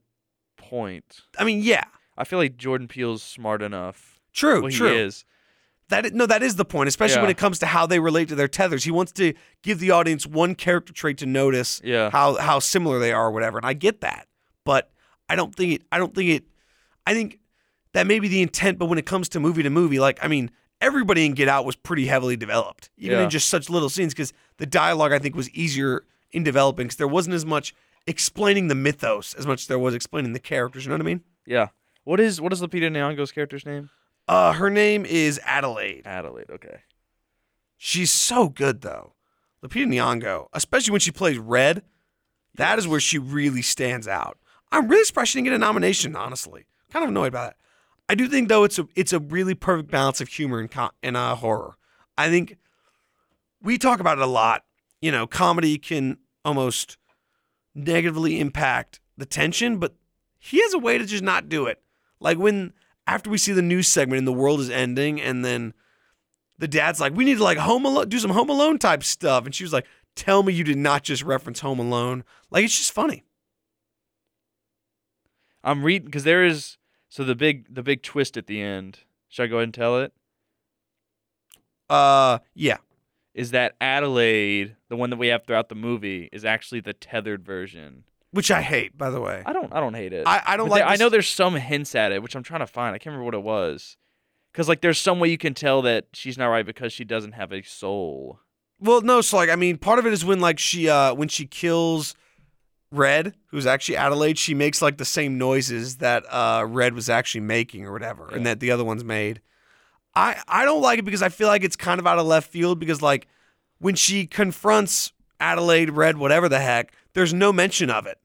Speaker 1: point.
Speaker 2: I mean, yeah,
Speaker 1: I feel like Jordan Peele's smart enough.
Speaker 2: true,
Speaker 1: Well, he
Speaker 2: true.
Speaker 1: is.
Speaker 2: That i- no, that is the point, especially when
Speaker 1: Yeah.
Speaker 2: it comes to how they relate to their tethers. He wants to give the audience one character trait to notice
Speaker 1: Yeah.
Speaker 2: how how similar they are, or whatever. And I get that, but I don't think it. I don't think it. I think that may be the intent, but when it comes to movie to movie, like I mean, everybody in Get Out was pretty heavily developed, even
Speaker 1: Yeah.
Speaker 2: in just such little scenes, because the dialogue I think was easier in developing, because there wasn't as much explaining the mythos as much as there was explaining the characters. You know what I mean?
Speaker 1: Yeah. What is what is Lupita Nyong'o's character's name?
Speaker 2: Uh, her name is Adelaide.
Speaker 1: Adelaide. Okay.
Speaker 2: She's so good though. Lupita Nyong'o, especially when she plays Red, that is where she really stands out. I'm really surprised she didn't get a nomination. Honestly, kind of annoyed by that. I do think though it's a it's a really perfect balance of humor and co- and uh, horror. I think we talk about it a lot. You know, comedy can almost negatively impact the tension, but he has a way to just not do it. Like when after we see the news segment and the world is ending, and then the dad's like, "We need to like home alone, do some Home Alone type stuff," and she was like, "Tell me you did not just reference Home Alone." Like it's just funny.
Speaker 1: I'm reading because there is so the big the big twist at the end. Should I go ahead and tell it?
Speaker 2: Uh, yeah,
Speaker 1: Is that Adelaide, the one that we have throughout the movie, is actually the tethered version?
Speaker 2: which I hate, by the way.
Speaker 1: I don't I don't hate it.
Speaker 2: I, I don't
Speaker 1: But
Speaker 2: like.
Speaker 1: there- I
Speaker 2: this-
Speaker 1: know there's some hints at it, which I'm trying to find. I can't remember what it was. Cause like there's some way you can tell that she's not right because she doesn't have a soul.
Speaker 2: Well, no. So like, I mean, part of it is when like she uh when she kills Red, who's actually Adelaide, she makes like the same noises that uh Red was actually making or whatever, and that the other one's made. I I don't like it because I feel like it's kind of out of left field because like when she confronts Adelaide, Red, whatever the heck, there's no mention of it.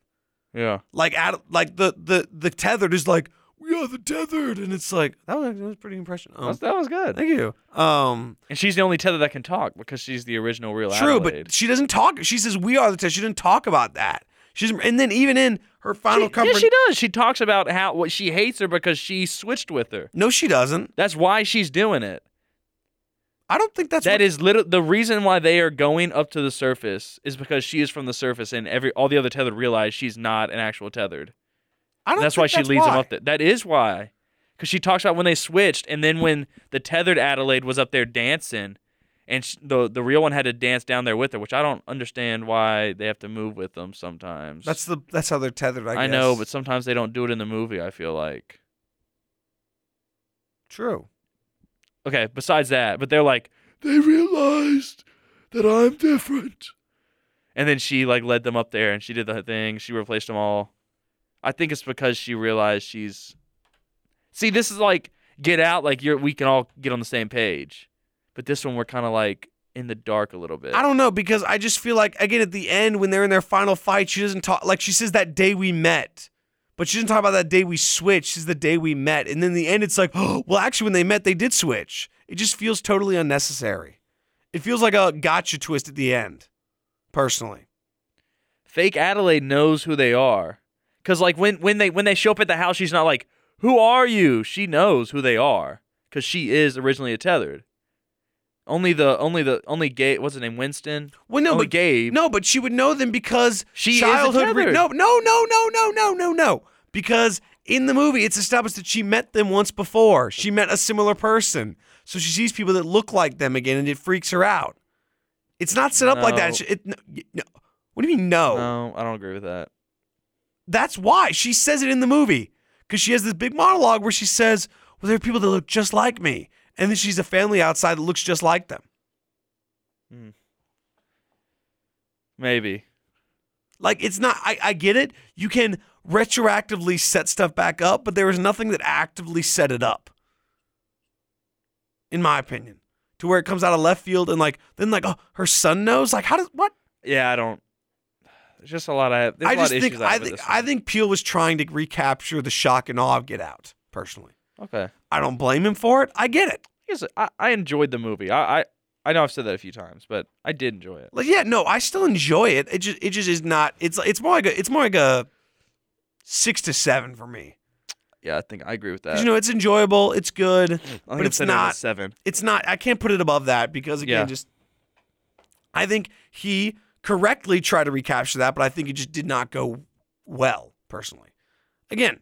Speaker 1: Yeah.
Speaker 2: Like Ad, like the the the tethered is like we are the tethered, and it's like that was, that was pretty impression.
Speaker 1: That
Speaker 2: Um,
Speaker 1: was, that was good.
Speaker 2: thank you. Um,
Speaker 1: And she's the only tether that can talk because she's the original real
Speaker 2: True,
Speaker 1: Adelaide.
Speaker 2: but she doesn't talk. She says we are the test. She didn't talk about that. She doesn't, and then even in her final
Speaker 1: she, yeah,
Speaker 2: comfort,
Speaker 1: she does. She talks about how what she hates her because she switched with her.
Speaker 2: no, she doesn't.
Speaker 1: That's why she's doing it.
Speaker 2: I don't think that's
Speaker 1: That
Speaker 2: what,
Speaker 1: is literally the reason why they are going up to the surface is because she is from the surface, and every all the other tethered realize she's not an actual tethered.
Speaker 2: I don't
Speaker 1: That's
Speaker 2: think
Speaker 1: why she leads them
Speaker 2: why.
Speaker 1: up there. That is why, because she talks about when they switched, and then when the tethered Adelaide was up there dancing, and sh the the real one had to dance down there with her, which I don't understand why they have to move with them sometimes.
Speaker 2: That's the that's how they're tethered. I,
Speaker 1: I
Speaker 2: guess.
Speaker 1: know, but sometimes they don't do it in the movie. I feel like.
Speaker 2: true.
Speaker 1: okay, besides that, but they're like, they realized that I'm different. And then she like led them up there and she did the thing. She replaced them all. I think it's because she realized she's See, this is like get out, like you're we can all get on the same page. But this one we're kinda like in the dark a little bit.
Speaker 2: I don't know because I just feel like again at the end when they're in their final fight, she doesn't talk. Like she says that day we met, but she doesn't talk about that day we switched. She's the day we met, and then the end it's like, oh, well, actually when they met, they did switch. It just feels totally unnecessary. It feels like a gotcha twist at the end, personally.
Speaker 1: fake Adelaide knows who they are. Cause like when when they when they show up at the house, she's not like, "Who are you?" She knows who they are because she is originally a tethered. Only the only the only gay what's his name Winston.
Speaker 2: Well, no,
Speaker 1: only
Speaker 2: but
Speaker 1: Gabe.
Speaker 2: No, but she would know them because
Speaker 1: She is a
Speaker 2: childhood.
Speaker 1: Tether.
Speaker 2: no, no, no, no, no, no, no, no. Because in the movie, it's established that she met them once before. She met a similar person, so she sees people that look like them again, and it freaks her out. It's not set up like that.
Speaker 1: No.
Speaker 2: She- it- no, y- no. What do you mean no?
Speaker 1: no, I don't agree with that.
Speaker 2: That's why she says it in the movie because she has this big monologue where she says, "Well, there are people that look just like me," and then she's a family outside that looks just like them.
Speaker 1: Maybe.
Speaker 2: Like it's not I, I get it. You can retroactively set stuff back up, but there was nothing that actively set it up. In my opinion. To where it comes out of left field and like then like oh her son knows? Like how does what?
Speaker 1: Yeah, I don't. There's just a lot I have. There's
Speaker 2: I
Speaker 1: a lot
Speaker 2: just
Speaker 1: of
Speaker 2: think
Speaker 1: issues I
Speaker 2: I
Speaker 1: have with
Speaker 2: think
Speaker 1: this
Speaker 2: I
Speaker 1: one.
Speaker 2: think Peel was trying to recapture the shock and awe of Get Out, personally.
Speaker 1: Okay.
Speaker 2: I don't blame him for it. I get it.
Speaker 1: Here's a- I, I enjoyed the movie. I, I I know I've said that a few times, but I did enjoy it.
Speaker 2: Like yeah, no, I still enjoy it. It just it just is not it's it's more like a it's more like a six to seven for me.
Speaker 1: Yeah, I think I agree with
Speaker 2: 'Cause,
Speaker 1: that.
Speaker 2: you know, it's enjoyable, it's good.
Speaker 1: I
Speaker 2: but
Speaker 1: think
Speaker 2: it's
Speaker 1: I'm sending it a
Speaker 2: not-
Speaker 1: seven.
Speaker 2: it's not I can't put it above that because again
Speaker 1: Yeah.
Speaker 2: just I think he correctly tried to recapture that, but I think it just did not go well personally. Again,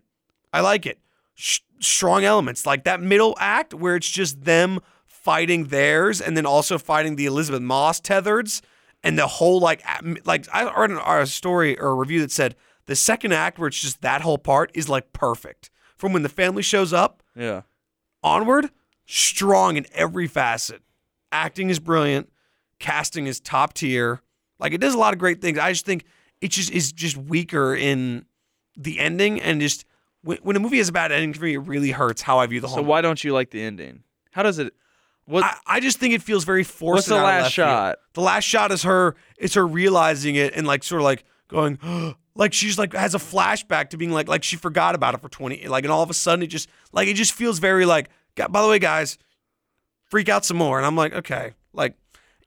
Speaker 2: I like it. Sh- strong elements like that middle act where it's just them fighting theirs and then also fighting the Elizabeth Moss tethereds and the whole like atm- like I read an, a story or a review that said the second act where it's just that whole part is like perfect from when the family shows up
Speaker 1: Yeah.
Speaker 2: onward strong in every facet acting is brilliant casting is top tier like it does a lot of great things i just think it just is just weaker in the ending and just when, when a movie has a bad ending for me it really hurts how i view the whole
Speaker 1: So why don't you like the ending? How does it? What?
Speaker 2: I, I just think it feels very forced
Speaker 1: what's the
Speaker 2: and out of
Speaker 1: last
Speaker 2: left field.
Speaker 1: shot?
Speaker 2: the last shot is her it's her realizing it and like sort of like going like she's like has a flashback to being like like she forgot about it for 20 like and all of a sudden it just like it just feels very like "God, by the way guys freak out some more and i'm like okay like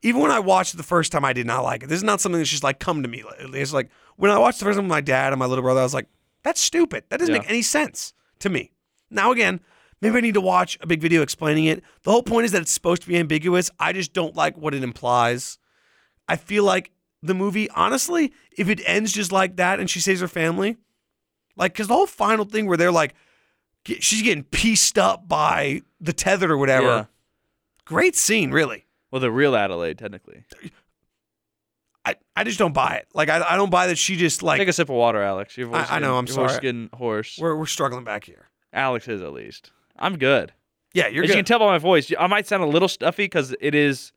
Speaker 2: even when i watched it the first time i did not like it this is not something that's just like come to me it's like when i watched the first time with my dad and my little brother i was like that's stupid that doesn't
Speaker 1: Yeah.
Speaker 2: make any sense to me now again maybe i need to watch a big video explaining it the whole point is that it's supposed to be ambiguous i just don't like what it implies I feel like the movie, honestly, if it ends just like that and she saves her family, like, because the whole final thing where they're like, get- she's getting pieced up by the tethered or whatever.
Speaker 1: Yeah.
Speaker 2: Great scene, really.
Speaker 1: Well, the real Adelaide, technically.
Speaker 2: I, I just don't buy it. Like, I, I don't buy that she just, like,
Speaker 1: Take a sip of water, Alex. Your
Speaker 2: I-
Speaker 1: voice
Speaker 2: I know,
Speaker 1: getting-
Speaker 2: I'm
Speaker 1: your voice
Speaker 2: sorry.
Speaker 1: getting hoarse.
Speaker 2: we're, we're struggling back here.
Speaker 1: Alex is at least. I'm good.
Speaker 2: Yeah, you're
Speaker 1: As you can
Speaker 2: good.
Speaker 1: tell by my voice, I might sound a little stuffy because it is.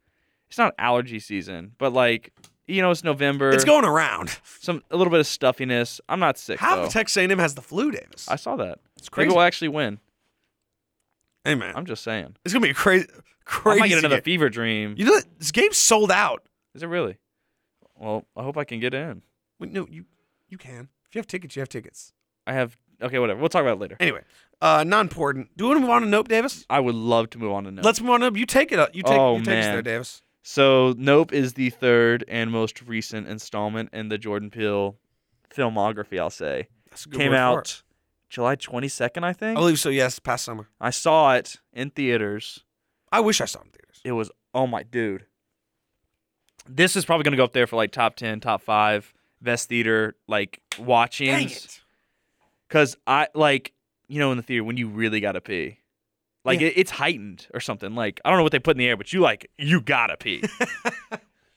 Speaker 1: It's not allergy season, but like you know, it's November.
Speaker 2: it's going around.
Speaker 1: Some a little bit of stuffiness. I'm not sick
Speaker 2: Half
Speaker 1: though.
Speaker 2: of Texas A&M has the flu, Davis.
Speaker 1: I saw that.
Speaker 2: It's crazy.
Speaker 1: Maybe we'll actually win.
Speaker 2: hey, man.
Speaker 1: I'm just saying.
Speaker 2: it's going to be a crazy,
Speaker 1: I
Speaker 2: crazy.
Speaker 1: might get another
Speaker 2: game.
Speaker 1: fever dream.
Speaker 2: You know, what? this game's sold out.
Speaker 1: Is it really? Well, I hope I can get in.
Speaker 2: Wait, no, you, you can. If you have tickets, you have tickets.
Speaker 1: I have. Okay, whatever. We'll talk about it later.
Speaker 2: Anyway, uh, non important. Do you want to move on to Nope, Davis?
Speaker 1: I would love to move on to Nope.
Speaker 2: Let's move on up. You take it up. You take,
Speaker 1: Oh,
Speaker 2: you take us
Speaker 1: man.
Speaker 2: there, Davis.
Speaker 1: so, Nope is the third and most recent installment in the Jordan Peele filmography, I'll say.
Speaker 2: That's a good
Speaker 1: Came
Speaker 2: word for
Speaker 1: out July 22nd, I
Speaker 2: it. I
Speaker 1: think.
Speaker 2: believe so, yes, past summer.
Speaker 1: I saw it in theaters.
Speaker 2: I wish I saw it in theaters.
Speaker 1: It was, oh my dude. This is probably going to go up there for like top 10, top five best theater, like watching.
Speaker 2: Dang it.
Speaker 1: Cause I like you know in the theater when you really gotta pee, like
Speaker 2: Yeah.
Speaker 1: it, it's heightened or something. Like I don't know what they put in the air, but you like you gotta pee.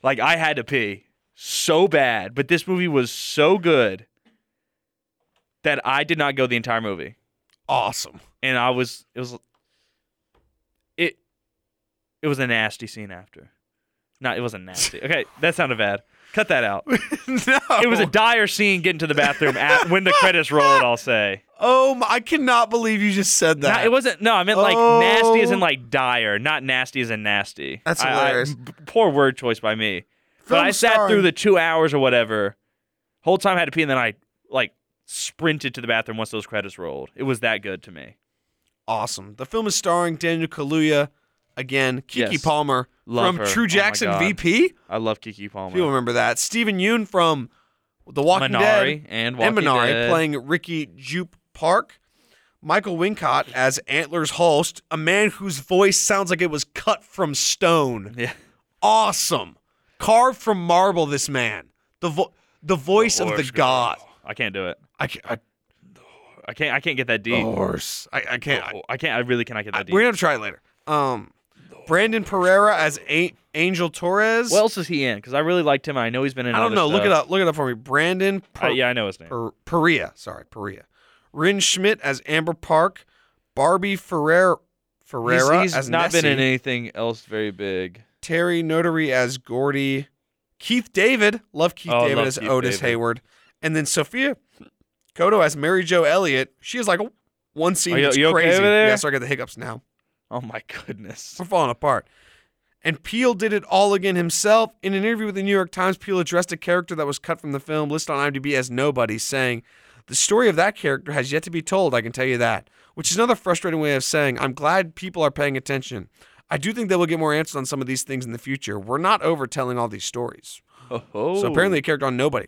Speaker 1: like I had to pee so bad, but this movie was so good that I did not go the entire movie,
Speaker 2: Awesome.
Speaker 1: and I was it was it it was a nasty scene after. No, it wasn't nasty. Okay, that sounded bad. Cut that out.
Speaker 2: no.
Speaker 1: It was a dire scene getting to the bathroom at, when the credits rolled. I'll say.
Speaker 2: Oh, my, I cannot believe you just said
Speaker 1: Not-
Speaker 2: that.
Speaker 1: it wasn't. No, I meant like nasty as
Speaker 2: Oh.
Speaker 1: in like dire, not nasty as in nasty.
Speaker 2: That's
Speaker 1: I- I-
Speaker 2: hilarious.
Speaker 1: b- poor word choice by me. but
Speaker 2: Film
Speaker 1: I sat
Speaker 2: starring-
Speaker 1: through the two hours or whatever. Whole time I had to pee, and then I like sprinted to the bathroom once those credits rolled. It was that good to me.
Speaker 2: Awesome. The film is starring Daniel Kaluuya again, Kiki
Speaker 1: Yes.
Speaker 2: Palmer
Speaker 1: Love
Speaker 2: from
Speaker 1: her. Oh
Speaker 2: True
Speaker 1: my
Speaker 2: Jackson
Speaker 1: God. Oh
Speaker 2: VP.
Speaker 1: I love Kiki Palmer,
Speaker 2: People remember that. Stephen Yoon from The Walking
Speaker 1: Minari,
Speaker 2: Dead
Speaker 1: and Walking
Speaker 2: and Minari
Speaker 1: Dead.
Speaker 2: playing Ricky Jupe Park. Michael Wincott as Antlers Holst, a man whose voice sounds like it was cut from stone.
Speaker 1: Yeah.
Speaker 2: Awesome. Carved from marble, this man. The, vo- the voice of the
Speaker 3: horse
Speaker 2: god.
Speaker 1: I can't do it.
Speaker 2: I can't. I,
Speaker 1: I can't. I can't get that
Speaker 2: the
Speaker 1: deep.
Speaker 2: horse. I, I can't. Oh, I-
Speaker 1: Oh, I can't. I really cannot get that deep.
Speaker 2: we're going to try it later. Um, Brandon Pereira as A- Angel Torres.
Speaker 1: What else is he in? Because I really liked him. and I know he's been in.
Speaker 2: I don't
Speaker 1: other
Speaker 2: know. Look it
Speaker 1: stuff.
Speaker 2: up. Look it up for me. Brandon
Speaker 1: Uh,
Speaker 2: Per-
Speaker 1: yeah, I know his name.
Speaker 2: per- Perea. Sorry, Perea. Rin Schmidt as Amber Park. Barbie Ferrer-
Speaker 1: He's-
Speaker 2: Ferreira
Speaker 1: he's
Speaker 2: as
Speaker 1: not been in
Speaker 2: Nessie.
Speaker 1: anything else very big.
Speaker 2: Terry Notary as Gordy, Keith David, love Keith
Speaker 1: Oh, I
Speaker 2: David
Speaker 1: love
Speaker 2: as
Speaker 1: Keith
Speaker 2: Otis
Speaker 1: David.
Speaker 2: Hayward, and then Sophia Cotto as Mary Jo Elliott. She has like one scene
Speaker 1: Are you-
Speaker 2: that's
Speaker 1: you okay
Speaker 2: crazy.
Speaker 1: over there?
Speaker 2: Yeah, so I got the hiccups now.
Speaker 1: Oh my goodness.
Speaker 2: We're falling apart. And Peel did it all again himself. In an interview with the New York Times, Peel addressed a character that was cut from the film, listed on IMDb as nobody, saying, The story of that character has yet to be told, I can tell you that. Which is another frustrating way of saying, I'm glad people are paying attention. I do think they will get more answers on some of these things in the future. We're not over telling all these stories.
Speaker 1: Oh.
Speaker 2: So apparently, a character on Nobody.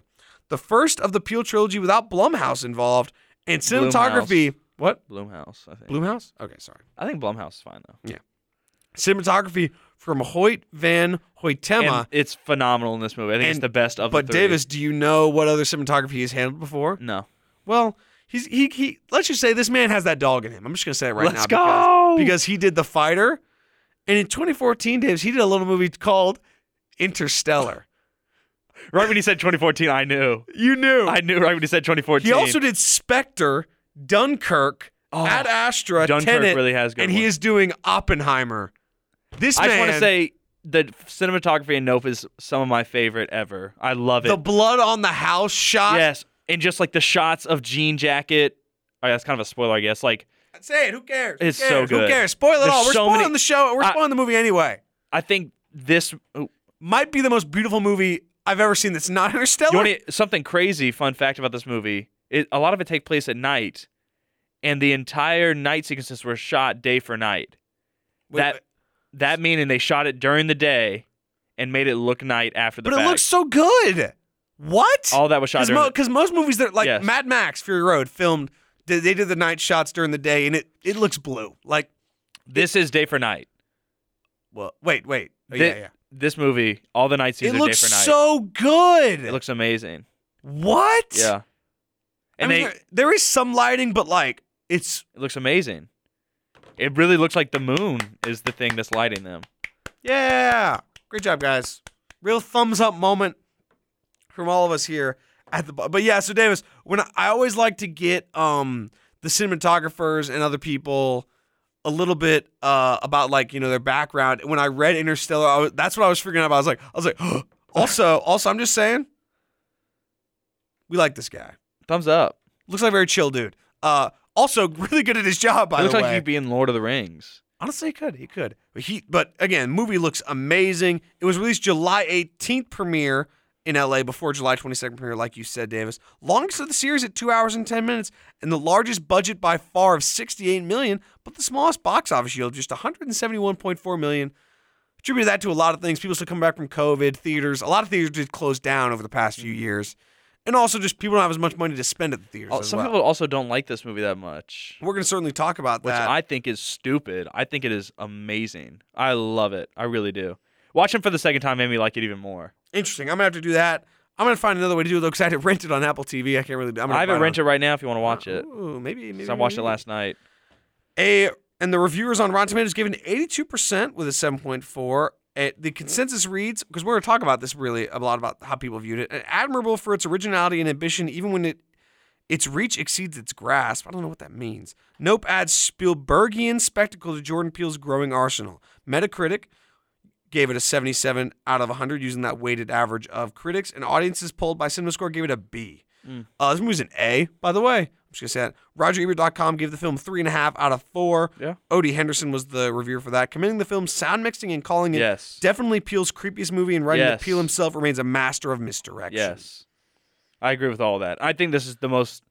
Speaker 2: The first of the Peel trilogy without Blumhouse involved, and cinematography. What?
Speaker 1: Bloomhouse. I think.
Speaker 2: Blumhouse? Okay, sorry.
Speaker 1: I think Blumhouse is fine though.
Speaker 2: Cinematography from Hoyt Van Hoytema.
Speaker 1: And it's phenomenal in this movie. I think it's
Speaker 2: And-
Speaker 1: the best of
Speaker 2: But
Speaker 1: the three.
Speaker 2: Davis, do you know what other cinematography he's handled before?
Speaker 1: No.
Speaker 2: Well, he's he he. Let's just say this man has that dog in him. I'm just gonna say it right
Speaker 1: Let's
Speaker 2: now because-
Speaker 1: go!
Speaker 2: Because, he did the fighter, and in 2014, Davis he did a little movie called Interstellar.
Speaker 1: Right when he said 2014, I knew.
Speaker 2: You knew.
Speaker 1: I knew right when he said 2014.
Speaker 2: he also did Spectre, Dunkirk,
Speaker 1: Oh,
Speaker 2: Ad Astra,
Speaker 1: Dunkirk
Speaker 2: Tenet,
Speaker 1: really has good
Speaker 2: and he
Speaker 1: ones.
Speaker 2: is doing Oppenheimer. This
Speaker 1: I
Speaker 2: man,
Speaker 1: just want to say the cinematography in Nope is some of my favorite ever. I love it.
Speaker 2: the blood on the house shot.
Speaker 1: yes, and just like the shots of Jean Jacket. All right, that's kind of a spoiler, I guess. Like
Speaker 2: Say it. Who cares?
Speaker 1: It's
Speaker 2: who
Speaker 1: so
Speaker 2: cares? Who
Speaker 1: good.
Speaker 2: cares? Spoil it
Speaker 1: There's
Speaker 2: all. We're
Speaker 1: so
Speaker 2: spoiling
Speaker 1: many-
Speaker 2: the show. We're
Speaker 1: I-
Speaker 2: spoiling the movie anyway.
Speaker 1: I think this. oh,
Speaker 2: might be the most beautiful movie I've ever seen that's not
Speaker 1: You
Speaker 2: Interstellar.
Speaker 1: want to, something crazy? Fun fact about this movie: it, a lot of it take place at night, and the entire night sequences were shot day for night.
Speaker 2: Wait,
Speaker 1: that that meaning they shot it during the day, and made it look night after the
Speaker 2: but it
Speaker 1: fact.
Speaker 2: looks so good. What?
Speaker 1: All that was shot
Speaker 2: Because
Speaker 1: during.
Speaker 2: mo-
Speaker 1: the-
Speaker 2: 'cause most movies that like
Speaker 1: Yes.
Speaker 2: Mad Max Fury Road filmed, they, they did the night shots during the day, and it it looks blue. Like,
Speaker 1: this is day for night.
Speaker 2: well, wait, wait, oh,
Speaker 1: Thi-
Speaker 2: yeah, yeah.
Speaker 1: This movie, all the night scenes
Speaker 2: It
Speaker 1: are
Speaker 2: looks
Speaker 1: day for night.
Speaker 2: so good.
Speaker 1: it looks amazing.
Speaker 2: what?
Speaker 1: Yeah,
Speaker 2: I
Speaker 1: and
Speaker 2: mean,
Speaker 1: they
Speaker 2: there- there is some lighting, but like it's
Speaker 1: it looks amazing. It really looks like the moon is the thing that's lighting them.
Speaker 2: yeah. Great job, guys. Real thumbs up moment from all of us here at the bu- but yeah so davis when I, I always like to get um the cinematographers and other people a little bit uh about like you know their background when i read interstellar I was, that's what i was figuring out i was like i was like also also i'm just saying we like this guy
Speaker 1: Thumbs up.
Speaker 2: looks like a very chill dude uh also really good at his job by
Speaker 1: it looks
Speaker 2: the way
Speaker 1: like you'd be in Lord of the Rings.
Speaker 2: Honestly, he could. He could. But he. But again, movie looks amazing. It was released July 18th premiere in LA before July 22nd premiere, like you said, Davis. Longest of the series at two hours and 10 minutes, and the largest budget by far of 68 million, but the smallest box office yield, just 171.4 million. Attributed that to a lot of things. People still coming back from COVID, theaters. A lot of theaters did close down over the past
Speaker 1: Mm-hmm.
Speaker 2: few years, and also just people don't have as much money to spend at the theaters.
Speaker 1: Al-
Speaker 2: as
Speaker 1: Oh, Some
Speaker 2: well.
Speaker 1: people also don't like this movie that much,
Speaker 2: We're going to certainly talk about
Speaker 1: which
Speaker 2: that.
Speaker 1: I think is stupid. I think it is amazing. I love it. I really do. Watching for the second time made me like it even more.
Speaker 2: Interesting. I'm gonna have to do that. I'm gonna find another way to do it though, because I had to rent it on Apple TV. I can't really. I'm gonna
Speaker 1: I have it
Speaker 2: find on-
Speaker 1: rented right now if you want to watch it.
Speaker 2: Ooh, maybe. maybe
Speaker 1: 'cause I watched it
Speaker 2: maybe.
Speaker 1: last night.
Speaker 2: A and the reviewers on Rotten Tomatoes gave it an 82 percent with a 7.4. And the consensus reads because we're gonna talk about this really a lot about how people viewed it. And admirable for its originality and ambition, even when it its reach exceeds its grasp. I don't know what that means. Nope adds Spielbergian spectacle to Jordan Peele's growing arsenal. Metacritic gave it a 77 out of 100 using that weighted average of critics and audiences polled by CinemaScore gave it a B.
Speaker 1: Mm.
Speaker 2: Uh, this movie's an A, by the way. I'm just gonna say that. RogerEbert.com gave the film three and a half out of four.
Speaker 1: Yeah.
Speaker 2: Odie Henderson was the reviewer for that, commending the film's sound mixing and calling it
Speaker 1: Yes.
Speaker 2: definitely Peel's creepiest movie and writing that
Speaker 1: Yes.
Speaker 2: Peel himself remains a master of misdirection.
Speaker 1: Yes, I agree with all that. I think this is the most.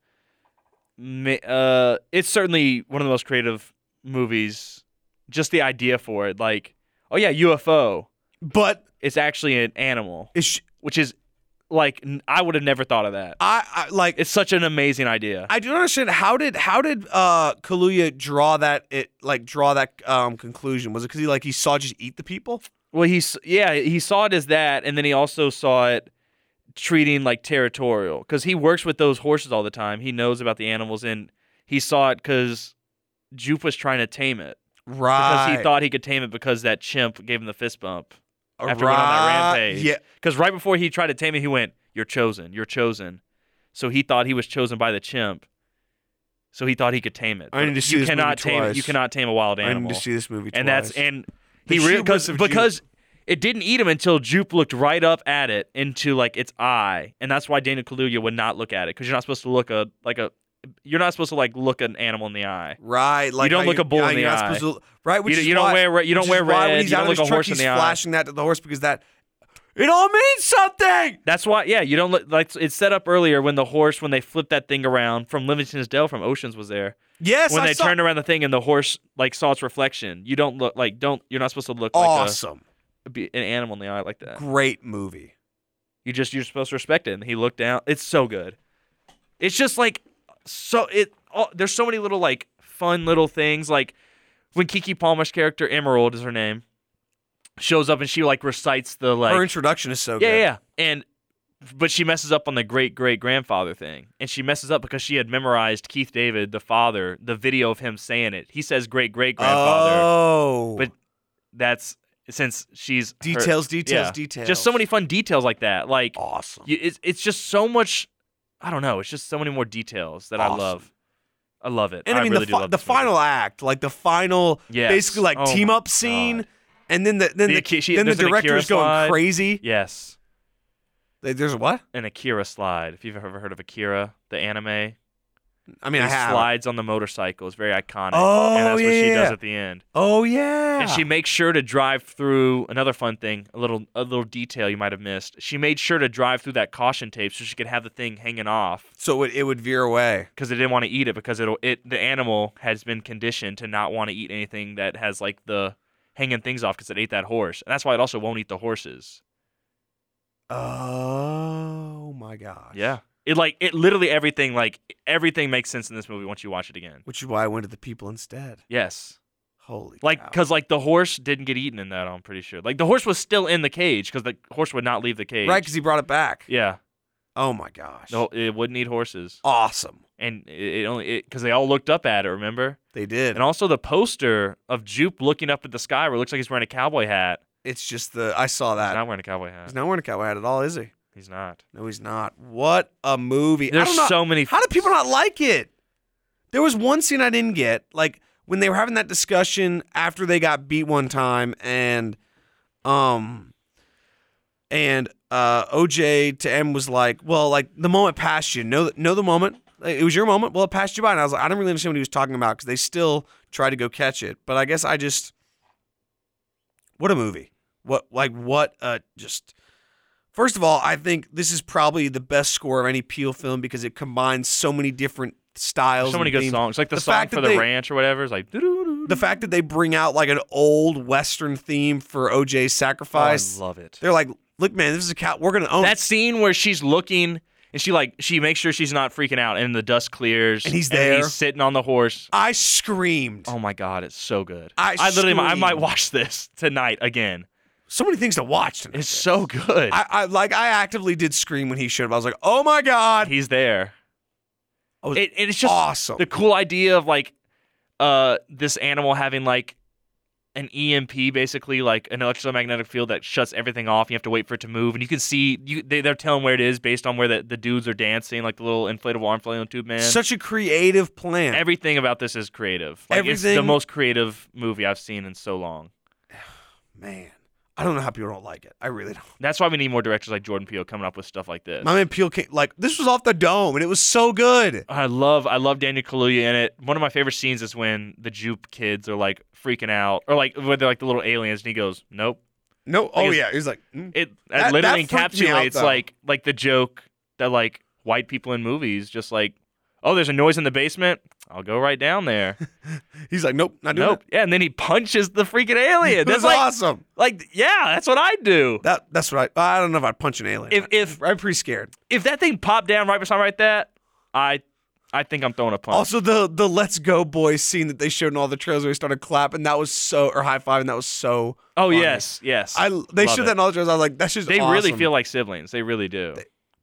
Speaker 1: ma- Uh, it's certainly one of the most creative movies. Just the idea for it, like, oh yeah, UFO.
Speaker 2: But
Speaker 1: It's actually an animal,
Speaker 2: is she,
Speaker 1: which is like n- I would have never thought of that.
Speaker 2: I, I like
Speaker 1: It's such an amazing idea.
Speaker 2: I do not understand how did how did uh Kaluuya draw that it like draw that um conclusion? Was it because he like he saw just eat the people?
Speaker 1: Well, he's yeah, he saw it as that, and then he also saw it treating like territorial because he works with those horses all the time. He knows about the animals, and he saw it because Jupe was trying to tame it because
Speaker 2: Right.
Speaker 1: he thought he could tame it because that chimp gave him the fist bump after going
Speaker 2: right.
Speaker 1: on that rampage.
Speaker 2: Yeah.
Speaker 1: because right before he tried to tame it, he went, "You're chosen, you're chosen," so he thought he was chosen by the chimp. So he thought he could tame it.
Speaker 2: I need to
Speaker 1: But
Speaker 2: see
Speaker 1: you
Speaker 2: this movie
Speaker 1: cannot tame it. You
Speaker 2: twice.
Speaker 1: cannot tame a wild
Speaker 2: I
Speaker 1: animal
Speaker 2: need to see this movie.
Speaker 1: and
Speaker 2: twice.
Speaker 1: that's and
Speaker 2: The
Speaker 1: he really
Speaker 2: hubris
Speaker 1: because
Speaker 2: of Jupe.
Speaker 1: because it didn't eat him until Jupe looked right up at it into like its eye, and that's why Daniel Kaluuya would not look at it because you're not supposed to look a like a you're not supposed to like look an animal in the eye.
Speaker 2: right like
Speaker 1: don't
Speaker 2: how
Speaker 1: look a bull
Speaker 2: yeah,
Speaker 1: in the
Speaker 2: you're not
Speaker 1: eye.
Speaker 2: supposed to, right? Which
Speaker 1: you
Speaker 2: is
Speaker 1: you don't
Speaker 2: why-
Speaker 1: wear re- you
Speaker 2: which
Speaker 1: don't
Speaker 2: is
Speaker 1: wear
Speaker 2: why when
Speaker 1: red.
Speaker 2: he's
Speaker 1: You
Speaker 2: out
Speaker 1: don't
Speaker 2: of
Speaker 1: look
Speaker 2: his
Speaker 1: a
Speaker 2: truck,
Speaker 1: horse in
Speaker 2: he's
Speaker 1: the eye.
Speaker 2: flashing that to the horse because that it all means something.
Speaker 1: That's why, yeah, you don't look like it's set up earlier when the horse when they flipped that thing around from Livingston's Dell from Oceans was there
Speaker 2: Yes,
Speaker 1: when
Speaker 2: I
Speaker 1: they
Speaker 2: saw-
Speaker 1: turned around the thing and the horse like saw its reflection. You don't look like don't you're not supposed to look
Speaker 2: awesome,
Speaker 1: like a, be an animal in the eye like that.
Speaker 2: great movie.
Speaker 1: You just you're supposed to respect it. And he looked down. It's so good. It's just like so it. All, there's so many little like fun little things like when Kiki Palmer's character Emerald is her name shows up and she like recites the like
Speaker 2: Her introduction is so
Speaker 1: yeah
Speaker 2: good.
Speaker 1: yeah and but she messes up on the great great grandfather thing and she messes up because she had memorized Keith David the father the video of him saying it. He says great great grandfather.
Speaker 2: Oh,
Speaker 1: But that's since she's her-
Speaker 2: details, details,
Speaker 1: yeah.
Speaker 2: details.
Speaker 1: Just so many fun details like that. Like
Speaker 2: awesome.
Speaker 1: you, it's it's just so much. I don't know. It's just so many more details that
Speaker 2: Awesome.
Speaker 1: I love. I love it.
Speaker 2: And I, mean
Speaker 1: really
Speaker 2: the
Speaker 1: do
Speaker 2: fi-
Speaker 1: love
Speaker 2: the
Speaker 1: this movie.
Speaker 2: final act, like the final,
Speaker 1: Yes.
Speaker 2: basically like
Speaker 1: Oh
Speaker 2: team
Speaker 1: my
Speaker 2: up scene,
Speaker 1: God.
Speaker 2: and then the then
Speaker 1: The
Speaker 2: the,
Speaker 1: Aki- she-
Speaker 2: then the
Speaker 1: there's an Akira
Speaker 2: director's going
Speaker 1: slide.
Speaker 2: crazy.
Speaker 1: Yes,
Speaker 2: Like, There's a what?
Speaker 1: an Akira slide. If you've ever heard of Akira, the anime,
Speaker 2: I mean, I
Speaker 1: He
Speaker 2: have.
Speaker 1: slides on the motorcycle. It's very iconic.
Speaker 2: Oh,
Speaker 1: and that's what she
Speaker 2: yeah,
Speaker 1: does
Speaker 2: yeah.
Speaker 1: at the end.
Speaker 2: Oh yeah.
Speaker 1: And she makes sure to drive through another fun thing, a little a little detail you might have missed. She made sure to drive through that caution tape so she could have the thing hanging off
Speaker 2: so it, it would veer away.
Speaker 1: because they didn't want to eat it because it'll it the animal has been conditioned to not want to eat anything that has like the hanging things off because it ate that horse and that's why it also won't eat the horses
Speaker 2: Oh my gosh.
Speaker 1: yeah it like it literally everything like everything makes sense in this movie once you watch it again
Speaker 2: Which is why I went to the people instead.
Speaker 1: yes
Speaker 2: Holy.
Speaker 1: like
Speaker 2: cow.
Speaker 1: because like the horse didn't get eaten in that i'm pretty sure like the horse was still in the cage because the horse would not leave the cage
Speaker 2: right because he brought it back.
Speaker 1: yeah
Speaker 2: Oh my gosh.
Speaker 1: no it wouldn't eat horses
Speaker 2: Awesome.
Speaker 1: and it, it only because they all looked up at it remember
Speaker 2: They did.
Speaker 1: and also the poster of jupe looking up at the sky where it looks like he's wearing a cowboy hat
Speaker 2: it's just the I saw
Speaker 1: He's
Speaker 2: that.
Speaker 1: not wearing a cowboy
Speaker 2: He's
Speaker 1: hat.
Speaker 2: not wearing a cowboy hat at all, is he?
Speaker 1: He's not.
Speaker 2: No, he's not. What a movie! I
Speaker 1: There's
Speaker 2: don't know-
Speaker 1: so many.
Speaker 2: How do people not like it? There was one scene I didn't get, like when they were having that discussion after they got beat one time, and um, and uh, OJ to M was like, "Well, like the moment passed you. Know, know the moment. Like, it was your moment. Well, it passed you by." And I was like, "I don't really understand what he was talking about because they still tried to go catch it." But I guess I just, what a movie! What like what uh just First of all, I think this is probably the best score of any Peel film because it combines so many different styles.
Speaker 1: So many
Speaker 2: and
Speaker 1: good
Speaker 2: themes.
Speaker 1: songs. Like the,
Speaker 2: The
Speaker 1: song
Speaker 2: fact
Speaker 1: for
Speaker 2: that
Speaker 1: the
Speaker 2: they-
Speaker 1: ranch or whatever is like.
Speaker 2: The
Speaker 1: The
Speaker 2: fact that they bring out like an old Western theme for OJ's sacrifice,
Speaker 1: Oh, I love it.
Speaker 2: they're like, "Look, man, this is a cow. We're gonna own." it."
Speaker 1: That scene where she's looking and she like she makes sure she's not freaking out and the dust clears
Speaker 2: And he's there.
Speaker 1: he's sitting on the horse.
Speaker 2: I screamed.
Speaker 1: Oh my god, it's so good.
Speaker 2: I
Speaker 1: literally I might
Speaker 2: screamed.
Speaker 1: watch this tonight again.
Speaker 2: So many things to watch. Tonight.
Speaker 1: It's so good.
Speaker 2: I, I like. I actively did scream when he showed up. I was like, "Oh my god!"
Speaker 1: he's there.
Speaker 2: I was
Speaker 1: It, and it's just
Speaker 2: awesome.
Speaker 1: the cool idea of like uh this animal having like an EMP basically like an electromagnetic field that shuts everything off. You have to wait for it to move, and you can see you they, they're telling where it is based on where the, the dudes are dancing, like the little inflatable arm flailing tube man.
Speaker 2: Such a creative plan.
Speaker 1: Everything about this is creative. Like it's the
Speaker 2: Everything-
Speaker 1: most creative movie I've seen in so long.
Speaker 2: man, I don't know how people don't like it. I really don't.
Speaker 1: That's why we need more directors like Jordan Peele coming up with stuff like this.
Speaker 2: My man Peel came like this was off the dome, and it was so good.
Speaker 1: I love I love Daniel Kaluuya in it. One of my favorite scenes is when the Jupe kids are like freaking out, or like when they're like the little aliens, and he goes, "Nope."
Speaker 2: No, oh
Speaker 1: it's-
Speaker 2: yeah, he's like, mm.
Speaker 1: it that,
Speaker 2: That-
Speaker 1: literally
Speaker 2: that freaked me out,
Speaker 1: encapsulates
Speaker 2: though.
Speaker 1: like like the joke that like white people in movies just like oh, there's a noise in the basement. I'll go right down there.
Speaker 2: He's like, nope, not doing
Speaker 1: nope.
Speaker 2: it.
Speaker 1: Yeah, and then he punches the freaking alien.
Speaker 2: That's
Speaker 1: That's like,
Speaker 2: awesome.
Speaker 1: like, yeah, that's what I'd do.
Speaker 2: That that's what I. I don't know if I'd punch an alien.
Speaker 1: If if
Speaker 2: I'm pretty scared.
Speaker 1: if that thing popped down right beside me like that, I I think I'm throwing a punch.
Speaker 2: Also, the the Let's Go Boys scene that they showed in all the trailers, where he started clapping, that was so or high fiving, that was so.
Speaker 1: oh
Speaker 2: funny.
Speaker 1: yes, yes.
Speaker 2: I they
Speaker 1: Love
Speaker 2: showed
Speaker 1: it.
Speaker 2: that in all the trailers. I was like, that's just
Speaker 1: They really
Speaker 2: awesome.
Speaker 1: feel like siblings. They really do.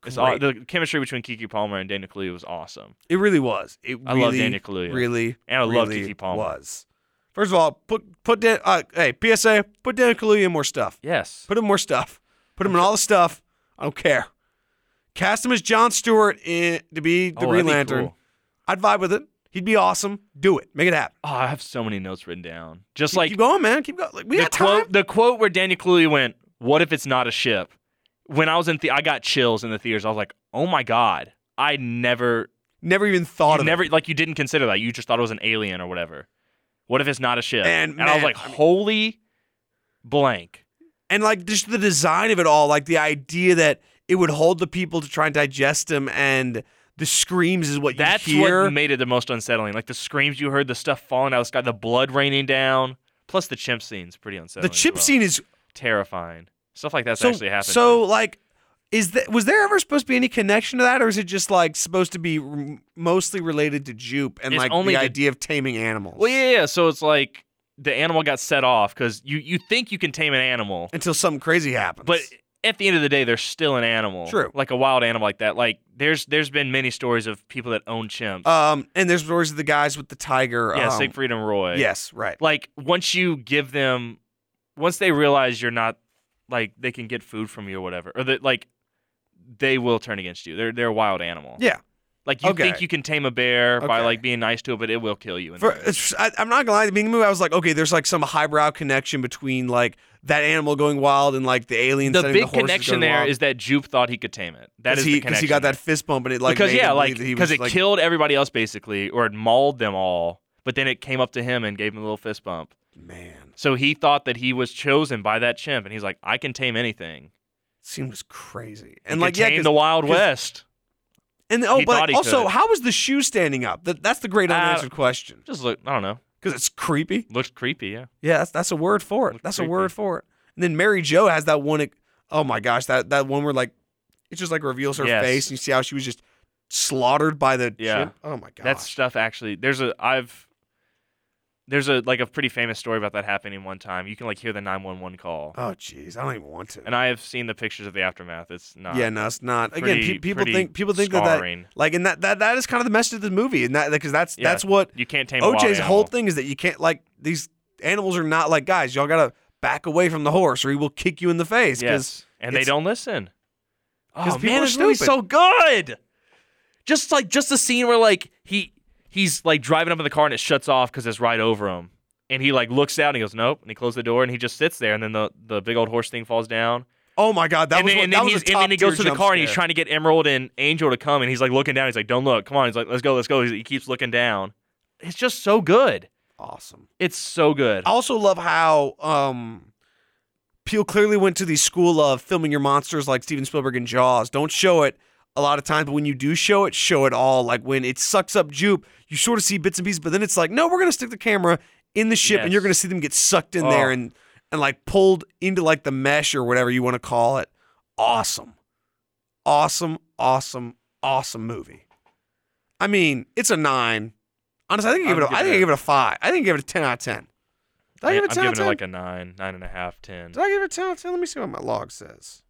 Speaker 1: It's all,
Speaker 2: Great.
Speaker 1: the chemistry between Kiki Palmer and Daniel Kaluuya was awesome.
Speaker 2: It really was. It
Speaker 1: I
Speaker 2: really,
Speaker 1: love Daniel Kaluuya.
Speaker 2: Really,
Speaker 1: And I love
Speaker 2: really
Speaker 1: Keke Palmer.
Speaker 2: Was first of all, put put Dan, uh, hey PSA, put Daniel Kaluuya in more stuff.
Speaker 1: Yes.
Speaker 2: Put him in more stuff. Put him in all the stuff. I don't care. Cast him as John Stewart in, to be the
Speaker 1: Oh, that'd
Speaker 2: Green
Speaker 1: be
Speaker 2: Lantern.
Speaker 1: cool.
Speaker 2: I'd vibe with it. He'd be awesome. Do it. Make it happen.
Speaker 1: Oh, I have so many notes written down. Just like
Speaker 2: keep going, man. Keep going. Like, we
Speaker 1: the
Speaker 2: got
Speaker 1: quote,
Speaker 2: time.
Speaker 1: the quote where Daniel Kaluuya went, "What if it's not a ship?" When I was in, the- I got chills in the theaters. I was like, "Oh my god!" I never,
Speaker 2: Never even thought
Speaker 1: you
Speaker 2: of
Speaker 1: never,
Speaker 2: it.
Speaker 1: like you didn't consider that. You just thought it was an alien or whatever. What if it's not a ship?
Speaker 2: And,
Speaker 1: I was
Speaker 2: man,
Speaker 1: like,
Speaker 2: I mean-
Speaker 1: "Holy blank!"
Speaker 2: And like just the design of it all, like the idea that it would hold the people to try and digest them, and the screams is what
Speaker 1: That's
Speaker 2: you hear.
Speaker 1: what made it the most unsettling. Like the screams you heard, the stuff falling out of the sky, the blood raining down. Plus the chimp scene's pretty
Speaker 2: the
Speaker 1: unsettling. as
Speaker 2: chip
Speaker 1: well.
Speaker 2: scene is
Speaker 1: terrifying. Stuff like that's
Speaker 2: so.
Speaker 1: actually happened.
Speaker 2: So like, is that was there ever supposed to be any connection to that, or is it just like supposed to be r- mostly related to Jupe and
Speaker 1: It's
Speaker 2: like
Speaker 1: only
Speaker 2: the
Speaker 1: to-
Speaker 2: idea of taming animals?
Speaker 1: Well, yeah, yeah. So it's like the animal got set off because you you think you can tame an animal,
Speaker 2: Until something crazy happens.
Speaker 1: but at the end of the day, they're still an animal.
Speaker 2: True.
Speaker 1: Like a wild animal like that. Like there's there's been many stories of people that own chimps.
Speaker 2: um, and there's stories of the guys with the tiger.
Speaker 1: yeah,
Speaker 2: um,
Speaker 1: Siegfried and Roy.
Speaker 2: Yes, right.
Speaker 1: Like once you give them, once they realize you're not like they can get food from you or whatever, or that like they will turn against you. They're they're a wild animal.
Speaker 2: Yeah.
Speaker 1: Like you
Speaker 2: Okay.
Speaker 1: think you can tame a bear by
Speaker 2: Okay.
Speaker 1: like being nice to it, but it will kill you. in the
Speaker 2: For,
Speaker 1: end.
Speaker 2: it's- I, I'm not gonna lie, at the beginning of the movie, I was like, okay, there's like some highbrow connection between like that animal going wild and like the aliens.
Speaker 1: the big connection there is that Jupe thought he could tame it. That is the
Speaker 2: because
Speaker 1: connection.
Speaker 2: he got that fist bump and it like
Speaker 1: because
Speaker 2: made
Speaker 1: yeah,
Speaker 2: him
Speaker 1: like
Speaker 2: believe that he
Speaker 1: because
Speaker 2: was,
Speaker 1: it
Speaker 2: like,
Speaker 1: killed everybody else basically, or it mauled them all. But then it came up to him and gave him a little fist bump.
Speaker 2: Man,
Speaker 1: So he thought that he was chosen by that chimp, and he's like, "I can tame anything."
Speaker 2: seems crazy.
Speaker 1: He could
Speaker 2: And like yeah,
Speaker 1: tame
Speaker 2: 'cause-
Speaker 1: the Wild
Speaker 2: 'cause-
Speaker 1: West.
Speaker 2: and oh,
Speaker 1: he thought
Speaker 2: but
Speaker 1: he
Speaker 2: also,
Speaker 1: could.
Speaker 2: how was the shoe standing up? That, that's the great
Speaker 1: Uh,
Speaker 2: unanswered question
Speaker 1: Just look, I don't know,
Speaker 2: because it's creepy.
Speaker 1: looks creepy. Yeah,
Speaker 2: Yeah, that's that's a word for it.
Speaker 1: Looked
Speaker 2: That's a
Speaker 1: creepy.
Speaker 2: word for it. And then Mary Jo has that one. Oh my gosh, that that one where like it just like reveals her
Speaker 1: Yes.
Speaker 2: face and you see how she was just slaughtered by the
Speaker 1: Yeah.
Speaker 2: chimp. Oh my gosh.
Speaker 1: that stuff actually. There's a I've there's a like a pretty famous story about that happening one time. You can like hear the nine one one call,
Speaker 2: oh jeez, I don't even want to.
Speaker 1: and I have seen the pictures of the aftermath. It's not.
Speaker 2: yeah, no, it's not. Again,
Speaker 1: pretty-
Speaker 2: pe- people
Speaker 1: pretty
Speaker 2: think people think
Speaker 1: scarring.
Speaker 2: that that like and that, that that is kind of the message of this movie and that because that's
Speaker 1: Yeah.
Speaker 2: that's what
Speaker 1: you can't tame. a wild
Speaker 2: OJ's whole
Speaker 1: animal.
Speaker 2: thing is that you can't like these animals are not like guys. Y'all gotta back away from the horse or he will kick you in the face. 'cause-
Speaker 1: Yes, and they
Speaker 2: it's-
Speaker 1: don't listen.
Speaker 2: 'cause
Speaker 1: Oh
Speaker 2: people
Speaker 1: man,
Speaker 2: are
Speaker 1: this movie's
Speaker 2: stupid.
Speaker 1: so good. Just like just the scene where like he he's like driving up in the car and it shuts off because it's right over him, and he like looks out and he goes nope, and he closes the door and he just sits there, and then the the big old horse thing falls down,
Speaker 2: Oh my god, that
Speaker 1: and
Speaker 2: was
Speaker 1: then,
Speaker 2: what,
Speaker 1: and,
Speaker 2: that
Speaker 1: then
Speaker 2: was a
Speaker 1: he's, and then he goes to
Speaker 2: top-tier
Speaker 1: the
Speaker 2: jump
Speaker 1: car and he's
Speaker 2: scare.
Speaker 1: trying to get Emerald and Angel to come, and he's like looking down, he's like don't look, come on, he's like let's go, let's go, He's- he keeps looking down. It's just so good.
Speaker 2: awesome.
Speaker 1: It's so good.
Speaker 2: I also love how um Peel clearly went to the school of filming your monsters like Steven Spielberg and Jaws. Don't show it a lot of times, but when you do show it, show it all. Like when it sucks up Jupe, you sort of see bits and pieces, but then it's like, no, we're gonna stick the camera in the ship and
Speaker 1: Yes.
Speaker 2: you're gonna see them get sucked in
Speaker 1: Oh.
Speaker 2: there and and like pulled into like the mesh or whatever you want to call it. Awesome. Awesome, awesome, awesome movie. I mean, it's a nine. Honestly, I think I
Speaker 1: I'm
Speaker 2: give it a, I
Speaker 1: giving
Speaker 2: think I
Speaker 1: it-
Speaker 2: give it a five. I think I give it a ten out of ten. Did I, give it
Speaker 1: I'm
Speaker 2: a 10 out of
Speaker 1: giving
Speaker 2: 10?
Speaker 1: it like a nine, nine and a half, ten.
Speaker 2: Did I give it a 10 out of 10? Let me see what my log says.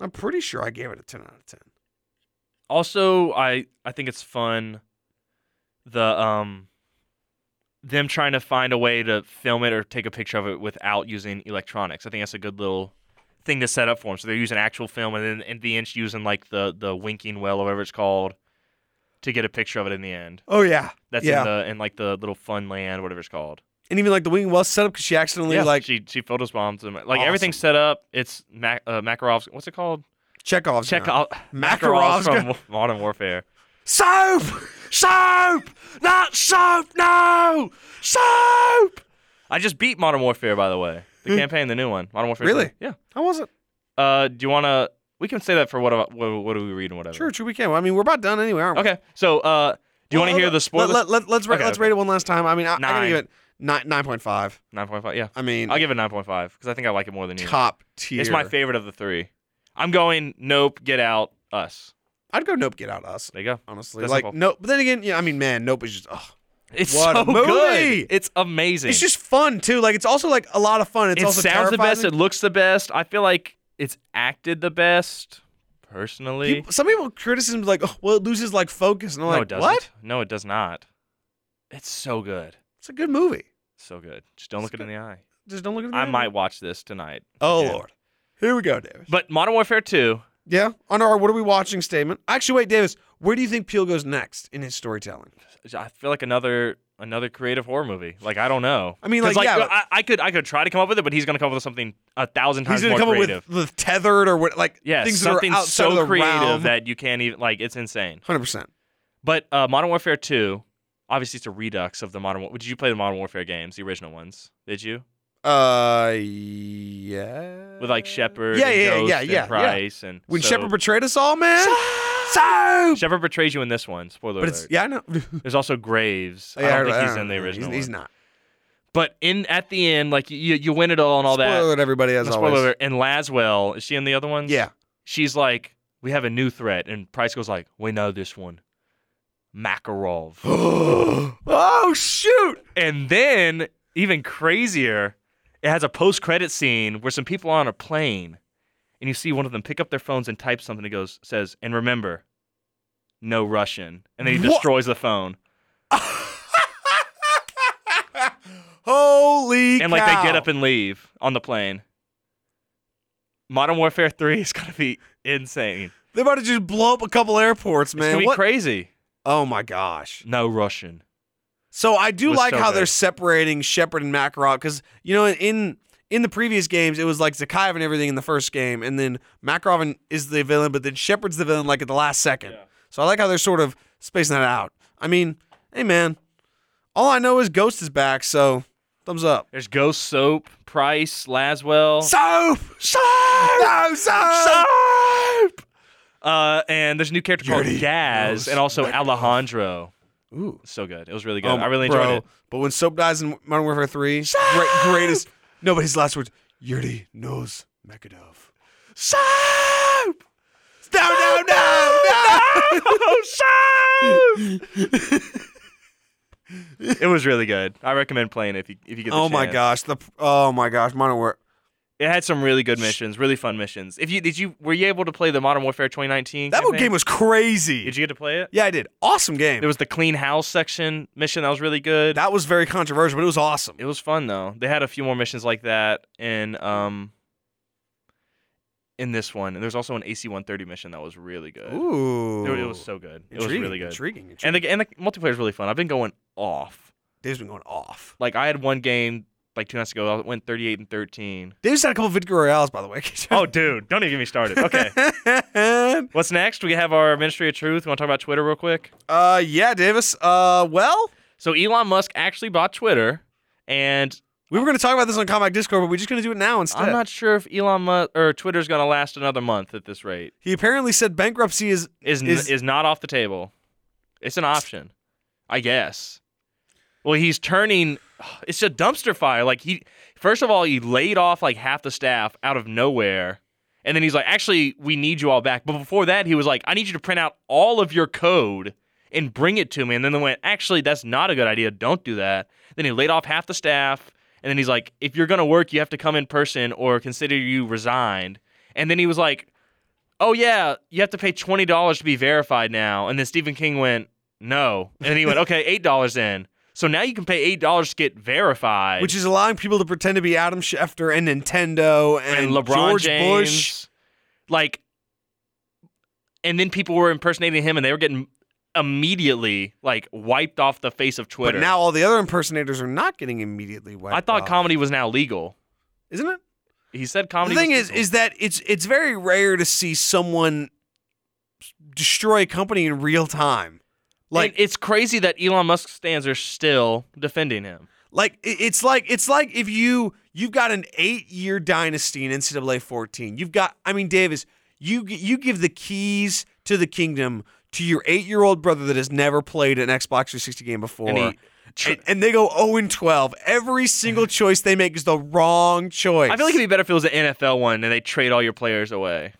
Speaker 2: I'm pretty sure I gave it a 10 out of 10.
Speaker 1: also i i think it's fun the um them trying to find a way to film it or take a picture of it without using electronics i think that's a good little thing to set up for them so they're using actual film and then at the end using like the the winking well or whatever it's called to get a picture of it in the end
Speaker 2: Oh, yeah.
Speaker 1: that's
Speaker 2: yeah.
Speaker 1: in the in like the little fun land whatever it's called
Speaker 2: and even like the wing was set up because she accidentally like
Speaker 1: she she photos bombs them like everything's
Speaker 2: Awesome.
Speaker 1: set up it's Mac, uh, makarov's what's it called
Speaker 2: Chekhov's
Speaker 1: check
Speaker 2: gun.
Speaker 1: out
Speaker 2: Makarov's
Speaker 1: from modern warfare
Speaker 2: Soap! Soap! Not soap! No! Soap!
Speaker 1: I just beat Modern Warfare, by the way. The campaign, the new one, Modern Warfare.
Speaker 2: Hmm. Really?
Speaker 1: 3. Yeah.
Speaker 2: How was it?
Speaker 1: Uh, do you want to? We can say that for what? What, what do we read and whatever?
Speaker 2: Sure, sure, we can. Well, I mean, we're about done anyway, aren't we?
Speaker 1: Okay. So, uh, do you want to hear the spoiler?
Speaker 2: Let, let, us
Speaker 1: Okay,
Speaker 2: let's
Speaker 1: okay.
Speaker 2: rate it one last time. I mean, I, I gotta
Speaker 1: Nine.
Speaker 2: give it nine nine point five.
Speaker 1: Nine point five. Yeah.
Speaker 2: I mean,
Speaker 1: I'll give it nine point five because I think I like it more than you.
Speaker 2: top tier.
Speaker 1: It's my favorite of the three. I'm going. Nope. Get out. Us.
Speaker 2: I'd go Nope, Get Out Us.
Speaker 1: There you go.
Speaker 2: Honestly,
Speaker 1: That's
Speaker 2: like
Speaker 1: simple.
Speaker 2: Nope. But then again, yeah. I mean, man, Nope is just. Oh,
Speaker 1: It's
Speaker 2: What
Speaker 1: so
Speaker 2: a movie!
Speaker 1: good. It's amazing.
Speaker 2: it's just fun too. Like it's also like a lot of fun. It's
Speaker 1: it
Speaker 2: also
Speaker 1: sounds the
Speaker 2: terrifying.
Speaker 1: best. It looks the best. I feel like it's acted the best. Personally,
Speaker 2: People- some people criticism like, oh, well, it loses like focus, and I'm
Speaker 1: no,
Speaker 2: like,
Speaker 1: it doesn't.
Speaker 2: what?
Speaker 1: No, it does not. It's so good.
Speaker 2: It's a good movie.
Speaker 1: So good. Just don't
Speaker 2: It's
Speaker 1: look it in the eye.
Speaker 2: Just don't look at it.
Speaker 1: I might watch this tonight.
Speaker 2: Oh
Speaker 1: Yeah.
Speaker 2: lord, here we go, Davis.
Speaker 1: But Modern Warfare 2,
Speaker 2: Yeah, on our what are we watching statement. Actually, wait, Davis, where do you think Peel goes next in his storytelling?
Speaker 1: I feel like another another creative horror movie. Like I don't know.
Speaker 2: I mean,
Speaker 1: 'Cause,
Speaker 2: like, yeah, but-
Speaker 1: I, I could I could try to come up with it, but he's gonna come up with something a thousand times
Speaker 2: He's gonna
Speaker 1: more
Speaker 2: come
Speaker 1: creative.
Speaker 2: up with the tethered or what, like
Speaker 1: yeah,
Speaker 2: things
Speaker 1: something
Speaker 2: that are outside
Speaker 1: so
Speaker 2: of the
Speaker 1: creative
Speaker 2: realm.
Speaker 1: that you can't even like. It's insane.
Speaker 2: Hundred percent.
Speaker 1: But uh, Modern Warfare 2, obviously, it's a redux of the Modern. War- Did you play the Modern Warfare games, the original ones? Did you
Speaker 2: Uh, yeah.
Speaker 1: with like Shepard?
Speaker 2: Yeah,
Speaker 1: and
Speaker 2: yeah,
Speaker 1: Ghost
Speaker 2: yeah,
Speaker 1: and
Speaker 2: yeah, yeah.
Speaker 1: Price and
Speaker 2: When
Speaker 1: so-
Speaker 2: Shepard betrayed us all, man. Soap.
Speaker 1: Shepard betrays you in this one. Spoiler
Speaker 2: But
Speaker 1: alert.
Speaker 2: it's yeah, I know. yeah,
Speaker 1: There's also Graves. I don't think he's in the
Speaker 2: know.
Speaker 1: original.
Speaker 2: He's, he's
Speaker 1: one.
Speaker 2: not.
Speaker 1: But in at the end, like you, you win it all and all that.
Speaker 2: Spoiler alert, everybody as
Speaker 1: Spoiler
Speaker 2: always.
Speaker 1: alert. And Laswell, is she in the other ones?
Speaker 2: Yeah.
Speaker 1: She's like, we have a new threat. And Price goes like, we know this one. Makarov.
Speaker 2: oh shoot!
Speaker 1: and then, even crazier, it has a post-credit scene where some people are on a plane. And you see one of them pick up their phones and type something that goes, says, and remember, no Russian. And then he
Speaker 2: What?
Speaker 1: destroys the phone.
Speaker 2: Holy
Speaker 1: and like
Speaker 2: cow.
Speaker 1: they get up and leave on the plane. Modern Warfare 3 is going to be insane.
Speaker 2: They're about to just blow up a couple airports,
Speaker 1: it's
Speaker 2: man.
Speaker 1: going to be
Speaker 2: What?
Speaker 1: crazy.
Speaker 2: oh my gosh.
Speaker 1: No Russian.
Speaker 2: So I do
Speaker 1: was
Speaker 2: like
Speaker 1: so
Speaker 2: how
Speaker 1: good.
Speaker 2: they're separating Shepard and Makarov because you know in in the previous games it was like Zakayev and everything in the first game, and then Makarov and- is the villain, but then Shepard's the villain like at the last second. So I like how they're sort of spacing that out. I mean, hey man, all I know is Ghost is back, so thumbs up.
Speaker 1: There's Ghost Soap, Price, Laswell,
Speaker 2: Soap, soap, no soap.
Speaker 1: Soap! Uh, and there's a new character called
Speaker 2: Yuri
Speaker 1: Gaz
Speaker 2: knows
Speaker 1: and also
Speaker 2: Makarov.
Speaker 1: Alejandro.
Speaker 2: Ooh,
Speaker 1: So good. It was really good.
Speaker 2: Um,
Speaker 1: I really
Speaker 2: bro,
Speaker 1: enjoyed it.
Speaker 2: But when Soap dies in Modern Warfare Three, great, greatest. No, but his last words, Yuri knows Mechadov.
Speaker 1: Soap!
Speaker 2: No, no, no, no.
Speaker 1: Oh, Soap! it was really good. I recommend playing it if you if you get the
Speaker 2: Oh my
Speaker 1: chance.
Speaker 2: gosh, the oh my gosh, Modern Warfare.
Speaker 1: It had some really good missions, really fun missions. If you did you were you able to play the Modern Warfare 2019?
Speaker 2: That
Speaker 1: campaign?
Speaker 2: game was crazy.
Speaker 1: Did you get to play it?
Speaker 2: yeah, I did. Awesome game.
Speaker 1: There was the clean house section mission that was really good.
Speaker 2: that was very controversial, but it was awesome.
Speaker 1: it was fun though. They had a few more missions like that in um in this one. And there's also an AC-130 mission that was really good.
Speaker 2: Ooh,
Speaker 1: It, it was so good. it was
Speaker 2: Intriguing,
Speaker 1: really good.
Speaker 2: Intriguing.
Speaker 1: And
Speaker 2: intriguing.
Speaker 1: the and the multiplayer is really fun. I've been going off.
Speaker 2: Dave's been going off.
Speaker 1: Like I had one game like two nights ago. I went 38 and 13.
Speaker 2: Dave's had a couple of Victor Royales, by the way.
Speaker 1: Oh, dude, don't even get me started. Okay. What's next? We have our Ministry of Truth. We want to talk about Twitter real quick?
Speaker 2: uh, yeah, Davis. Uh, well,
Speaker 1: So Elon Musk actually bought Twitter, and
Speaker 2: we were going to talk about this on Comic Discord, but we're just going to do it now instead.
Speaker 1: I'm not sure if Elon Musk or Twitter's going to last another month at this rate.
Speaker 2: he apparently said bankruptcy is
Speaker 1: Is n-
Speaker 2: Is-
Speaker 1: is, not off the table. It's an option, I guess. Well, he's turning. It's a dumpster fire. Like he, first of all, he laid off like half the staff out of nowhere, and then he's like, "Actually, we need you all back." But before that, he was like, "I need you to print out all of your code and bring it to me." And then they went, "Actually, that's not a good idea. Don't do that." Then he laid off half the staff, and then he's like, "If you're gonna work, you have to come in person, or consider you resigned." And then he was like, oh yeah, you have to pay twenty dollars to be verified now. And then Stephen King went, no. And then he went, okay, eight dollars then. So now you can pay eight dollars to get verified.
Speaker 2: which is allowing people to pretend to be Adam Schefter and Nintendo and,
Speaker 1: and LeBron
Speaker 2: George
Speaker 1: James,
Speaker 2: Bush.
Speaker 1: like, and then people were impersonating him, and they were getting immediately like wiped off the face of Twitter.
Speaker 2: But now all the other impersonators are not getting immediately wiped.
Speaker 1: I thought
Speaker 2: off.
Speaker 1: comedy was now legal.
Speaker 2: isn't it?
Speaker 1: He said comedy.
Speaker 2: the thing
Speaker 1: was
Speaker 2: is,
Speaker 1: legal.
Speaker 2: is that it's it's very rare to see someone destroy a company in real time. Like,
Speaker 1: And it's crazy that Elon Musk stands are still defending him.
Speaker 2: like it- it's like it's like if you you've got an eight year dynasty in NCAA fourteen. You've got, I mean, Davis, You g- you give the keys to the kingdom to your eight year old brother that has never played an Xbox 360 game before.
Speaker 1: And
Speaker 2: And,
Speaker 1: he-
Speaker 2: and, they go 0 and 12. Every single choice they make is the wrong choice.
Speaker 1: I feel like it'd be better if it was an NFL one and they trade all your players away.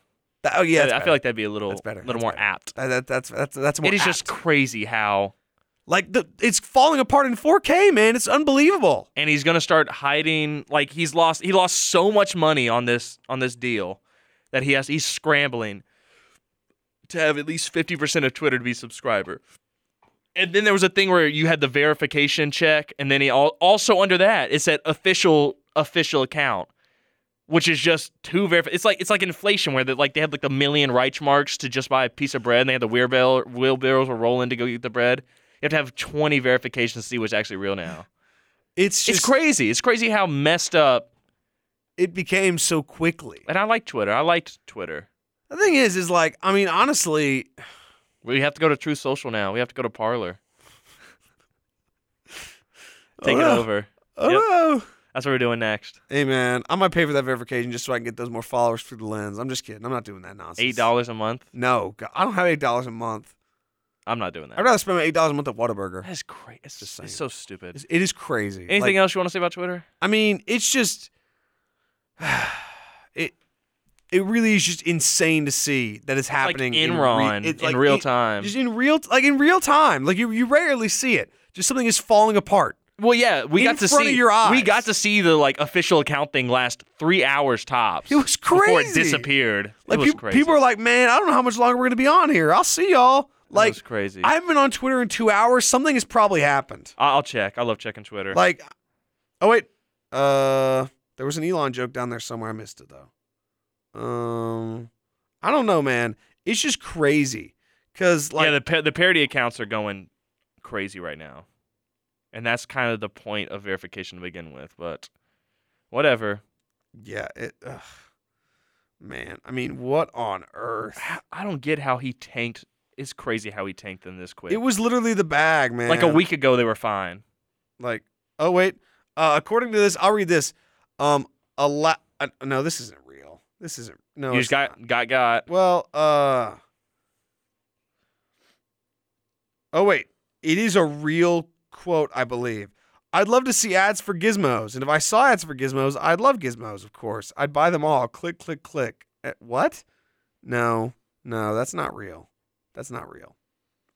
Speaker 2: That- oh yeah,
Speaker 1: I
Speaker 2: that's
Speaker 1: feel like that'd be a little,
Speaker 2: That's better.
Speaker 1: little
Speaker 2: That's
Speaker 1: more
Speaker 2: better.
Speaker 1: apt.
Speaker 2: better. that, that, that's that's that's more.
Speaker 1: it is
Speaker 2: apt.
Speaker 1: just crazy how,
Speaker 2: like the it's falling apart in 4K, man. It's unbelievable.
Speaker 1: and he's gonna start hiding. Like he's lost, he lost so much money on this on this deal that he has. He's scrambling to have at least fifty percent of Twitter to be subscriber. And then there was a thing where you had the verification check, and then he al- also under that it said official official account, which is just too verif. It's like it's like inflation where they like they had like a million Reich marks to just buy a piece of bread, and they had the wheelbarrow wheelbarrows were rolling to go eat the bread. You have to have twenty verifications to see what's actually real now.
Speaker 2: It's just
Speaker 1: it's crazy. It's crazy how messed up.
Speaker 2: it became so quickly.
Speaker 1: And I like Twitter. I liked Twitter.
Speaker 2: The thing is, is like I mean, honestly,
Speaker 1: We have to go to True Social now. We have to go to Parlor. Take it
Speaker 2: Oh.
Speaker 1: over.
Speaker 2: oh
Speaker 1: Yep.
Speaker 2: no.
Speaker 1: That's what we're doing next.
Speaker 2: Hey man, I might pay for that verification just so I can get those more followers through the lens. I'm just kidding. I'm not doing that nonsense.
Speaker 1: Eight dollars a month.
Speaker 2: No, God, I don't have eight dollars a month.
Speaker 1: I'm not doing that.
Speaker 2: I'd rather spend my eight dollars a month at Whataburger.
Speaker 1: That's great. It's
Speaker 2: Just
Speaker 1: just
Speaker 2: saying.
Speaker 1: it's so stupid.
Speaker 2: It's, it is crazy.
Speaker 1: Anything
Speaker 2: Like,
Speaker 1: else you want to say about Twitter?
Speaker 2: I mean, it's just it. It really is just insane to see that
Speaker 1: It's
Speaker 2: it's
Speaker 1: like
Speaker 2: happening in, re-
Speaker 1: Enron
Speaker 2: it's
Speaker 1: in
Speaker 2: like
Speaker 1: real
Speaker 2: it-
Speaker 1: time.
Speaker 2: Just in real, like in real time. Like you, you rarely see it. Just something is falling apart.
Speaker 1: well, yeah, we
Speaker 2: in
Speaker 1: got to
Speaker 2: front of
Speaker 1: see
Speaker 2: your
Speaker 1: we
Speaker 2: eyes.
Speaker 1: got to see the like official account thing last three hours tops.
Speaker 2: It was
Speaker 1: before it
Speaker 2: crazy.
Speaker 1: disappeared.
Speaker 2: Like
Speaker 1: it was
Speaker 2: peop-
Speaker 1: crazy.
Speaker 2: people are like, man, I don't know how much longer we're gonna be on here. I'll see y'all. Like
Speaker 1: was crazy.
Speaker 2: I haven't been on Twitter in two hours. Something has probably happened.
Speaker 1: I- I'll check. I love checking Twitter.
Speaker 2: Like, oh wait, uh, there was an Elon joke down there somewhere. I missed it though. Um, I don't know, man. It's just crazy. Cause like,
Speaker 1: yeah, the pa- the parody accounts are going crazy right now, and that's kind of the point of verification to begin with. But whatever.
Speaker 2: yeah, it, ugh. man. I mean, what on earth?
Speaker 1: I don't get how he tanked. It's crazy how he tanked them this quick.
Speaker 2: It was literally the bag, man.
Speaker 1: like a week ago they were fine.
Speaker 2: Like, oh wait. Uh, according to this, I'll read this. Um, a lot. Uh, no, this isn't real. This isn't. No,
Speaker 1: you
Speaker 2: it's
Speaker 1: just got
Speaker 2: not.
Speaker 1: got got.
Speaker 2: Well, uh. Oh wait, it is a real quote, I believe. I'd love to see ads for Gizmos, and if I saw ads for Gizmos, I'd love Gizmos, of course. I'd buy them all. Click, click, click. Eh, what? No, no, that's not real. That's not real.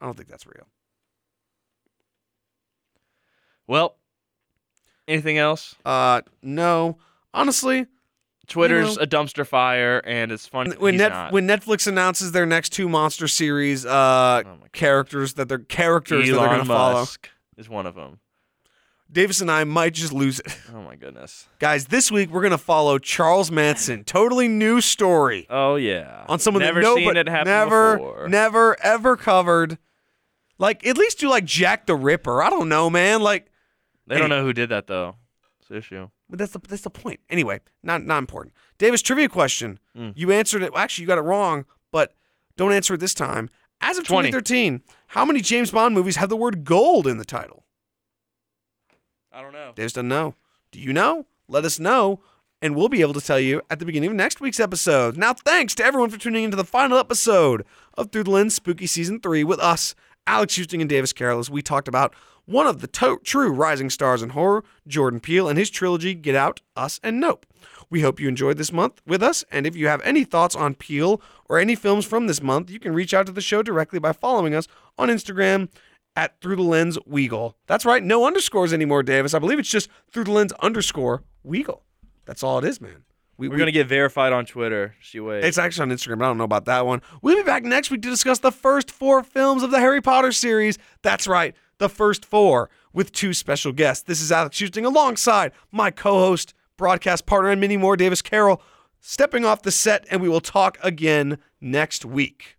Speaker 2: I don't think that's real.
Speaker 1: Well, anything else?
Speaker 2: Uh, no. Honestly,
Speaker 1: Twitter's a dumpster fire, and it's funny
Speaker 2: when
Speaker 1: he's
Speaker 2: Net-
Speaker 1: not.
Speaker 2: when Netflix announces their next two monster series uh
Speaker 1: Oh my God.
Speaker 2: characters that they're characters that they're
Speaker 1: Elon
Speaker 2: gonna follow,
Speaker 1: Musk is one of them.
Speaker 2: Davis and I might just lose it,
Speaker 1: Oh my goodness.
Speaker 2: guys. This week we're gonna follow Charles Manson. Totally new story
Speaker 1: Oh yeah.
Speaker 2: on someone
Speaker 1: never
Speaker 2: that nobody
Speaker 1: seen it happen
Speaker 2: never,
Speaker 1: before.
Speaker 2: never, ever covered. Like at least do like Jack the Ripper. I don't know, man. Like
Speaker 1: they don't know who did that though. It's the issue.
Speaker 2: But that's the that's the point. Anyway, not not important. Davis trivia question.
Speaker 1: Mm.
Speaker 2: You answered it. well, actually, you got it wrong, but don't answer it this time. As of
Speaker 1: 20.
Speaker 2: 2013, how many James Bond movies have the word gold in the title?
Speaker 1: I don't know.
Speaker 2: Davis doesn't know. Do you know? Let us know, and we'll be able to tell you at the beginning of next week's episode. Now, thanks to everyone for tuning into the final episode of Through the Lens Spooky Season 3 with us, Alex Houston and Davis Carroll, as we talked about one of the to- true rising stars in horror, Jordan Peele, and his trilogy Get Out, Us, and Nope. We hope you enjoyed this month with us, and if you have any thoughts on Peele or any films from this month, you can reach out to the show directly by following us on Instagram at Through the Lens Weagle. That's right, no underscores anymore, Davis. I believe it's just Through the Lens underscore Weagle. That's all it is, man. We,
Speaker 1: We're gonna get verified on Twitter. She waits.
Speaker 2: It's actually on Instagram, but I don't know about that one. We'll be back next week to discuss the first four films of the Harry Potter series. That's right, the first four with two special guests. This is Alex Houston alongside my co host, broadcast partner, and many more, Davis Carroll, stepping off the set, and we will talk again next week.